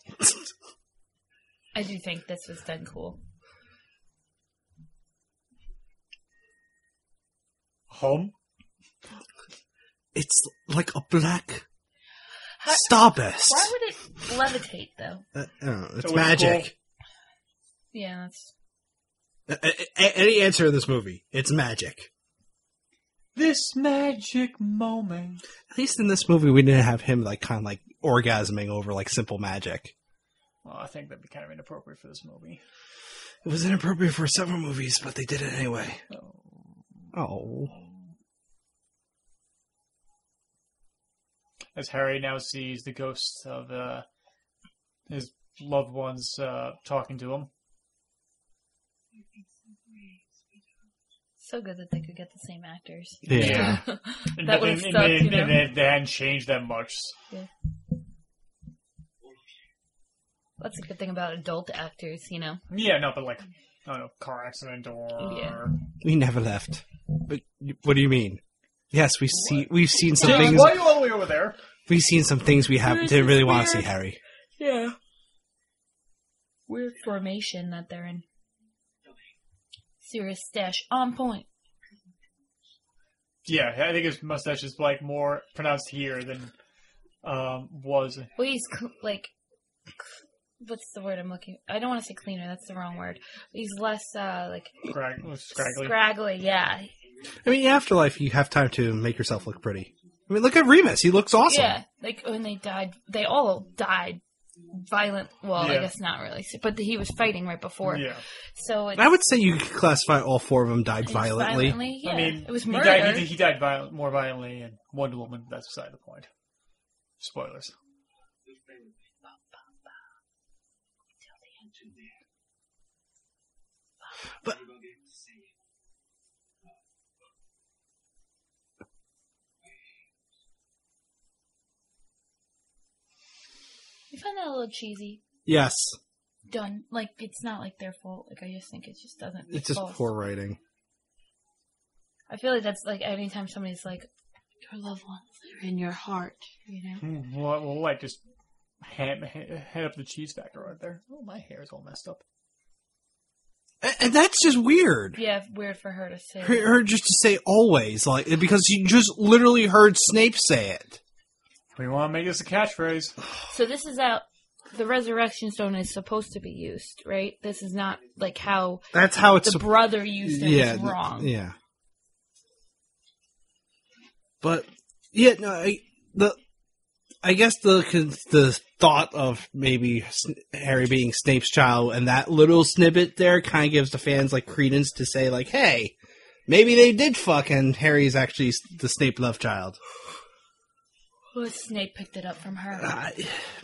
[SPEAKER 3] I do think this was done cool.
[SPEAKER 1] Home?
[SPEAKER 4] It's like a black
[SPEAKER 3] How-
[SPEAKER 4] starburst.
[SPEAKER 3] Why would it levitate though?
[SPEAKER 2] Uh, oh,
[SPEAKER 1] So
[SPEAKER 2] it's
[SPEAKER 1] it's
[SPEAKER 2] magic.
[SPEAKER 3] Yeah, that's
[SPEAKER 2] A- a- a- any answer in this movie, it's magic.
[SPEAKER 1] This magic moment.
[SPEAKER 2] At least in this movie, we didn't have him like kind of like orgasming over like simple magic.
[SPEAKER 1] Well, I think that'd be kind of inappropriate for this movie.
[SPEAKER 2] It was inappropriate for several movies, but they did it anyway. Oh,
[SPEAKER 1] as Harry now sees the ghosts of uh, his loved ones uh, talking to him.
[SPEAKER 3] so good that they could get the same actors.
[SPEAKER 2] yeah.
[SPEAKER 1] And
[SPEAKER 3] That would've
[SPEAKER 1] and- and
[SPEAKER 3] sucked,
[SPEAKER 1] they,
[SPEAKER 3] you know?
[SPEAKER 1] and they, they hadn't changed that much.
[SPEAKER 3] <laughs> That's a good thing about adult actors, you know.
[SPEAKER 1] Yeah, no, but like, I don't know, car accident or
[SPEAKER 3] Yeah.
[SPEAKER 2] we never left. But you- what do you mean? Yes, we've seen we've seen some
[SPEAKER 1] James,
[SPEAKER 2] things.
[SPEAKER 1] why are you all the way over there?
[SPEAKER 2] We've seen some things we have
[SPEAKER 3] Yours
[SPEAKER 2] didn't
[SPEAKER 3] is
[SPEAKER 2] really want to see,
[SPEAKER 3] weird.
[SPEAKER 2] Harry.
[SPEAKER 3] Yeah. Weird formation that they're in. Serious stash on point.
[SPEAKER 1] Yeah, I think his mustache is like more pronounced here than um, was.
[SPEAKER 3] Well, he's cl- like, cl- what's the word I'm looking? I don't want to say cleaner. That's the wrong word. He's less uh like
[SPEAKER 1] Scrag- was scraggly.
[SPEAKER 3] scraggly. Yeah,
[SPEAKER 2] I mean, in afterlife, you have time to make yourself look pretty. I mean, look at Remus. He looks awesome.
[SPEAKER 3] Yeah, like when they died, they all died violent. Well, I
[SPEAKER 1] Yeah.
[SPEAKER 3] guess not really, but he was fighting right before.
[SPEAKER 1] Yeah.
[SPEAKER 3] So it's,
[SPEAKER 2] I would say you could classify all four of them died
[SPEAKER 3] it's
[SPEAKER 2] violently.
[SPEAKER 3] Yeah,
[SPEAKER 1] I mean,
[SPEAKER 3] it was
[SPEAKER 1] he
[SPEAKER 3] murder.
[SPEAKER 1] died, he, he died viol- more violently in Wonder Woman. That's beside the point. Spoilers.
[SPEAKER 3] You found that a little cheesy.
[SPEAKER 2] Yes,
[SPEAKER 3] Done. Like it's not like their fault. Like I just think it just doesn't.
[SPEAKER 2] it's just
[SPEAKER 3] false.
[SPEAKER 2] poor writing.
[SPEAKER 3] I feel like that's like anytime somebody's like, your loved ones are in your heart. You
[SPEAKER 2] <laughs>
[SPEAKER 3] know.
[SPEAKER 1] Hmm, Well, well, what? Just hand, head up the cheese factor right there. Oh, my hair is all messed up.
[SPEAKER 2] A- And that's just weird.
[SPEAKER 3] Yeah, weird for her to say.
[SPEAKER 2] Her, her just to say always, like because you just literally heard Snape say it.
[SPEAKER 1] We want to make this a catchphrase.
[SPEAKER 3] So this is out. The resurrection stone is supposed to be used, right? This is not like how
[SPEAKER 2] That's how it's
[SPEAKER 3] the
[SPEAKER 2] sup-
[SPEAKER 3] brother used it
[SPEAKER 2] yeah
[SPEAKER 3] was wrong.
[SPEAKER 2] yeah. But yeah, no, I, the I guess the con- the thought of maybe Sn- Harry being Snape's child and that little snippet there kind of gives the fans like credence to say like, hey, maybe they did fuck and Harry's actually s- the Snape love child.
[SPEAKER 3] Well, Snape picked it up from her.
[SPEAKER 2] Uh,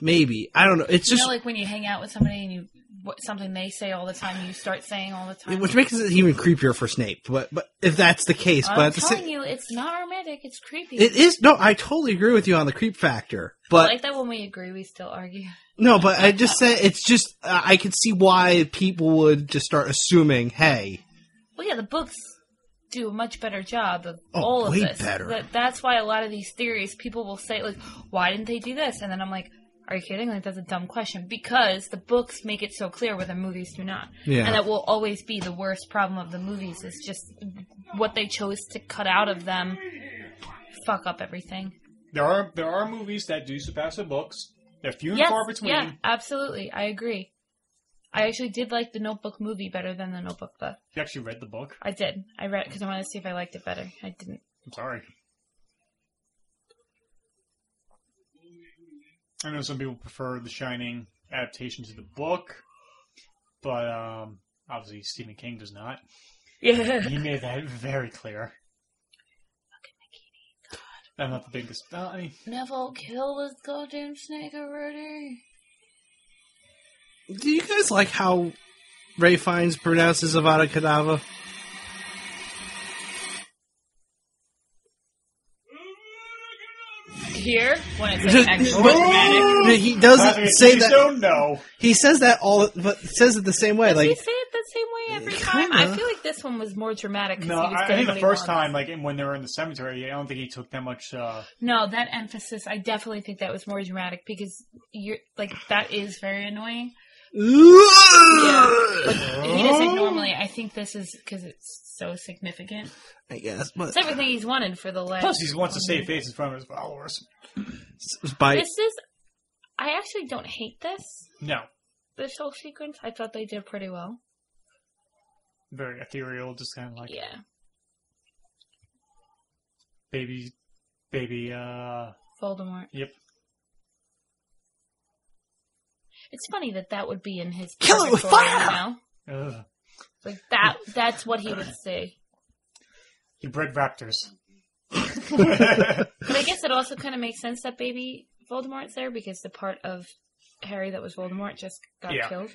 [SPEAKER 2] maybe I don't know. It's
[SPEAKER 3] you
[SPEAKER 2] just
[SPEAKER 3] know, like when you hang out with somebody and you what, something they say all the time, you start saying all the time.
[SPEAKER 2] which makes it even creepier for Snape. But but if that's the case,
[SPEAKER 3] I'm
[SPEAKER 2] but at the
[SPEAKER 3] telling
[SPEAKER 2] same,
[SPEAKER 3] you, it's not romantic. It's creepy.
[SPEAKER 2] it is no. I totally agree with you on the creep factor,
[SPEAKER 3] I
[SPEAKER 2] but
[SPEAKER 3] like that when we agree, we still argue.
[SPEAKER 2] No, but I just said it's just uh, I could see why people would just start assuming, hey,
[SPEAKER 3] Well, yeah, the books do a much better job of
[SPEAKER 2] Oh,
[SPEAKER 3] all of
[SPEAKER 2] way
[SPEAKER 3] this.
[SPEAKER 2] better.
[SPEAKER 3] That, that's why a lot of these theories, people will say, like, why didn't they do this? And then I'm like, are you kidding? Like, that's a dumb question. Because the books make it so clear where the movies do not.
[SPEAKER 2] Yeah.
[SPEAKER 3] And that will always be the worst problem of the movies is just what they chose to cut out of them fuck up everything.
[SPEAKER 1] There are there are movies that do surpass the books. They're few and
[SPEAKER 3] Yes,
[SPEAKER 1] far between.
[SPEAKER 3] yeah, absolutely. I agree. I actually did like the Notebook movie better than the Notebook book.
[SPEAKER 1] You actually read the book.
[SPEAKER 3] I did. I read it because I wanted to see if I liked it better. I
[SPEAKER 1] <laughs>
[SPEAKER 3] didn't.
[SPEAKER 1] I'm sorry. I know some people prefer the Shining adaptation to the book, but um, obviously Stephen King does not.
[SPEAKER 3] Yeah.
[SPEAKER 1] He made that very clear. I'm not the biggest. Uh, I mean,
[SPEAKER 3] Neville kill this goddamn snake already.
[SPEAKER 2] do you guys like how Ray Fiennes pronounces Avada Kedavra?
[SPEAKER 3] Here, when it's like
[SPEAKER 1] <laughs>
[SPEAKER 2] Just-
[SPEAKER 3] extra
[SPEAKER 2] but-
[SPEAKER 3] dramatic.
[SPEAKER 2] no, he doesn't
[SPEAKER 1] Patrick,
[SPEAKER 2] say
[SPEAKER 1] Uh, you
[SPEAKER 2] that.
[SPEAKER 1] Don't know.
[SPEAKER 2] He says that all, but says it the same way.
[SPEAKER 3] Does he
[SPEAKER 2] Like,
[SPEAKER 3] say it the same way every time?
[SPEAKER 2] Kinda.
[SPEAKER 3] I feel like this one was more dramatic. 'cause
[SPEAKER 1] No,
[SPEAKER 3] he was
[SPEAKER 1] I, I
[SPEAKER 3] saying
[SPEAKER 1] think the
[SPEAKER 3] what he
[SPEAKER 1] first
[SPEAKER 3] wants.
[SPEAKER 1] time, like when they were in the cemetery, I don't think he took that much. Uh,
[SPEAKER 3] No, that emphasis. I definitely think that was more dramatic because you're like that is very annoying. Yeah, but he doesn't normally. I think this is because it's so significant.
[SPEAKER 2] I guess, but
[SPEAKER 3] It's everything he's wanted for the last.
[SPEAKER 1] plus, he wants to save face in front of his followers.
[SPEAKER 2] by
[SPEAKER 3] This is. I actually don't hate this.
[SPEAKER 1] No,
[SPEAKER 3] This whole sequence. I thought they did pretty well.
[SPEAKER 1] very ethereal, just kind of like
[SPEAKER 3] Yeah.
[SPEAKER 1] baby, baby. Uh,
[SPEAKER 3] Voldemort.
[SPEAKER 1] Yep.
[SPEAKER 3] It's funny that that would be in his
[SPEAKER 2] Kill it with
[SPEAKER 3] purgatory, you
[SPEAKER 2] fire!
[SPEAKER 3] know?
[SPEAKER 1] ugh.
[SPEAKER 3] Like that. That's what he would say.
[SPEAKER 1] he bred
[SPEAKER 2] <laughs>
[SPEAKER 1] raptors.
[SPEAKER 3] But I guess it also kind of makes sense that baby Voldemort's there because the part of Harry that was Voldemort just got
[SPEAKER 1] Yeah.
[SPEAKER 3] killed.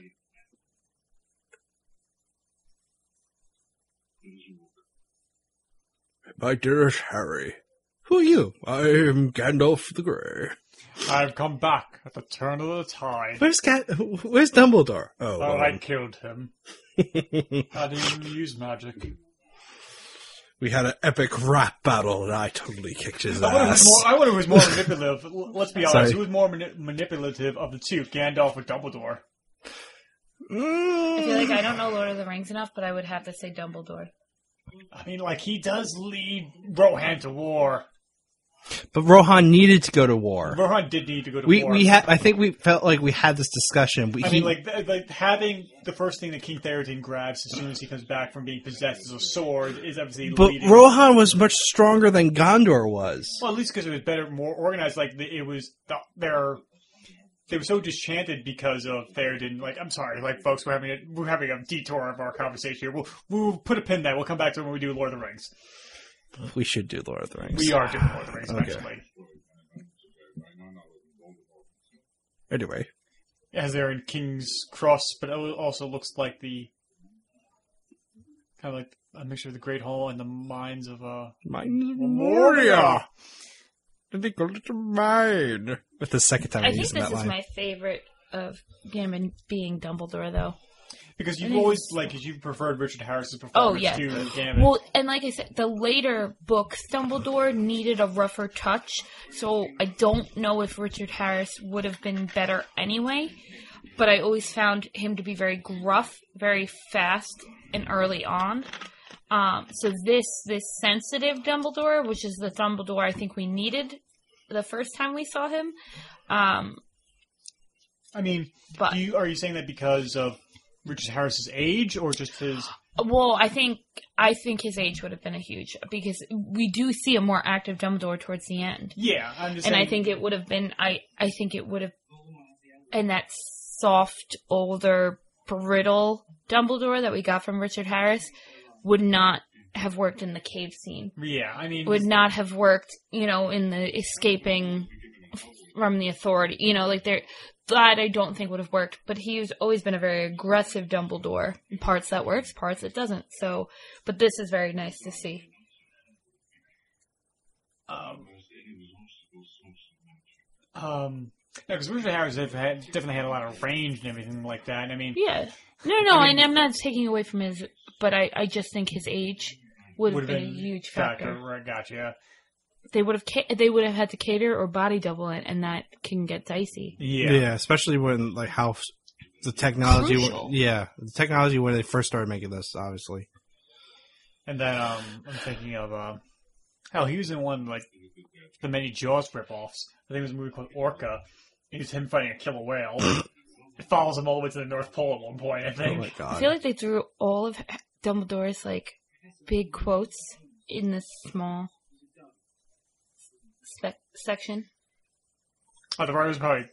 [SPEAKER 4] My dearest Harry,
[SPEAKER 2] who are you?
[SPEAKER 4] I am Gandalf the Grey.
[SPEAKER 1] I've come back at the turn of the tide.
[SPEAKER 2] Where's Cat? Where's Dumbledore? Oh,
[SPEAKER 1] Oh, I
[SPEAKER 2] well,
[SPEAKER 1] killed him.
[SPEAKER 2] <laughs>
[SPEAKER 1] I didn't even use magic.
[SPEAKER 4] We had an epic rap battle, and I totally kicked his
[SPEAKER 1] I wonder,
[SPEAKER 4] ass.
[SPEAKER 1] who's Oh, more, I wonder who's more manipulative. L- Let's be honest,
[SPEAKER 2] Sorry.
[SPEAKER 1] who was more mani- manipulative of the two, Gandalf or Dumbledore?
[SPEAKER 3] I feel like I don't know Lord of the Rings enough, but I would have to say Dumbledore.
[SPEAKER 1] I mean, like he does lead Rohan to war.
[SPEAKER 2] But Rohan needed to go to war.
[SPEAKER 1] Rohan did need to go to
[SPEAKER 2] we
[SPEAKER 1] war.
[SPEAKER 2] we had. I think we felt like we had this discussion. We,
[SPEAKER 1] I
[SPEAKER 2] he-
[SPEAKER 1] mean, like, th- like having the first thing that King Theoden grabs as soon as he comes back from being possessed is a sword is obviously
[SPEAKER 2] but
[SPEAKER 1] leading.
[SPEAKER 2] Rohan was much stronger than Gondor was.
[SPEAKER 1] Well, at least because it was better, more organized. Like the, it was the, their. They were so disenchanted because of Theoden. Like, I'm sorry, like folks, we're having a we're having a detour of our conversation here. We'll we'll put a pin there. We'll come back to it when we do Lord of the Rings.
[SPEAKER 2] We should do Lord of the Rings.
[SPEAKER 1] We are doing Lord of the Rings
[SPEAKER 2] Okay.
[SPEAKER 1] eventually,
[SPEAKER 2] Anyway,
[SPEAKER 1] as they're in King's Cross, but it also looks like the kind of like a mixture of the Great Hall and the mines of uh
[SPEAKER 2] mine
[SPEAKER 1] Moria.
[SPEAKER 2] They go to mine. But the second time
[SPEAKER 3] I
[SPEAKER 2] I'm
[SPEAKER 3] think
[SPEAKER 2] using
[SPEAKER 3] this
[SPEAKER 2] that
[SPEAKER 3] is
[SPEAKER 2] line.
[SPEAKER 3] my favorite of Gammon being Dumbledore, though.
[SPEAKER 1] Because
[SPEAKER 3] I
[SPEAKER 1] you've
[SPEAKER 3] think
[SPEAKER 1] always like you preferred Richard Harris's
[SPEAKER 3] Oh,
[SPEAKER 1] performance
[SPEAKER 3] yeah.
[SPEAKER 1] to Gambit.
[SPEAKER 3] Well, and like I said, the later books, Dumbledore needed a rougher touch, so I don't know if Richard Harris would have been better anyway, but I always found him to be very gruff, very fast, and early on. Um, so this, this sensitive Dumbledore, which is the Dumbledore I think we needed the first time we saw him, um,
[SPEAKER 1] I mean,
[SPEAKER 3] but
[SPEAKER 1] Do you, are you saying that because of Richard Harris's age, or just his?
[SPEAKER 3] Well, I think I think his age would have been a huge because we do see a more active Dumbledore towards the end,
[SPEAKER 1] Yeah, I'm just.
[SPEAKER 3] and
[SPEAKER 1] saying,
[SPEAKER 3] I think it would have been I I think it would have and that soft, older, brittle Dumbledore that we got from Richard Harris would not have worked in the cave scene.
[SPEAKER 1] Yeah, I mean,
[SPEAKER 3] Would not have worked, you know, in the escaping from the authority. You know, like there that I don't think would have worked. But he's always been a very aggressive Dumbledore. Parts that works, parts that doesn't. So, but this is very nice to see.
[SPEAKER 1] um, um, no, because Richard Harris have had, definitely had a lot of range and everything like that. And I mean,
[SPEAKER 3] Yeah. No, no,
[SPEAKER 1] I
[SPEAKER 3] I
[SPEAKER 1] mean-
[SPEAKER 3] and I'm not taking away from his, but I, I just think his age would have
[SPEAKER 1] would've
[SPEAKER 3] been, a huge factor.
[SPEAKER 1] factor. Right, gotcha.
[SPEAKER 3] They would have ca- they would have had to cater or body double it, and that can get dicey.
[SPEAKER 1] Yeah.
[SPEAKER 2] Yeah. especially when like how f- the technology.
[SPEAKER 3] Crucial.
[SPEAKER 2] Yeah, the technology when they first started making this, obviously.
[SPEAKER 1] and then um, I'm thinking of um, hell, he was in one like the many Jaws ripoffs. I think it was a movie called Orca. It was him fighting a killer
[SPEAKER 3] <laughs>
[SPEAKER 1] whale. it follows him all the way to the North Pole at one point. I
[SPEAKER 2] Oh
[SPEAKER 1] think.
[SPEAKER 2] my
[SPEAKER 3] I
[SPEAKER 2] god.
[SPEAKER 3] feel like they threw all of Dumbledore's like big quotes in this small spec- section.
[SPEAKER 1] Oh, the writers probably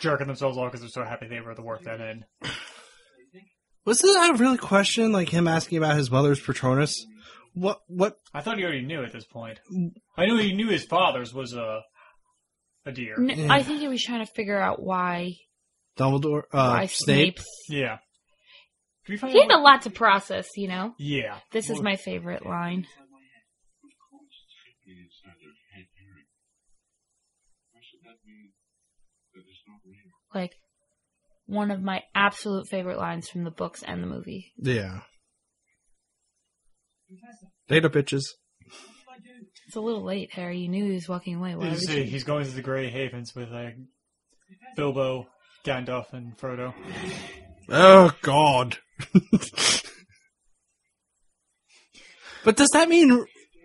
[SPEAKER 1] jerking themselves off because they're so happy they were the work that in.
[SPEAKER 2] Wasn't that a really question? Like him asking about his mother's Patronus. What? What?
[SPEAKER 1] I thought he already knew at this point.
[SPEAKER 3] Mm.
[SPEAKER 1] I knew he knew his father's was a a deer.
[SPEAKER 3] N-
[SPEAKER 2] Yeah.
[SPEAKER 3] I think he was trying to figure out why
[SPEAKER 2] Dumbledore. Uh,
[SPEAKER 3] why
[SPEAKER 2] Snape.
[SPEAKER 3] Snape.
[SPEAKER 1] Yeah. Did we find
[SPEAKER 3] He
[SPEAKER 1] out?
[SPEAKER 3] had a
[SPEAKER 1] what-
[SPEAKER 3] lot to process, you know.
[SPEAKER 1] Yeah.
[SPEAKER 3] This is
[SPEAKER 1] Well,
[SPEAKER 3] my favorite line. Like one of my absolute favorite lines from the books and the movie.
[SPEAKER 2] Yeah. Data bitches.
[SPEAKER 3] It's a little late, Harry. You knew he was walking away. Why
[SPEAKER 1] you
[SPEAKER 3] would
[SPEAKER 1] see,
[SPEAKER 3] you?
[SPEAKER 1] he's going to the Grey Havens with uh, Bilbo, Gandalf, and Frodo.
[SPEAKER 2] Oh God. <laughs> but does that mean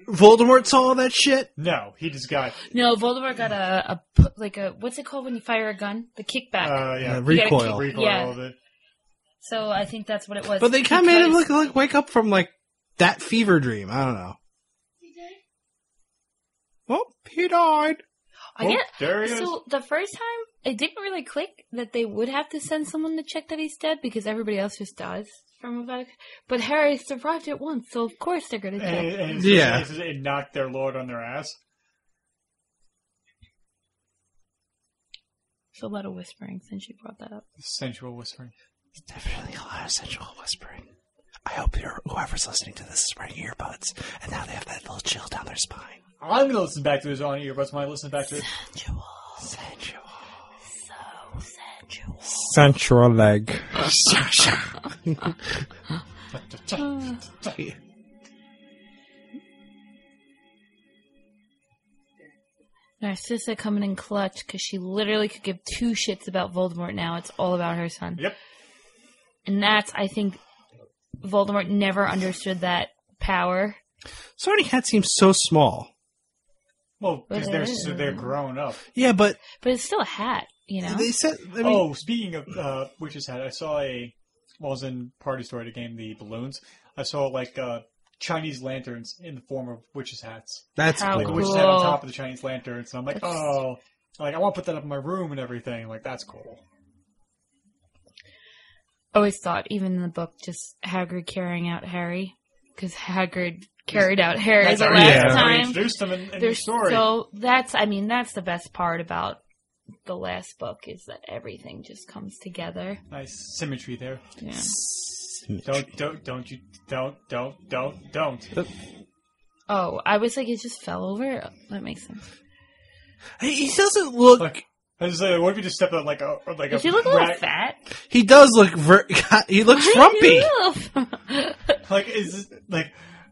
[SPEAKER 2] Voldemort saw all that shit?
[SPEAKER 1] No, he just got
[SPEAKER 3] No, Voldemort got a, a pu- like a what's it called when you fire a gun? The kickback.
[SPEAKER 1] uh, yeah,
[SPEAKER 2] Uh,
[SPEAKER 3] You gotta
[SPEAKER 2] recoil.
[SPEAKER 1] recoil
[SPEAKER 3] Ah. yeah.
[SPEAKER 1] of it.
[SPEAKER 3] so I think that's what it was.
[SPEAKER 2] But they kind of made him
[SPEAKER 3] Because-
[SPEAKER 2] look like wake up from like that fever dream. I don't know. Well, he died.
[SPEAKER 3] I get
[SPEAKER 1] Oh, There he is.
[SPEAKER 3] <laughs> So the first time, it didn't really click that they would have to send someone to check that he's dead because everybody else just dies from a back. But Harry survived it once, so of course they're gonna
[SPEAKER 1] and,
[SPEAKER 3] check.
[SPEAKER 1] and
[SPEAKER 2] Yeah.
[SPEAKER 1] it, says it knocked their lord on their ass.
[SPEAKER 3] So a lot of whispering since you brought that up.
[SPEAKER 1] Sensual whispering.
[SPEAKER 4] It's definitely a lot of sensual whispering. I hope you're, whoever's listening to this is wearing earbuds, and now they have that little chill down their spine.
[SPEAKER 1] I'm gonna listen back to his on earbuds when I listen back to
[SPEAKER 3] <laughs>
[SPEAKER 1] it.
[SPEAKER 3] Sensual,
[SPEAKER 4] Sensual.
[SPEAKER 3] so sensual.
[SPEAKER 2] Central leg. <laughs>
[SPEAKER 3] <sighs> Narcissa coming in clutch because she literally could give two shits about Voldemort now. It's all about her son.
[SPEAKER 1] Yep.
[SPEAKER 3] And that's, I think, Voldemort never understood that power.
[SPEAKER 2] Sorry, Hat seems so small.
[SPEAKER 1] Well, because
[SPEAKER 3] But
[SPEAKER 1] they're
[SPEAKER 3] it
[SPEAKER 1] so
[SPEAKER 3] is.
[SPEAKER 1] they're grown up.
[SPEAKER 2] Yeah, but
[SPEAKER 3] But it's still a hat, you know?
[SPEAKER 2] they said. I mean,
[SPEAKER 1] oh, speaking of uh, witch's hat, I saw a. Well, I was in Party Story to game the balloons. I saw like uh, Chinese lanterns in the form of witches' hats.
[SPEAKER 2] that's
[SPEAKER 3] How
[SPEAKER 1] Like a
[SPEAKER 2] cool.
[SPEAKER 1] witch's hat on
[SPEAKER 3] Cool.
[SPEAKER 1] top of the Chinese lanterns, and I'm like,
[SPEAKER 3] That's-
[SPEAKER 1] oh, like I want to put that up in my room and everything. Like that's cool.
[SPEAKER 3] Always thought, even in the book, just Hagrid carrying out Harry. Because Hagrid carried out Harry the
[SPEAKER 1] how-
[SPEAKER 3] last
[SPEAKER 1] that's how he
[SPEAKER 3] time.
[SPEAKER 1] introduced them in, in the
[SPEAKER 3] There's
[SPEAKER 1] story.
[SPEAKER 3] So that's, I mean, that's the best part about the last book is that everything just comes together.
[SPEAKER 1] Nice symmetry there.
[SPEAKER 3] Yeah.
[SPEAKER 1] Don't don't don't you don't don't don't don't.
[SPEAKER 3] Oh, I was like, it just fell over. That makes sense.
[SPEAKER 2] He he doesn't look.
[SPEAKER 1] Look, I was like, what if you just stepped on like a like
[SPEAKER 3] Does
[SPEAKER 1] a
[SPEAKER 3] he look a little
[SPEAKER 1] rat-
[SPEAKER 3] fat?
[SPEAKER 2] He does look. Ver- <laughs> he looks frumpy.
[SPEAKER 1] like is this, like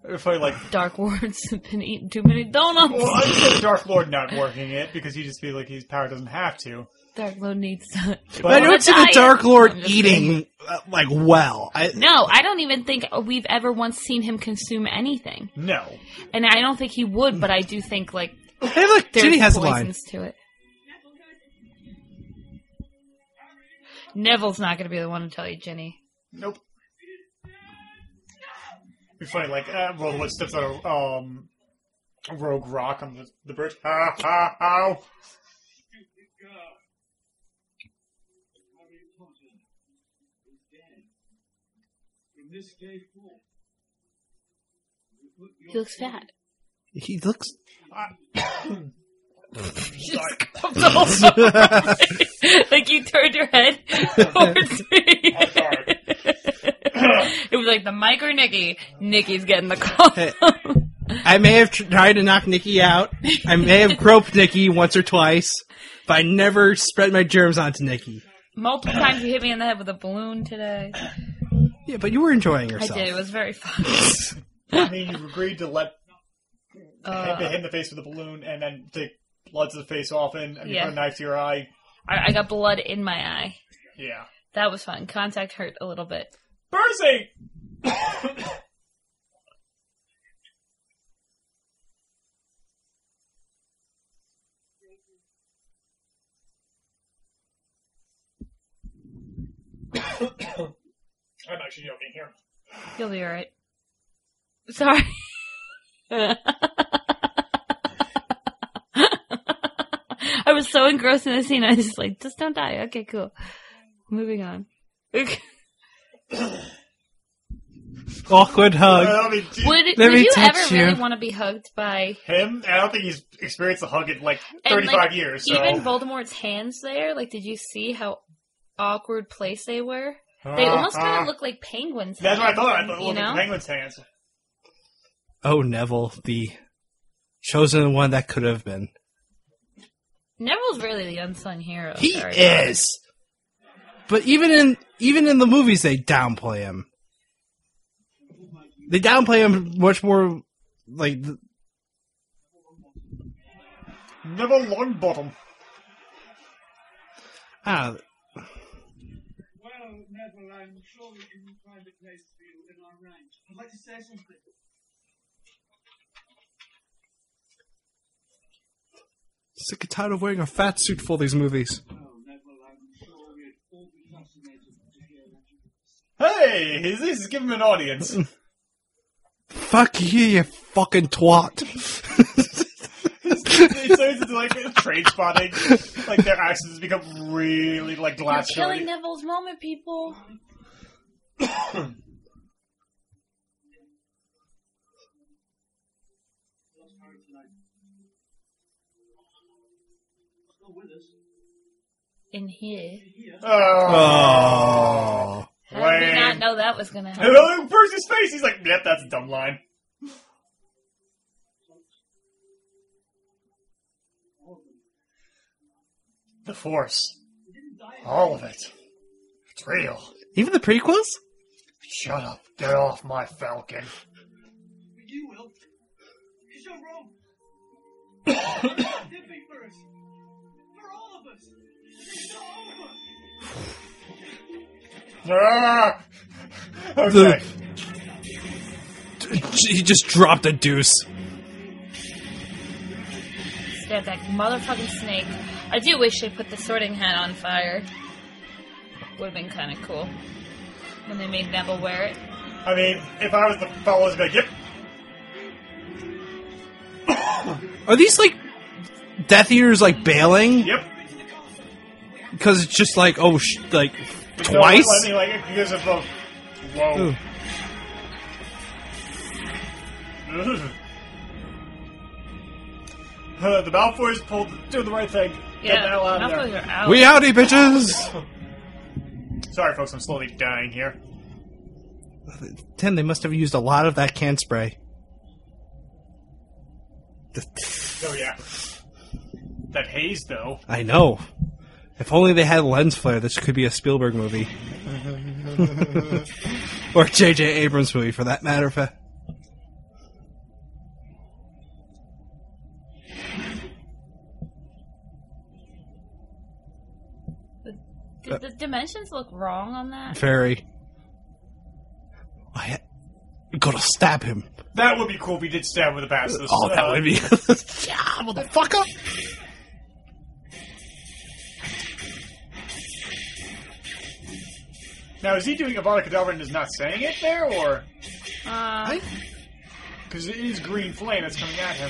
[SPEAKER 1] if I like
[SPEAKER 3] <laughs> Dark Ward's been eating too many donuts.
[SPEAKER 1] well I'd say Dark Lord not working it because he just feel like his power doesn't have to.
[SPEAKER 3] Dark Lord needs to.
[SPEAKER 1] But
[SPEAKER 2] I
[SPEAKER 1] on
[SPEAKER 2] don't
[SPEAKER 1] a
[SPEAKER 2] see the
[SPEAKER 3] diet.
[SPEAKER 2] Dark Lord
[SPEAKER 3] I'm just
[SPEAKER 2] eating uh, like well.
[SPEAKER 3] <laughs>
[SPEAKER 2] I,
[SPEAKER 3] No, I don't even think we've ever once seen him consume anything,
[SPEAKER 1] No,
[SPEAKER 3] and I don't think he would. But I do think
[SPEAKER 2] <laughs>
[SPEAKER 3] like
[SPEAKER 2] hey, look,
[SPEAKER 3] there's
[SPEAKER 2] Ginny has a line.
[SPEAKER 3] poisons to it. Neville's not going to be the one to tell you, Ginny.
[SPEAKER 1] nope. Be funny like uh, well what steps on a um a rogue rock on the, the bridge. Ha ha ha.
[SPEAKER 6] Harry Potter is dead. From this day forth, you put your
[SPEAKER 3] He looks fat. <laughs>
[SPEAKER 2] He looks.
[SPEAKER 3] <laughs> like you turned your head towards me.
[SPEAKER 1] I'm sorry.
[SPEAKER 3] <laughs> it was like the Mike or Nikki. Nikki's getting the call.
[SPEAKER 2] Hey. I may have tr- tried to knock Nikki out. I may have groped Nikki once or twice, but I never spread my germs onto Nikki.
[SPEAKER 3] <laughs> Multiple times you hit me in the head with a balloon today.
[SPEAKER 2] Yeah, but you were enjoying
[SPEAKER 3] I
[SPEAKER 2] yourself.
[SPEAKER 3] did. It was very fun.
[SPEAKER 1] I mean you agreed to let
[SPEAKER 3] Uh,
[SPEAKER 1] hit, hit in the face with a balloon and then take blood to the face off and, and
[SPEAKER 3] Yeah.
[SPEAKER 1] put a knife to your eye.
[SPEAKER 3] I, I got blood in my eye.
[SPEAKER 1] Yeah.
[SPEAKER 3] That was fun. Contact hurt a little bit.
[SPEAKER 1] Percy! I'm actually joking here.
[SPEAKER 3] You'll be alright. Sorry. <laughs> I was so engrossed in the scene, I was just like, just don't die. Okay, cool. Moving on. <laughs> Okay.
[SPEAKER 2] Awkward hug.
[SPEAKER 1] I mean, dude,
[SPEAKER 3] Would,
[SPEAKER 2] Let
[SPEAKER 3] would
[SPEAKER 2] me
[SPEAKER 3] you
[SPEAKER 2] touch
[SPEAKER 3] ever really
[SPEAKER 2] you.
[SPEAKER 3] want to be hugged by
[SPEAKER 1] him, I don't think he's experienced a hug in like
[SPEAKER 3] And,
[SPEAKER 1] 35
[SPEAKER 3] like,
[SPEAKER 1] years. So.
[SPEAKER 3] even Voldemort's hands there? Like, did you see how awkward place they were?
[SPEAKER 1] Ah,
[SPEAKER 3] They almost kind
[SPEAKER 1] ah.
[SPEAKER 3] of look like penguins.
[SPEAKER 1] That's what I thought. I
[SPEAKER 3] hands,
[SPEAKER 1] thought it
[SPEAKER 3] you
[SPEAKER 1] looked like
[SPEAKER 3] know?
[SPEAKER 1] the penguin's hands.
[SPEAKER 2] Oh, Neville, the chosen one that could have been.
[SPEAKER 3] Neville's really the unsung hero.
[SPEAKER 2] He
[SPEAKER 3] Oh, sorry.
[SPEAKER 2] is. But even in even in the movies, they downplay him. They downplay him much more. Like th-
[SPEAKER 1] Neville Longbottom.
[SPEAKER 2] I don't know.
[SPEAKER 6] Well, Neville, I'm sure we can find a place for you in our ranch. I'd like to say something.
[SPEAKER 2] sick and tired of wearing a fat suit for these movies.
[SPEAKER 6] Oh, Neville, I'm sure we'd all be fascinated to hear that you
[SPEAKER 1] Hey, he's, he's giving him an audience.
[SPEAKER 2] Fuck you, you fucking <laughs> twat.
[SPEAKER 1] it's, so it's like trade spotting. Like their accents become really like
[SPEAKER 3] You're
[SPEAKER 1] glass
[SPEAKER 3] killing Neville's moment, people.
[SPEAKER 6] lost Harry tonight. Not with us.
[SPEAKER 3] <coughs> In here.
[SPEAKER 6] Here.
[SPEAKER 1] Oh.
[SPEAKER 2] oh.
[SPEAKER 3] How did we
[SPEAKER 1] Lame.
[SPEAKER 3] not know that was gonna
[SPEAKER 1] And <laughs>
[SPEAKER 3] happen?
[SPEAKER 1] then look, Percy's face. He's like, "Yep, that's a dumb line." The Force, all of it. It's real.
[SPEAKER 2] Even the prequels?
[SPEAKER 1] Shut up. Get off my falcon.
[SPEAKER 6] But you will. Because you're wrong. <coughs> They're big for us. For all of us. It's all over.
[SPEAKER 1] Ah! Okay.
[SPEAKER 2] He just dropped a deuce.
[SPEAKER 3] at that motherfucking snake. I do wish they put the sorting hat on fire. Would have been kind of cool when they made Neville wear it.
[SPEAKER 1] I mean, if I was the fellows, I'd be like, yep.
[SPEAKER 2] Are these like Death Eaters like bailing?
[SPEAKER 1] Yep.
[SPEAKER 2] Because it's just like oh, sh- like
[SPEAKER 1] Because don't
[SPEAKER 2] twice.
[SPEAKER 1] Let me, like, because of the. Whoa.
[SPEAKER 2] Ooh.
[SPEAKER 1] <laughs> Huh, Uh, the Malfoys pulled, do the right thing. Get
[SPEAKER 3] Yeah,
[SPEAKER 1] that out of there.
[SPEAKER 3] Malfoys are out.
[SPEAKER 2] We howdy, bitches.
[SPEAKER 1] Sorry, folks, I'm slowly dying here.
[SPEAKER 2] Tim, they must have used a lot of that can spray.
[SPEAKER 1] Oh, yeah. That haze, though.
[SPEAKER 2] I know. If only they had lens flare, this could be a Spielberg <laughs> movie. or J.J. Abrams movie, for that matter. Fa-
[SPEAKER 3] Did the dimensions look wrong on that?
[SPEAKER 2] Very. I ha- gotta stab him.
[SPEAKER 1] That would be cool if we did stab with a basilisk.
[SPEAKER 2] Oh, that
[SPEAKER 1] Uh,
[SPEAKER 2] would be. yeah, motherfucker!
[SPEAKER 1] Uh, Now, is he doing Avada Kedavra and is not saying it there, or <laughs>
[SPEAKER 3] Uh,
[SPEAKER 1] because it is green flame that's coming at him,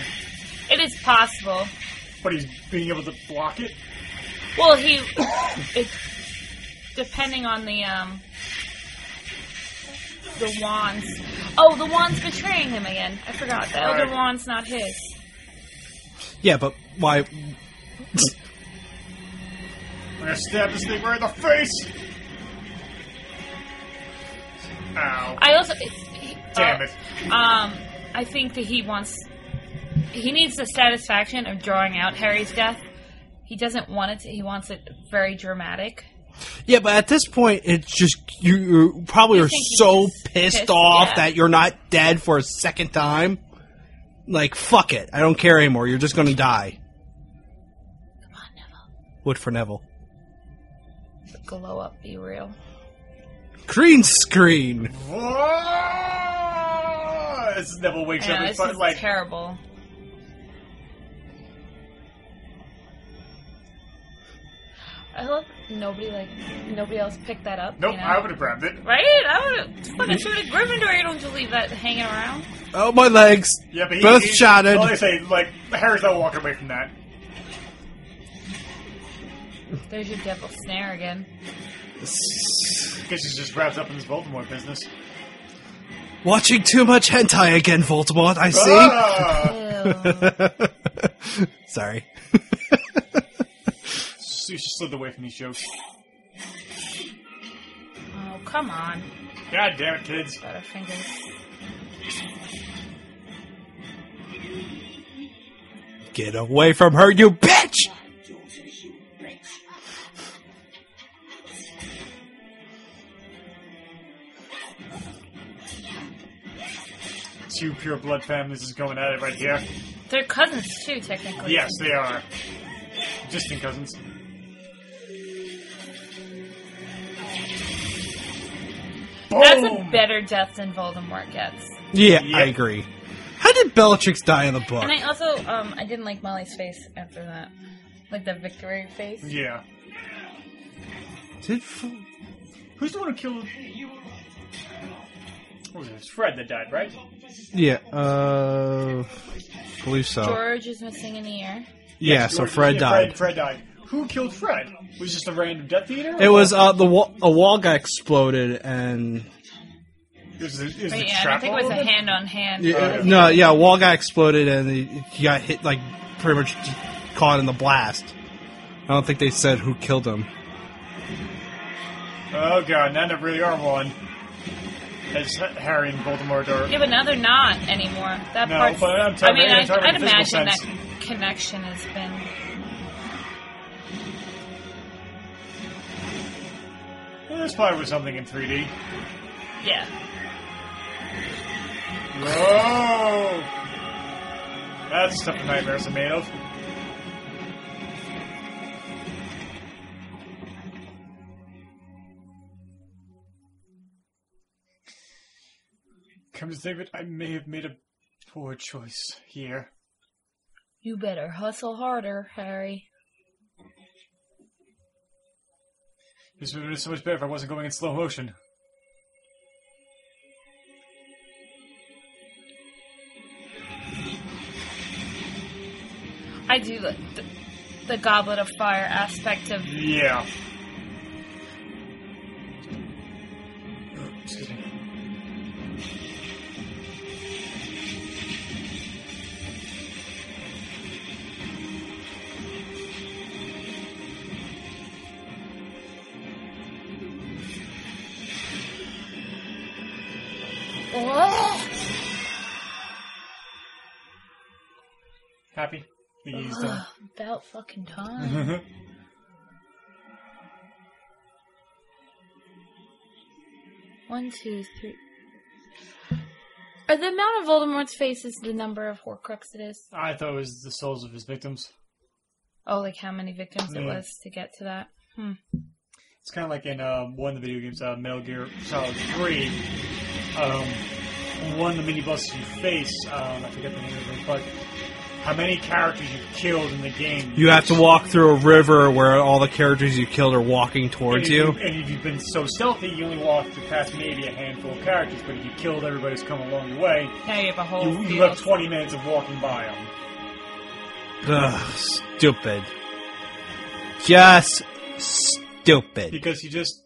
[SPEAKER 3] it is possible.
[SPEAKER 1] but he's being able to block it?
[SPEAKER 3] Well, he. It, depending on the um. The wands. Oh, the wand's betraying him again. I forgot. Oh, The elder
[SPEAKER 1] Right.
[SPEAKER 3] wand's not his.
[SPEAKER 2] <laughs> Yeah, but why?
[SPEAKER 1] I'm gonna stab this thing right in the face. Ow!
[SPEAKER 3] I also. It, he,
[SPEAKER 1] Damn
[SPEAKER 3] uh,
[SPEAKER 1] it!
[SPEAKER 3] Um, I think that he wants. He needs the satisfaction of drawing out Harry's death. He doesn't want it. To, he wants it very dramatic.
[SPEAKER 2] Yeah, but at this point, it's just you, you probably
[SPEAKER 3] You
[SPEAKER 2] are
[SPEAKER 3] think he's
[SPEAKER 2] so
[SPEAKER 3] just
[SPEAKER 2] pissed,
[SPEAKER 3] pissed,
[SPEAKER 2] off
[SPEAKER 3] yeah.
[SPEAKER 2] that you're not dead for a second time. Like, fuck it. I don't care anymore. You're just gonna die.
[SPEAKER 3] Come on, Neville.
[SPEAKER 2] Wood for Neville.
[SPEAKER 3] Glow up. Be real.
[SPEAKER 2] Green screen.
[SPEAKER 1] Whoa! This is Neville wakes up.
[SPEAKER 3] Yeah,
[SPEAKER 1] He's
[SPEAKER 3] this is
[SPEAKER 1] fucking like,
[SPEAKER 3] terrible. I love nobody like nobody else picked that up.
[SPEAKER 1] nope,
[SPEAKER 3] you know?
[SPEAKER 1] I would have grabbed it.
[SPEAKER 3] Right? I would have
[SPEAKER 1] <laughs>
[SPEAKER 3] fucking threw it at Gryffindor. You don't just leave that hanging around.
[SPEAKER 2] Oh, my legs.
[SPEAKER 1] Yeah, but he,
[SPEAKER 2] Both
[SPEAKER 1] he,
[SPEAKER 2] shotted.
[SPEAKER 1] Well, they say like Harry's not walking away from that.
[SPEAKER 3] There's your devil snare again.
[SPEAKER 1] Oh. Because he's just wrapped up in this Voldemort business.
[SPEAKER 2] Watching too much hentai again, Voldemort. I
[SPEAKER 1] Ah!
[SPEAKER 3] Ew.
[SPEAKER 2] see. Sorry.
[SPEAKER 1] She she slid away from these jokes.
[SPEAKER 3] oh come on,
[SPEAKER 1] God damn it, kids!
[SPEAKER 3] Butterfingers.
[SPEAKER 2] Get away from her, you bitch!
[SPEAKER 1] Two pure blood families is going at it right here.
[SPEAKER 3] They're cousins too, technically.
[SPEAKER 1] Yes, they are. Distant cousins.
[SPEAKER 3] That's a
[SPEAKER 1] Boom!
[SPEAKER 3] better death than Voldemort gets.
[SPEAKER 2] Yeah,
[SPEAKER 1] Yeah.
[SPEAKER 2] I agree. How did Bellatrix die in the book?
[SPEAKER 3] And I also um I didn't like Molly's face after that, like the victory face.
[SPEAKER 1] Yeah.
[SPEAKER 2] Did F-
[SPEAKER 1] Who's the one who killed? What was it? It's Fred that died, right?
[SPEAKER 2] yeah, uh, believe so.
[SPEAKER 3] George is missing an ear.
[SPEAKER 2] yeah, so
[SPEAKER 1] George-
[SPEAKER 2] Fred
[SPEAKER 1] yeah,
[SPEAKER 2] died.
[SPEAKER 1] Fred, died. Who killed Fred? Was it just a random Death Eater?
[SPEAKER 2] It was uh the wall, a wall got exploded and
[SPEAKER 1] It was, it was
[SPEAKER 3] But
[SPEAKER 1] the
[SPEAKER 3] yeah, I
[SPEAKER 1] trap
[SPEAKER 3] think it was
[SPEAKER 1] wall
[SPEAKER 3] a
[SPEAKER 1] of it?
[SPEAKER 3] hand on hand.
[SPEAKER 2] yeah,
[SPEAKER 1] Okay.
[SPEAKER 2] uh, no yeah a wall got exploded and he, he got hit like pretty much just caught in the blast. I don't think they said who killed him.
[SPEAKER 1] Oh god, now there really are one. As Harry and Voldemort are.
[SPEAKER 3] Yeah, but now they're not anymore. That
[SPEAKER 1] No,
[SPEAKER 3] part's.
[SPEAKER 1] but I'm
[SPEAKER 3] I
[SPEAKER 1] talking-
[SPEAKER 3] mean,
[SPEAKER 1] I'm
[SPEAKER 3] I,
[SPEAKER 1] talking
[SPEAKER 3] I'd
[SPEAKER 1] in the physical
[SPEAKER 3] imagine that
[SPEAKER 1] sense.
[SPEAKER 3] connection has been.
[SPEAKER 1] This probably was something in 3D.
[SPEAKER 3] Yeah.
[SPEAKER 1] Whoa! That's the stuff the nightmares are made of. Come to think of it, I may have made a poor choice here.
[SPEAKER 3] You better hustle harder, Harry.
[SPEAKER 1] This would have been so much better if I wasn't going in slow motion.
[SPEAKER 3] I do the, the, the goblet of fire aspect of
[SPEAKER 1] Yeah. Excuse me. Happy? He's done.
[SPEAKER 3] about fucking
[SPEAKER 1] Mm-hmm.
[SPEAKER 3] time.
[SPEAKER 1] <sighs>
[SPEAKER 3] One, two, three. Are the amount of Voldemort's faces the number of Horcrux it is?
[SPEAKER 1] I thought it was the souls of his victims.
[SPEAKER 3] Oh, like how many victims it
[SPEAKER 1] Yeah.
[SPEAKER 3] was to get to that? Hmm.
[SPEAKER 1] It's kind of like in uh, one of the video games, uh, Metal Gear Solid 3. Um, one of the mini bosses you face, um, I forget the name of it, but how many characters you've killed in the game.
[SPEAKER 2] You have to walk through a river where all the characters you killed are walking
[SPEAKER 1] And
[SPEAKER 2] towards
[SPEAKER 1] if
[SPEAKER 2] you.
[SPEAKER 1] And if you've been so stealthy, you only walked past maybe a handful of characters, but if you killed everybody who's come along your way,
[SPEAKER 3] Now you have a whole.
[SPEAKER 1] you, you
[SPEAKER 3] field.
[SPEAKER 1] left 20 minutes of walking by them.
[SPEAKER 2] Ugh, stupid. Just stupid.
[SPEAKER 1] Because he just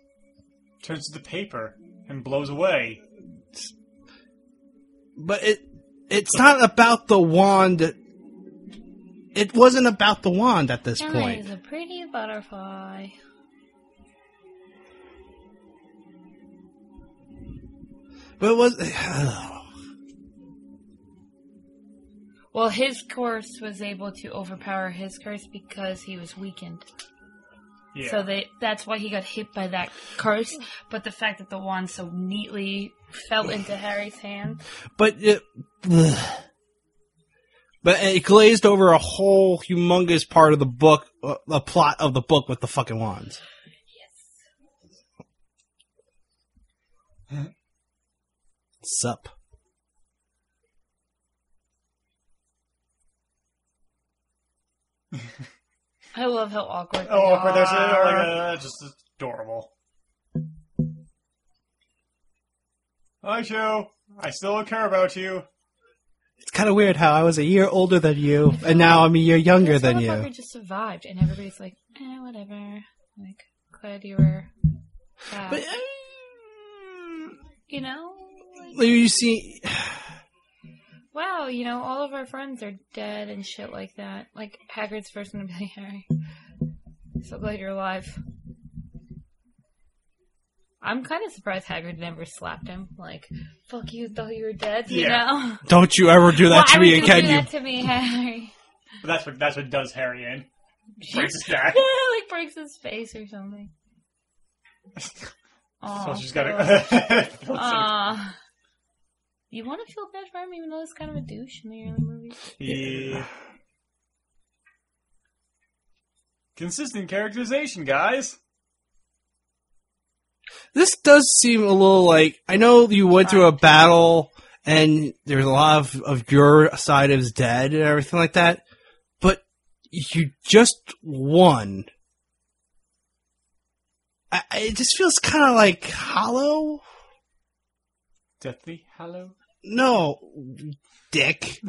[SPEAKER 1] turns to the paper and blows away.
[SPEAKER 2] But it it's not about the wand. It wasn't about the wand at this
[SPEAKER 3] Emily
[SPEAKER 2] point.
[SPEAKER 3] is a pretty butterfly.
[SPEAKER 2] But it was <sighs>
[SPEAKER 3] Well, his curse was able to overpower his curse because he was weakened.
[SPEAKER 1] Yeah.
[SPEAKER 3] So they, that's why he got hit by that curse. But the fact that the wand so neatly fell into Harry's hand.
[SPEAKER 2] But it, <sighs> ugh. but it glazed over a whole humongous part of the book, uh, the plot of the book with the fucking wands. Sup?
[SPEAKER 3] I love how awkward.
[SPEAKER 1] oh,
[SPEAKER 3] they
[SPEAKER 1] awkward. That's,
[SPEAKER 3] are.
[SPEAKER 1] like, uh, that's just adorable. Hi, Joe. I still care about you.
[SPEAKER 2] It's kind of weird how I was a year older than you, and now I'm a year younger
[SPEAKER 3] This
[SPEAKER 2] than
[SPEAKER 3] motherfucker
[SPEAKER 2] you.
[SPEAKER 3] just survived, and everybody's like, eh, whatever. Like, glad you were. back.
[SPEAKER 2] But uh,
[SPEAKER 3] you know, like,
[SPEAKER 2] you see,
[SPEAKER 3] wow, you know, all of our friends are dead and shit like that. Like Hagrid's first one to be like, Harry, so glad you're alive. I'm kind of surprised Hagrid never slapped him. Like, fuck you, thought you were dead. You
[SPEAKER 1] Yeah.
[SPEAKER 3] know,
[SPEAKER 2] don't you ever do that
[SPEAKER 3] Why
[SPEAKER 2] to
[SPEAKER 3] would
[SPEAKER 2] me
[SPEAKER 3] you
[SPEAKER 2] again,
[SPEAKER 3] do
[SPEAKER 2] you?
[SPEAKER 3] that to me, Harry?
[SPEAKER 1] But that's what that's what does Harry in. Breaks
[SPEAKER 3] <laughs>
[SPEAKER 1] his <laughs> back.
[SPEAKER 3] like breaks his face or something.
[SPEAKER 1] so
[SPEAKER 3] Aw,
[SPEAKER 1] she's got <laughs>
[SPEAKER 3] gross.
[SPEAKER 1] to.
[SPEAKER 3] Aw. you want to feel bad for him, even though it's kind of a douche in the early movies.
[SPEAKER 1] yeah. Consistent characterization, guys.
[SPEAKER 2] This does seem a little like I know you went through a battle and there's a lot of, of your side is dead and everything like that, but you just won. I, I- it just feels kind of like hollow.
[SPEAKER 1] Deathly Hallow.
[SPEAKER 2] No, dick.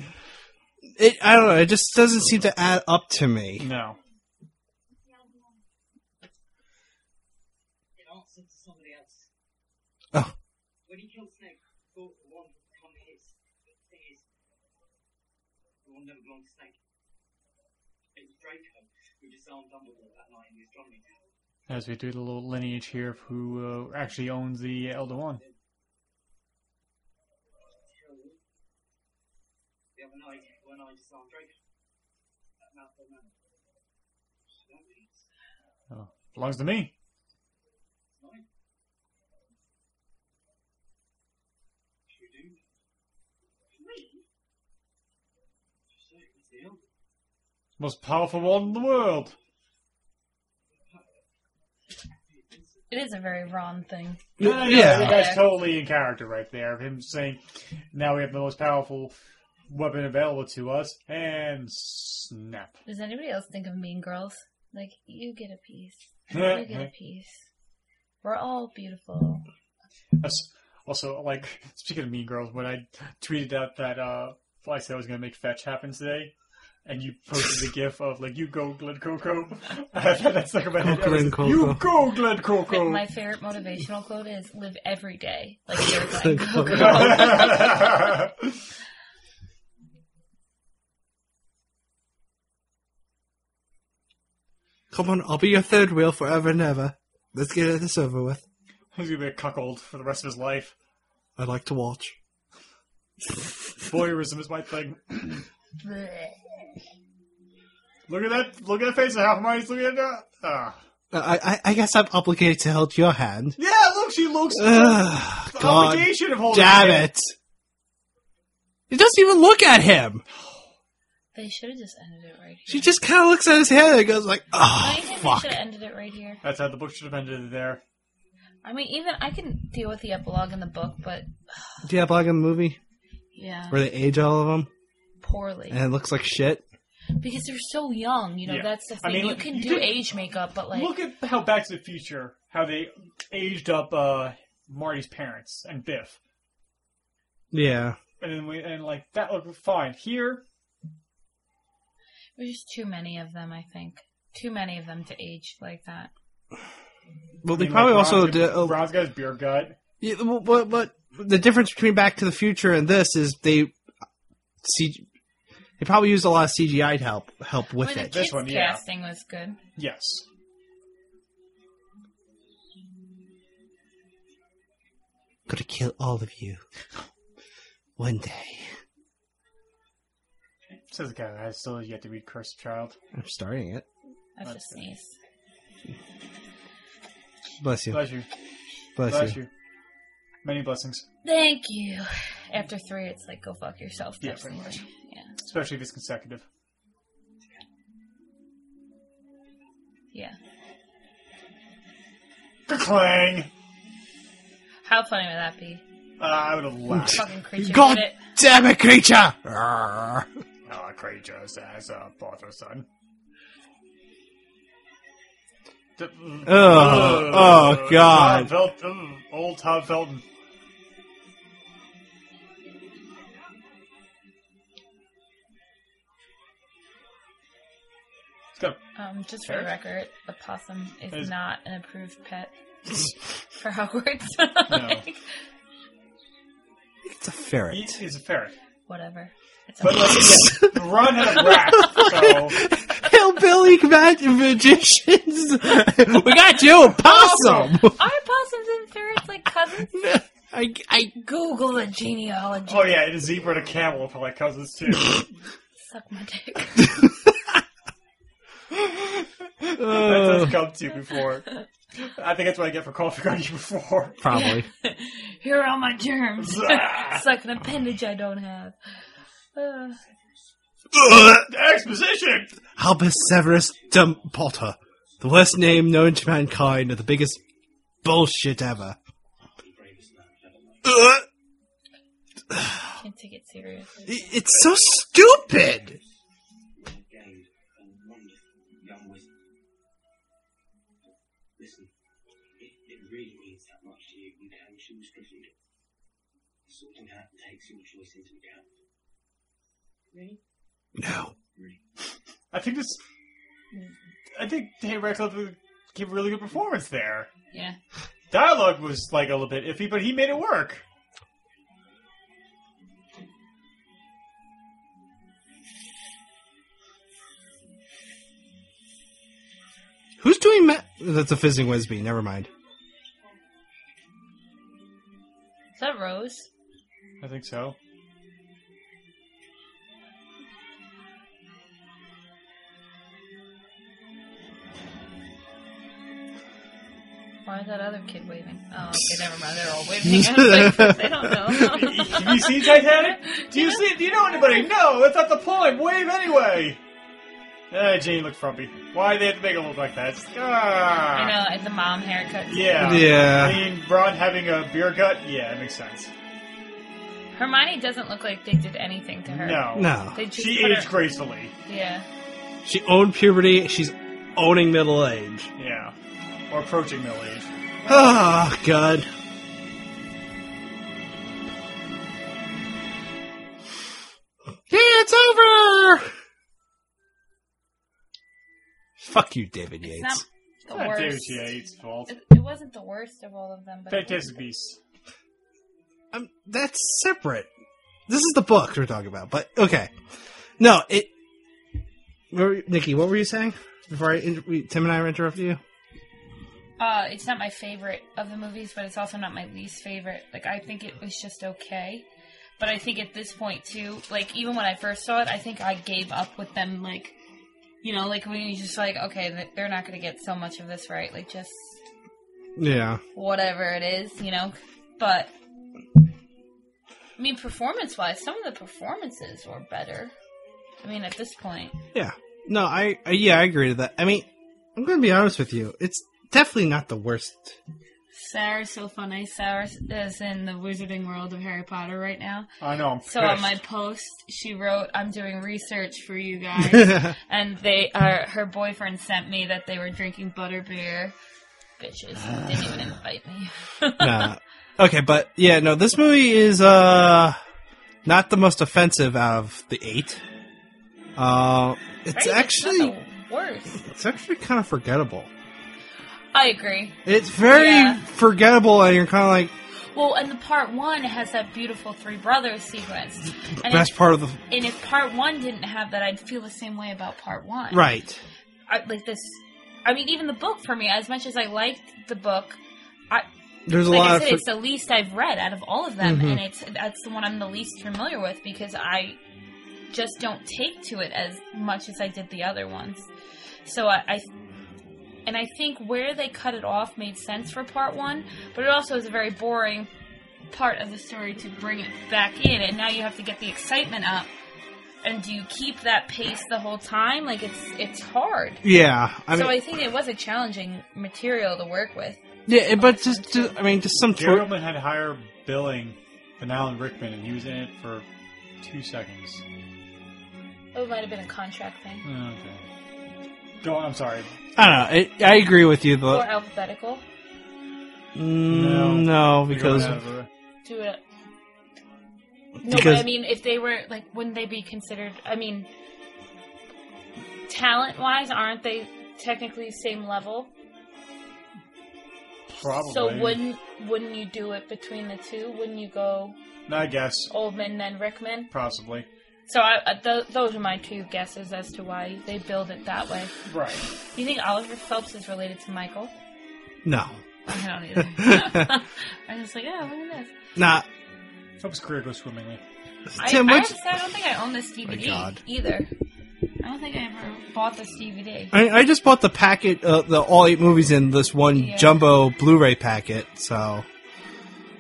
[SPEAKER 2] It I don't know. It just doesn't seem to add up to me.
[SPEAKER 1] No.
[SPEAKER 5] It answered to somebody else.
[SPEAKER 2] Oh.
[SPEAKER 5] When he killed Snape, he thought the wand had become his. But the thing is, the wand never belonged to Snape. It was Draco who disarmed Dumbledore that night in the astronomy tower.
[SPEAKER 1] As we do the little lineage here of who uh, actually owns the Elder One.
[SPEAKER 5] Till the other night when I disarmed Draco. That mouthful man. So that means
[SPEAKER 1] Oh, belongs to me.
[SPEAKER 5] Snape. You do? Me? Just say, it's the elder.
[SPEAKER 1] Most powerful one in the world.
[SPEAKER 3] It is a very Ron thing.
[SPEAKER 1] No, no, no,
[SPEAKER 2] Yeah.
[SPEAKER 1] That's totally in character right there. Of him saying, now we have the most powerful weapon available to us, and snap.
[SPEAKER 3] Does anybody else think of Mean Girls? Like, you get a
[SPEAKER 1] <laughs>
[SPEAKER 3] piece. You get a piece. We're all beautiful.
[SPEAKER 1] That's also, like, <laughs> speaking of Mean Girls, when I tweeted out that uh, I said I was going to make fetch happen today, and you posted the gif of, like, you go, Glen Coco. <laughs> That's like about it.
[SPEAKER 2] Glen Coco.
[SPEAKER 1] You go, Glen Coco.
[SPEAKER 3] My favorite motivational quote is live every day. Like,
[SPEAKER 7] Glenn
[SPEAKER 3] you're
[SPEAKER 1] <laughs>
[SPEAKER 3] Glenn
[SPEAKER 2] <laughs>
[SPEAKER 7] Coco.
[SPEAKER 3] Coco.
[SPEAKER 2] Come on, I'll be your third wheel forever and ever. Let's get this over with.
[SPEAKER 1] He's going to be a cuckold for the rest of his life.
[SPEAKER 2] I like to watch.
[SPEAKER 1] Voyeurism is my thing.
[SPEAKER 3] Blech.
[SPEAKER 1] Look at that! Look at that face of Half-Mine's looking at that! Ah.
[SPEAKER 2] I, Uh, I, I guess I'm obligated to hold your hand.
[SPEAKER 1] Yeah, look, she looks...
[SPEAKER 2] Ugh,
[SPEAKER 1] the
[SPEAKER 2] God
[SPEAKER 1] obligation of holding
[SPEAKER 2] damn
[SPEAKER 1] her hand.
[SPEAKER 2] it! He doesn't even look at him.
[SPEAKER 3] They should have just ended it right here.
[SPEAKER 2] She just kind of looks at his hand and goes like, "Oh
[SPEAKER 3] I think they
[SPEAKER 2] fuck."
[SPEAKER 3] should have ended it right here.
[SPEAKER 1] That's how the book should have ended there.
[SPEAKER 3] I mean, even I can deal with the epilogue in the book, but
[SPEAKER 2] Do you have like a movie
[SPEAKER 3] yeah,
[SPEAKER 2] where they age all of them
[SPEAKER 3] poorly
[SPEAKER 2] and it looks like shit?
[SPEAKER 3] because they're so young. You know,
[SPEAKER 1] Yeah.
[SPEAKER 3] that's the
[SPEAKER 1] I
[SPEAKER 3] thing.
[SPEAKER 1] mean,
[SPEAKER 3] you
[SPEAKER 1] look,
[SPEAKER 3] can
[SPEAKER 1] you
[SPEAKER 3] do
[SPEAKER 1] could-
[SPEAKER 3] age makeup, but like,
[SPEAKER 1] Look at how Back to the Future, how they aged up uh, Marty's parents and Biff.
[SPEAKER 2] Yeah.
[SPEAKER 1] And then we, and like, that looked fine. Here,
[SPEAKER 3] there's just too many of them. I think too many of them to age like that.
[SPEAKER 2] Well,
[SPEAKER 1] I
[SPEAKER 2] they
[SPEAKER 1] mean,
[SPEAKER 2] probably
[SPEAKER 1] like,
[SPEAKER 2] also
[SPEAKER 1] Ron's
[SPEAKER 2] did.
[SPEAKER 1] got-
[SPEAKER 2] oh,
[SPEAKER 1] Ron's got his beer gut.
[SPEAKER 2] yeah, well, but, but the difference between Back to the Future and this is they see they probably used a lot of CGI to help help
[SPEAKER 3] I
[SPEAKER 2] with
[SPEAKER 3] mean, the
[SPEAKER 2] it.
[SPEAKER 1] This
[SPEAKER 3] kids
[SPEAKER 1] one, yeah.
[SPEAKER 3] casting was good.
[SPEAKER 1] Yes.
[SPEAKER 2] Gonna kill all of you one day.
[SPEAKER 1] Says the guy that has still yet to read Cursed Child.
[SPEAKER 2] I'm starting it.
[SPEAKER 3] I
[SPEAKER 1] That's
[SPEAKER 3] just
[SPEAKER 1] good.
[SPEAKER 3] sneezed.
[SPEAKER 2] Bless you. Bless,
[SPEAKER 1] Bless you.
[SPEAKER 2] you.
[SPEAKER 1] Many blessings.
[SPEAKER 3] Thank you. After three, it's like go fuck yourself.
[SPEAKER 1] Yeah,
[SPEAKER 3] type
[SPEAKER 1] pretty
[SPEAKER 3] scenario.
[SPEAKER 1] much.
[SPEAKER 3] Yeah,
[SPEAKER 1] Especially if it's consecutive.
[SPEAKER 3] yeah.
[SPEAKER 1] Clang!
[SPEAKER 3] How funny would that be?
[SPEAKER 1] Ah, I would have laughed. <laughs>
[SPEAKER 3] Fucking creature
[SPEAKER 2] God
[SPEAKER 3] did it.
[SPEAKER 2] damn it, creature! Arrgh.
[SPEAKER 1] Our creatures as a father son. D-
[SPEAKER 2] Oh, oh,
[SPEAKER 1] Tom
[SPEAKER 2] God.
[SPEAKER 1] Felt, ugh, old Tom Felton. It's got
[SPEAKER 3] Um, just for the
[SPEAKER 1] Eric?
[SPEAKER 3] record, the possum is
[SPEAKER 1] Is-
[SPEAKER 3] not an approved
[SPEAKER 1] <laughs>
[SPEAKER 3] pet for Hogwarts. <laughs> Like,
[SPEAKER 2] It's a
[SPEAKER 1] a-
[SPEAKER 2] ferret.
[SPEAKER 1] he is a ferret,
[SPEAKER 3] whatever. It's
[SPEAKER 1] but
[SPEAKER 3] okay.
[SPEAKER 2] <laughs>
[SPEAKER 1] like again, Ron had a rat, so
[SPEAKER 2] Hillbilly mag- magicians. <laughs> we got you a possum.
[SPEAKER 3] Are possums and ferrets
[SPEAKER 1] <laughs>
[SPEAKER 3] like cousins?
[SPEAKER 2] I, I,
[SPEAKER 3] Google the genealogy.
[SPEAKER 1] oh yeah, and a zebra and a camel are probably cousins too.
[SPEAKER 3] Suck my dick.
[SPEAKER 1] That's what
[SPEAKER 2] uh,
[SPEAKER 1] it's come to before. I think that's what I get for coughing on you <laughs> before.
[SPEAKER 2] probably.
[SPEAKER 3] <laughs> Here are all
[SPEAKER 1] <laughs>
[SPEAKER 3] my germs. it's like an appendage I don't have. <sighs> Uh,
[SPEAKER 1] <laughs> Exposition.
[SPEAKER 2] Albus Severus Dump Potter, the worst name known to mankind and the biggest bullshit ever. Uh, Ugh.
[SPEAKER 3] can't take it serious.
[SPEAKER 2] It- It's so stupid.
[SPEAKER 8] gained a wonderful young wisdom. Listen, if it really means that much to you, you can choose Gryffindor. Sorting hat takes your choice into account. Ready?
[SPEAKER 2] No.
[SPEAKER 1] I think this. I think Dan Radcliffe gave a really good performance there.
[SPEAKER 3] Yeah.
[SPEAKER 1] Dialogue was like a little bit iffy, but he made it work.
[SPEAKER 2] Who's doing ma- That's a fizzing Wisby. Never mind.
[SPEAKER 3] Is that Rose?
[SPEAKER 1] I think so.
[SPEAKER 3] Why is that other kid waving?
[SPEAKER 1] <laughs>
[SPEAKER 3] Oh, okay, never mind. They're all waving. I was like, <laughs> they don't know.
[SPEAKER 1] Have <laughs> you seen Titanic? Do you see? Do you know anybody? No, that's not the point. Wave anyway. Ah, Jane looked frumpy. Why they had to make it look like that? It's- ah.
[SPEAKER 3] I know, and the mom haircut.
[SPEAKER 1] Yeah.
[SPEAKER 2] Yeah.
[SPEAKER 1] I mean, Ron having a beer gut. Yeah, it makes sense.
[SPEAKER 3] Hermione doesn't look like they did anything to her.
[SPEAKER 1] No.
[SPEAKER 2] No.
[SPEAKER 3] They just
[SPEAKER 1] She
[SPEAKER 3] put
[SPEAKER 1] aged
[SPEAKER 3] her-
[SPEAKER 1] gracefully.
[SPEAKER 3] Yeah.
[SPEAKER 2] She owned puberty. She's owning middle age.
[SPEAKER 1] Yeah. Or approaching middle age.
[SPEAKER 2] Oh, God. Yeah, it's over! Fuck you, David
[SPEAKER 3] It's
[SPEAKER 2] Yates.
[SPEAKER 3] not the
[SPEAKER 1] Not Ah, David
[SPEAKER 3] worst.
[SPEAKER 1] Yates' fault.
[SPEAKER 3] It, it wasn't the worst of all of them, but it
[SPEAKER 1] Fantastic
[SPEAKER 3] was-
[SPEAKER 1] Beasts.
[SPEAKER 2] Um, that's separate. This is the book we're talking about, but okay. No, it. Were, Nikki, what were you saying before I inter- we, Tim and I interrupt you?
[SPEAKER 3] uh, it's not my favorite of the movies, but it's also not my least favorite. Like I think it was just okay, but I think at this point too, like even when I first saw it, I think I gave up with them. Like, you know, like when you're just like, okay, th- they're not going to get so much of this right. Like just
[SPEAKER 2] Yeah,
[SPEAKER 3] whatever it is, you know. But I mean, performance-wise, some of the performances were better. I mean, at this point,
[SPEAKER 2] yeah. No, I, I yeah, I agree with that. I mean, I'm going to be honest with you. It's definitely not the worst.
[SPEAKER 3] Sarah's so funny. Sarah is in the Wizarding World of Harry Potter right now.
[SPEAKER 1] I know, I'm
[SPEAKER 3] So um, on
[SPEAKER 1] pissed.
[SPEAKER 3] my post, she wrote, "I'm doing research for you
[SPEAKER 2] <laughs>
[SPEAKER 3] guys," and they, uh, her boyfriend sent me that they were drinking butterbeer. Bitches
[SPEAKER 2] <sighs>
[SPEAKER 3] didn't even invite me.
[SPEAKER 2] nah. Okay, but yeah, no, this movie is uh not the most offensive out of the eight. Uh, it's
[SPEAKER 3] Right? not
[SPEAKER 2] actually
[SPEAKER 3] the worst.
[SPEAKER 2] it's actually kind of forgettable.
[SPEAKER 3] I agree.
[SPEAKER 2] It's very
[SPEAKER 3] Yeah.
[SPEAKER 2] forgettable, and you're kind of like
[SPEAKER 3] Well, and the part one has that beautiful three brothers sequence, and
[SPEAKER 2] best
[SPEAKER 3] if,
[SPEAKER 2] part of the
[SPEAKER 3] and if part one didn't have that, I'd feel the same way about part one.
[SPEAKER 2] right.
[SPEAKER 3] I, like this. I mean, even the book for me, as much as I liked the book,
[SPEAKER 2] There's a
[SPEAKER 3] like I
[SPEAKER 2] lot
[SPEAKER 3] said,
[SPEAKER 2] of
[SPEAKER 3] it's the least I've read out of all of them,
[SPEAKER 2] Mhm.
[SPEAKER 3] and it's that's the one I'm the least familiar with because I just don't take to it as much as I did the other ones. So I, I and I think where they cut it off made sense for part one, but it also is a very boring part of the story to bring it back in, and now you have to get the excitement up. And do you keep that pace the whole time? Like it's it's hard.
[SPEAKER 2] yeah. I mean,
[SPEAKER 3] so I think it was a challenging material to work with.
[SPEAKER 2] yeah, but just, just I mean, just some
[SPEAKER 1] Gary
[SPEAKER 2] twer-
[SPEAKER 1] Oldman had higher billing than Alan Rickman, and he was in it for two seconds.
[SPEAKER 3] It might have been a contract thing.
[SPEAKER 1] Mm, Okay. Go on, I'm sorry.
[SPEAKER 2] I don't know. I I agree with you though.
[SPEAKER 3] or alphabetical.
[SPEAKER 2] Mm, no,
[SPEAKER 1] We're going
[SPEAKER 2] because
[SPEAKER 1] out of order.
[SPEAKER 3] Do it. No, but
[SPEAKER 2] Because-
[SPEAKER 3] I mean, if they were like, wouldn't they be considered? I mean, talent-wise, aren't they technically same level?
[SPEAKER 1] Probably.
[SPEAKER 3] So wouldn't wouldn't you do it between the two? Wouldn't you go
[SPEAKER 1] I guess.
[SPEAKER 3] Oldman then Rickman?
[SPEAKER 1] Possibly.
[SPEAKER 3] So I, uh, th- those are my two guesses as to why they build it that way.
[SPEAKER 1] Right.
[SPEAKER 3] Do you think Oliver Phelps is related to Michael?
[SPEAKER 2] no,
[SPEAKER 3] I don't either. <laughs> I'm just like, oh, look at this.
[SPEAKER 2] nah.
[SPEAKER 1] Hope his career goes swimmingly.
[SPEAKER 2] Tim,
[SPEAKER 3] I, I,
[SPEAKER 2] what's-
[SPEAKER 3] have to say, I don't think I own this DVD
[SPEAKER 2] God.
[SPEAKER 3] either. I don't think I ever bought this DVD.
[SPEAKER 2] I, I just bought the packet, uh, the all eight movies in this one
[SPEAKER 3] Yeah.
[SPEAKER 2] jumbo Blu-ray packet. So,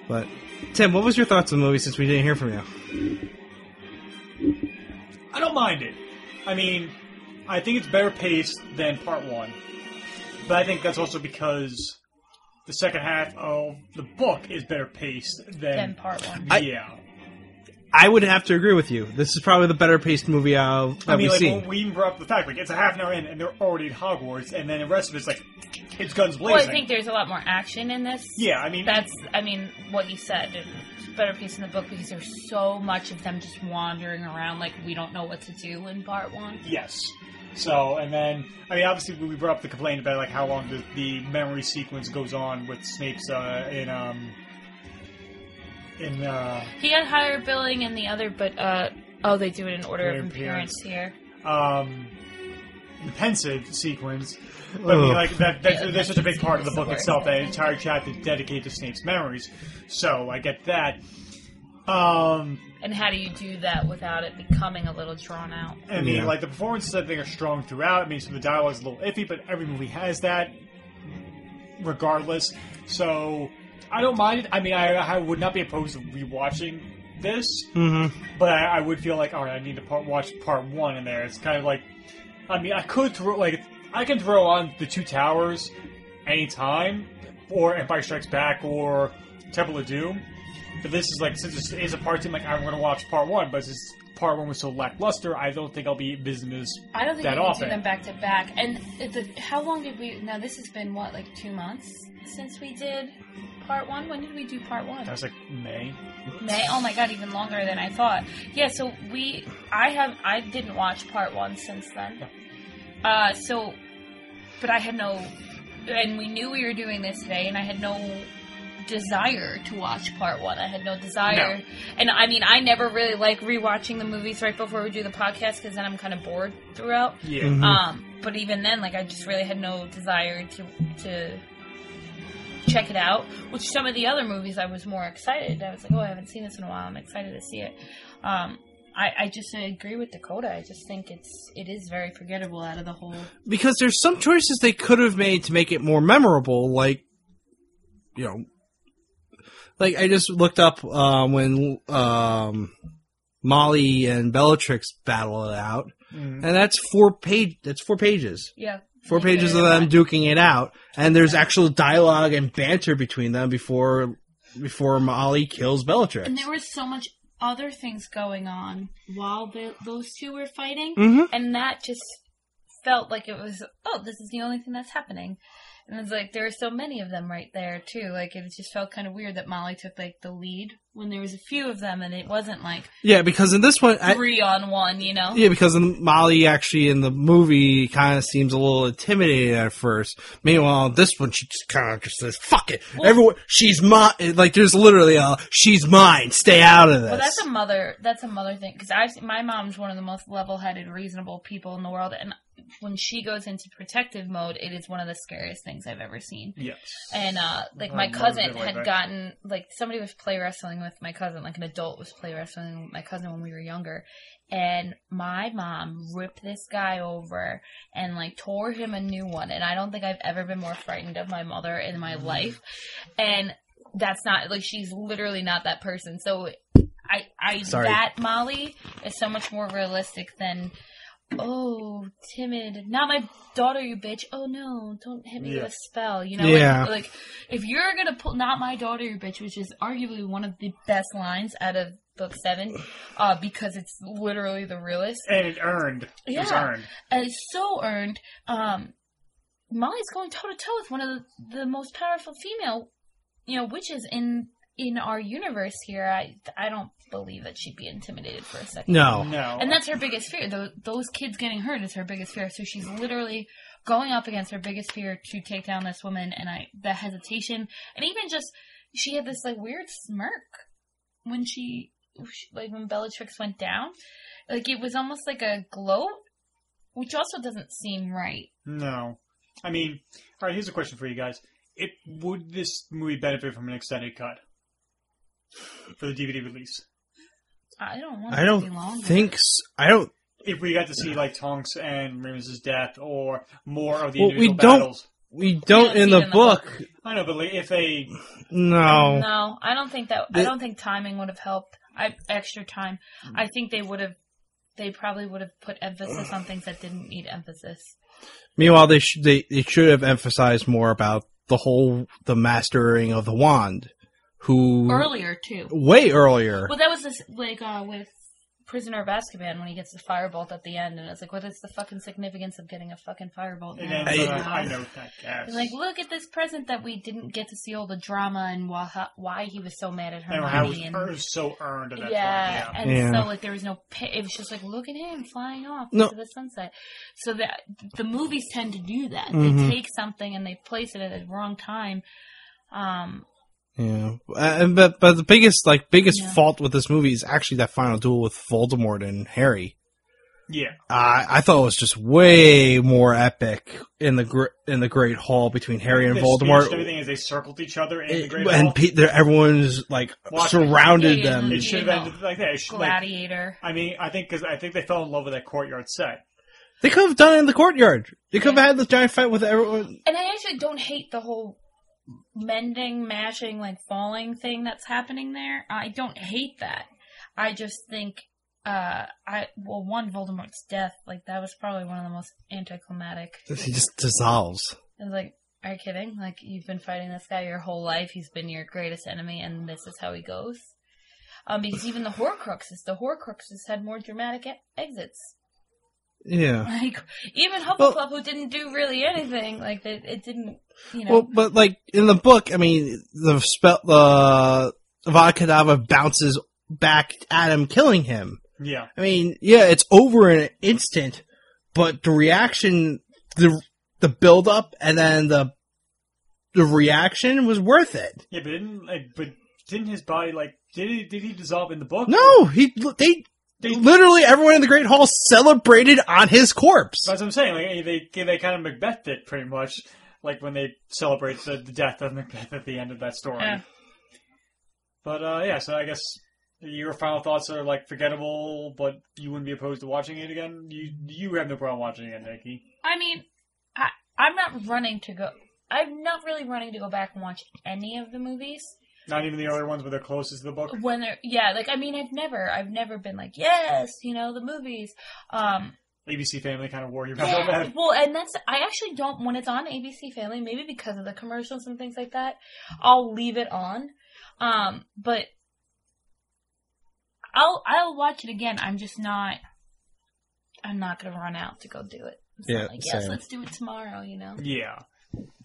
[SPEAKER 2] but Tim, what was your thoughts on the movie since we didn't hear from you?
[SPEAKER 1] I don't mind it. I mean, I think it's better paced than part one. But I think that's also because the second half of the book is better paced
[SPEAKER 3] Then
[SPEAKER 1] than.
[SPEAKER 3] part one.
[SPEAKER 2] I-
[SPEAKER 1] yeah.
[SPEAKER 2] I would have to agree with you. This is probably the better paced movie out that
[SPEAKER 1] I mean,
[SPEAKER 2] we've
[SPEAKER 1] like,
[SPEAKER 2] seen.
[SPEAKER 1] when we even brought up the fact, like, it's a half an hour in, and they're already at Hogwarts, and then the rest of it's like, it's guns blazing.
[SPEAKER 3] well, I think there's a lot more action in this.
[SPEAKER 1] yeah, I mean,
[SPEAKER 3] That's, I mean, what you said. It's a better piece in the book because there's so much of them just wandering around like we don't know what to do in part one.
[SPEAKER 1] Yes. So, and then, I mean, obviously, we brought up the complaint about like how long the, the memory sequence goes on with Snape's uh, in um in uh,
[SPEAKER 3] He got higher billing and the other, but, uh, oh, they do it in order of
[SPEAKER 1] Order of
[SPEAKER 3] appearance here.
[SPEAKER 1] um the pensive sequence. But I mean,
[SPEAKER 2] Ugh.
[SPEAKER 1] like that, that,
[SPEAKER 3] Yeah,
[SPEAKER 1] that's such a big part of the book
[SPEAKER 3] sorry.
[SPEAKER 1] itself. That entire chapter dedicated to Snape's memories. So I get that. Um,
[SPEAKER 3] And how do you do that without it becoming a little drawn out?
[SPEAKER 1] I mean,
[SPEAKER 2] Yeah.
[SPEAKER 1] like the performances I think are strong throughout. I mean, so the dialogue's a little iffy, but every movie has that, regardless. So I don't mind it. I mean, I, I would not be opposed to rewatching this,
[SPEAKER 2] Mm-hmm.
[SPEAKER 1] but I, I would feel like, all right, I need to part, watch part one in there. It's kind of like, I mean, I could throw like I can throw on the Two Towers anytime, or Empire Strikes Back, or Temple of Doom. But this is like since it is a part two, like I'm going to watch part one, but since part one was so lackluster, I don't think I'll be visiting this.
[SPEAKER 3] I don't think
[SPEAKER 1] that
[SPEAKER 3] we can
[SPEAKER 1] often.
[SPEAKER 3] do them back to back. And the, how long did we? Now this has been what, like two months since we did part one. When did we do part one?
[SPEAKER 1] I was like May.
[SPEAKER 3] May. Oh my god, even longer than I thought. Yeah. So we, I have, I didn't watch part one since then. Uh, so, but I had no, and we knew we were doing this today, and I had no desire to watch part one. I had no desire, and I mean, I never really like rewatching the movies right before we do the podcast because then I'm kind of bored throughout.
[SPEAKER 1] Yeah.
[SPEAKER 2] Mhm.
[SPEAKER 3] Um, but even then, like I just really had no desire to to check it out. Which some of the other movies I was more excited. I was like, oh, I haven't seen this in a while. I'm excited to see it. Um, I, I just agree with Dakota. I just think it's it is very forgettable out of the whole.
[SPEAKER 2] because there's some choices they could have made to make it more memorable, like you know, like I just looked up um, when um, Molly and Bellatrix battle it out,
[SPEAKER 1] Mhm.
[SPEAKER 2] and that's four page. That's four pages.
[SPEAKER 3] Mm-hmm. Yeah.
[SPEAKER 2] Four
[SPEAKER 3] Like,
[SPEAKER 2] pages
[SPEAKER 3] they're
[SPEAKER 2] of them
[SPEAKER 3] not-
[SPEAKER 2] duking it out, and there's actual dialogue and banter between them before before Molly kills Bellatrix.
[SPEAKER 3] And there was so much other things going on while the, those two were fighting,
[SPEAKER 2] Mhm.
[SPEAKER 3] and that just felt like it was oh, this is the only thing that's happening. And it's like there were so many of them right there too. Like it just felt kind of weird that Molly took like the lead when there was a few of them, and it wasn't like
[SPEAKER 2] yeah, because in this one, I,
[SPEAKER 3] three on one, you know?
[SPEAKER 2] Yeah, because Molly actually in the movie kind of seems a little intimidated at first. Meanwhile, this one she just kind of just says, "Fuck it, everyone, she's mine." Like there's literally a "she's mine, stay out of this."
[SPEAKER 3] Well, that's a mother. That's a mother thing because I, my mom's one of the most level-headed, reasonable people in the world, and when she goes into protective mode, it is one of the scariest things I've ever seen.
[SPEAKER 1] Yes.
[SPEAKER 3] and uh, like
[SPEAKER 1] Oh,
[SPEAKER 3] my
[SPEAKER 1] no,
[SPEAKER 3] cousin
[SPEAKER 1] good way
[SPEAKER 3] had
[SPEAKER 1] back.
[SPEAKER 3] gotten like somebody was play wrestling with my cousin like an adult was play wrestling with my cousin when we were younger and my mom ripped this guy over and like tore him a new one and i don't think i've ever been more frightened of my mother in my life and that's not like she's literally not that person so i i
[SPEAKER 2] Sorry.
[SPEAKER 3] that molly is so much more realistic than oh timid not my daughter you bitch oh no don't hit me
[SPEAKER 1] Yeah.
[SPEAKER 3] with a spell you know
[SPEAKER 2] Yeah.
[SPEAKER 3] like, like if you're gonna pull not my daughter you bitch which is arguably one of the best lines out of book seven uh, because it's literally the realest
[SPEAKER 1] And it earned. It was
[SPEAKER 3] Yeah.
[SPEAKER 1] earned.
[SPEAKER 3] and it's so earned um, molly's going toe-to-toe with one of the, the most powerful female you know witches in in our universe here i i don't believe that she'd be intimidated for a second
[SPEAKER 2] no.
[SPEAKER 1] No.
[SPEAKER 3] and that's her biggest fear. Tho- those kids getting hurt is her biggest fear. So she's literally going up against her biggest fear to take down this woman. And I, the hesitation, and even just, she had this like weird smirk when she, like when Bellatrix went down. Like it was almost like a gloat, which also doesn't seem right.
[SPEAKER 1] No. I mean, all right, here's a question for you guys. It would this movie benefit from an extended cut for the DVD release?
[SPEAKER 3] I don't want it
[SPEAKER 2] I
[SPEAKER 3] to be
[SPEAKER 2] don't
[SPEAKER 3] longer.
[SPEAKER 2] think s I don't.
[SPEAKER 1] If we got to see like Tonks and Remus's death or more of the
[SPEAKER 2] Well, we
[SPEAKER 1] individual
[SPEAKER 2] don't-
[SPEAKER 1] battles.
[SPEAKER 2] We don't
[SPEAKER 3] see
[SPEAKER 2] in
[SPEAKER 3] it
[SPEAKER 2] the
[SPEAKER 3] in the
[SPEAKER 2] book.
[SPEAKER 1] I know, but like, if they
[SPEAKER 2] No.
[SPEAKER 3] No, I don't think that. I
[SPEAKER 2] The-
[SPEAKER 3] don't think timing would have helped. I extra time.
[SPEAKER 2] Mm.
[SPEAKER 3] I think they would have. They probably would have put emphasis on things that didn't need emphasis.
[SPEAKER 2] Meanwhile, they should they, they should have emphasized more about the whole the mastering of the wand, who
[SPEAKER 3] Earlier too.
[SPEAKER 2] way earlier.
[SPEAKER 3] Well, that was this like uh, with Prisoner of Azkaban when he gets the firebolt at the end, and it's like, what is the fucking significance of getting a fucking firebolt?
[SPEAKER 1] it
[SPEAKER 3] now?
[SPEAKER 1] ends
[SPEAKER 2] I-
[SPEAKER 1] on a high note, I guess.
[SPEAKER 3] Like, look at this present that we didn't get to see all the drama and why, why he was so mad at
[SPEAKER 1] and how it was
[SPEAKER 3] Hermione.
[SPEAKER 1] earned, so earned at that
[SPEAKER 3] yeah,
[SPEAKER 1] point.
[SPEAKER 3] and
[SPEAKER 2] Yeah.
[SPEAKER 3] so like there was no. pi- It was just like look at him flying off
[SPEAKER 2] No.
[SPEAKER 3] into the sunset. So that the movies tend to do that.
[SPEAKER 2] Mhm.
[SPEAKER 3] They take something and they place it at the wrong time. Um,
[SPEAKER 2] Yeah, Uh, and but but the biggest like biggest
[SPEAKER 3] Yeah.
[SPEAKER 2] fault with this movie is actually that final duel with Voldemort and Harry.
[SPEAKER 1] Yeah.
[SPEAKER 2] I I thought it was just way more epic in the gr- in the Great Hall between Harry
[SPEAKER 1] yeah.
[SPEAKER 2] and
[SPEAKER 1] The speech
[SPEAKER 2] Voldemort,
[SPEAKER 1] and everything is they circled each other in the
[SPEAKER 2] It-
[SPEAKER 1] Great Hall.
[SPEAKER 2] and pe- there- everyone's like
[SPEAKER 1] Watching.
[SPEAKER 2] surrounded
[SPEAKER 3] Yeah, yeah,
[SPEAKER 2] them.
[SPEAKER 1] it should have ended like that. It should, like,
[SPEAKER 3] Gladiator.
[SPEAKER 1] I mean, I think because I think they fell in love with that courtyard set.
[SPEAKER 2] They could have done it in the courtyard. They could have had this giant fight with everyone.
[SPEAKER 3] And I actually don't hate the whole mending, mashing, like falling thing that's happening there. I don't hate that. I just think, uh, I well, one Voldemort's death, like that was probably one of the most anticlimactic.
[SPEAKER 2] He just dissolves.
[SPEAKER 3] It was like, Are you kidding? Like you've been fighting this guy your whole life. He's been your greatest enemy, and this is how he goes. Um, because even the Horcruxes, the Horcruxes had more dramatic e- exits. <laughs>
[SPEAKER 2] Yeah.
[SPEAKER 3] Like even Hufflepuff,
[SPEAKER 2] Well-
[SPEAKER 3] who didn't do really anything, like it, it didn't. You know,
[SPEAKER 2] Well, but like in the book, I mean, the spell, the Avada Kedavra bounces back at him, killing him.
[SPEAKER 1] Yeah.
[SPEAKER 2] I mean, yeah, it's over in an instant, but the reaction, the the build up, and then the the reaction was worth it.
[SPEAKER 1] Yeah, but didn't like, but didn't his body like did he did he dissolve in the book?
[SPEAKER 2] No, he they
[SPEAKER 1] They-
[SPEAKER 2] literally everyone in the Great Hall celebrated on his corpse.
[SPEAKER 1] That's what I'm saying. Like they they kind of Macbeth it pretty much, like when they celebrate the, the death of Macbeth at the end of that story.
[SPEAKER 3] Yeah.
[SPEAKER 1] But uh, yeah, so I guess your final thoughts are like forgettable, but you wouldn't be opposed to watching it again. You you have no problem watching it, Nikki.
[SPEAKER 3] I mean, I I'm not running to go. I'm not really running to go back and watch any of the movies.
[SPEAKER 1] Not even the other ones where they're closest to the book.
[SPEAKER 3] when they're yeah like i mean i've never i've never been like yes you know the movies um
[SPEAKER 1] ABC Family kind of wore you
[SPEAKER 3] yeah,
[SPEAKER 1] out. <laughs> man.
[SPEAKER 3] well and that's i actually don't when it's on abc family maybe because of the commercials and things like that i'll leave it on um but i'll i'll watch it again i'm just not i'm not gonna run out to go do it It's not
[SPEAKER 2] Yeah,
[SPEAKER 3] like yes
[SPEAKER 2] same.
[SPEAKER 3] let's do it tomorrow you know
[SPEAKER 1] Yeah.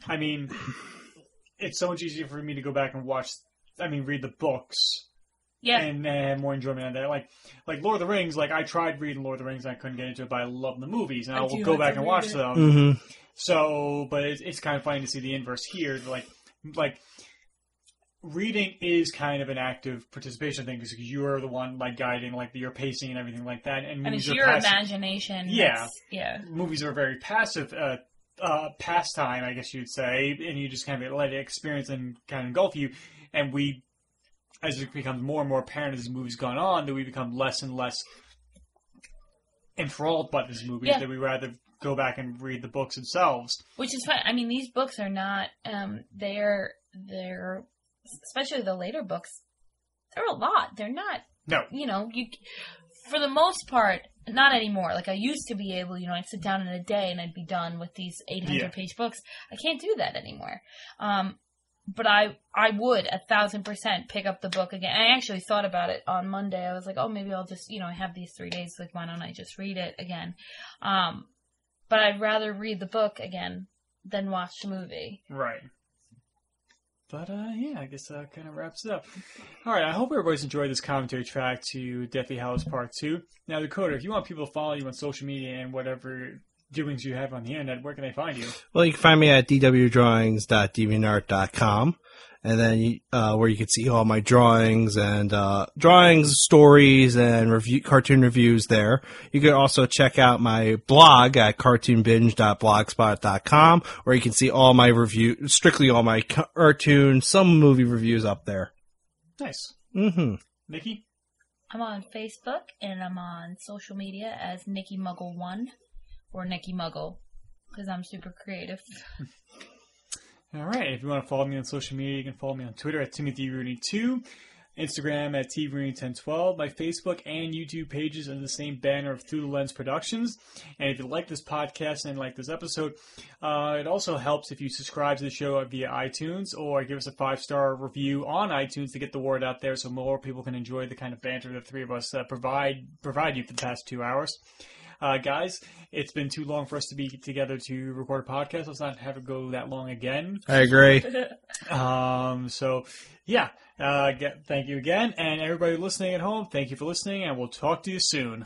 [SPEAKER 1] I mean, it's so much easier for me to go back and watch, I mean, read the books
[SPEAKER 3] yeah
[SPEAKER 1] and uh, have more enjoyment on that. Like, like Lord of the Rings, like, I tried reading Lord of the Rings and I couldn't get into it, but I love the movies and
[SPEAKER 3] I
[SPEAKER 1] I
[SPEAKER 3] do
[SPEAKER 1] will go
[SPEAKER 3] have
[SPEAKER 1] back
[SPEAKER 3] to
[SPEAKER 1] and
[SPEAKER 3] read
[SPEAKER 1] watch
[SPEAKER 3] it.
[SPEAKER 1] them.
[SPEAKER 2] hmm
[SPEAKER 1] So, but it's, it's kind of funny to see the inverse here. Like, like reading is kind of an active participation thing because you're the one like guiding, like your pacing and everything like that. And
[SPEAKER 3] and
[SPEAKER 1] movies
[SPEAKER 3] it's
[SPEAKER 1] are
[SPEAKER 3] your
[SPEAKER 1] passive.
[SPEAKER 3] imagination
[SPEAKER 1] Yeah.
[SPEAKER 3] that's- yeah
[SPEAKER 1] movies are a very passive uh, uh, pastime, I guess you'd say, and you just kind of let it experience and kind of engulf you. And we, as it becomes more and more apparent as the movie's gone on, that we become less and less enthralled by these movies,
[SPEAKER 3] Yeah.
[SPEAKER 1] that we rather go back and read the books themselves.
[SPEAKER 3] Which is fun. I mean, these books are not. Um, they're they're especially the later books. They're a lot. They're not.
[SPEAKER 1] No.
[SPEAKER 3] You know, you for the most part, not anymore. Like I used to be able. You know, I'd sit down in a day and I'd be done with these eight hundred
[SPEAKER 1] Yeah.
[SPEAKER 3] page books. I can't do that anymore. Um, but I I would a thousand percent pick up the book again. I actually thought about it on Monday. I was like, oh, maybe I'll just you know I have these three days. Like, why don't I just read it again? Um, but I'd rather read the book again than watch the movie.
[SPEAKER 1] Right. But uh, yeah, I guess that kind of wraps it up. All right, I hope everybody's enjoyed this commentary track to Deathly Hallows Part Two. Now, Dakota, if you want people to follow you on social media and whatever doings you have on the internet, where can they find you?
[SPEAKER 2] Well, you can find me at dwdrawings.deviantart.com, and then you, uh, where you can see all my drawings and uh, drawings, stories, and review cartoon reviews. There, you can also check out my blog at cartoonbinge.blogspot.com, where you can see all my review, strictly all my ca- cartoon, some movie reviews up there.
[SPEAKER 1] Nice,
[SPEAKER 2] hmm
[SPEAKER 1] Nikki.
[SPEAKER 3] I'm on Facebook and I'm on social media as Nikki Muggle One or Nikki Muggle because I'm super creative.
[SPEAKER 1] All right, if you want to follow me on social media, you can follow me on Twitter at Timothy Rooney Two, Instagram at TRooney1012, my Facebook and YouTube pages under the same banner of Through the Lens Productions. And if you like this podcast and like this episode, uh, it also helps if you subscribe to the show via iTunes or give us a five star review on iTunes to get the word out there, so more people can enjoy the kind of banter the three of us uh, provide provide you for the past two hours. Uh, guys, it's been too long for us to be together to record a podcast. Let's not have it go that long again.
[SPEAKER 2] I agree.
[SPEAKER 1] Um, so, yeah, uh, ge- thank you again. And everybody listening at home, thank you for listening, and we'll talk to you soon.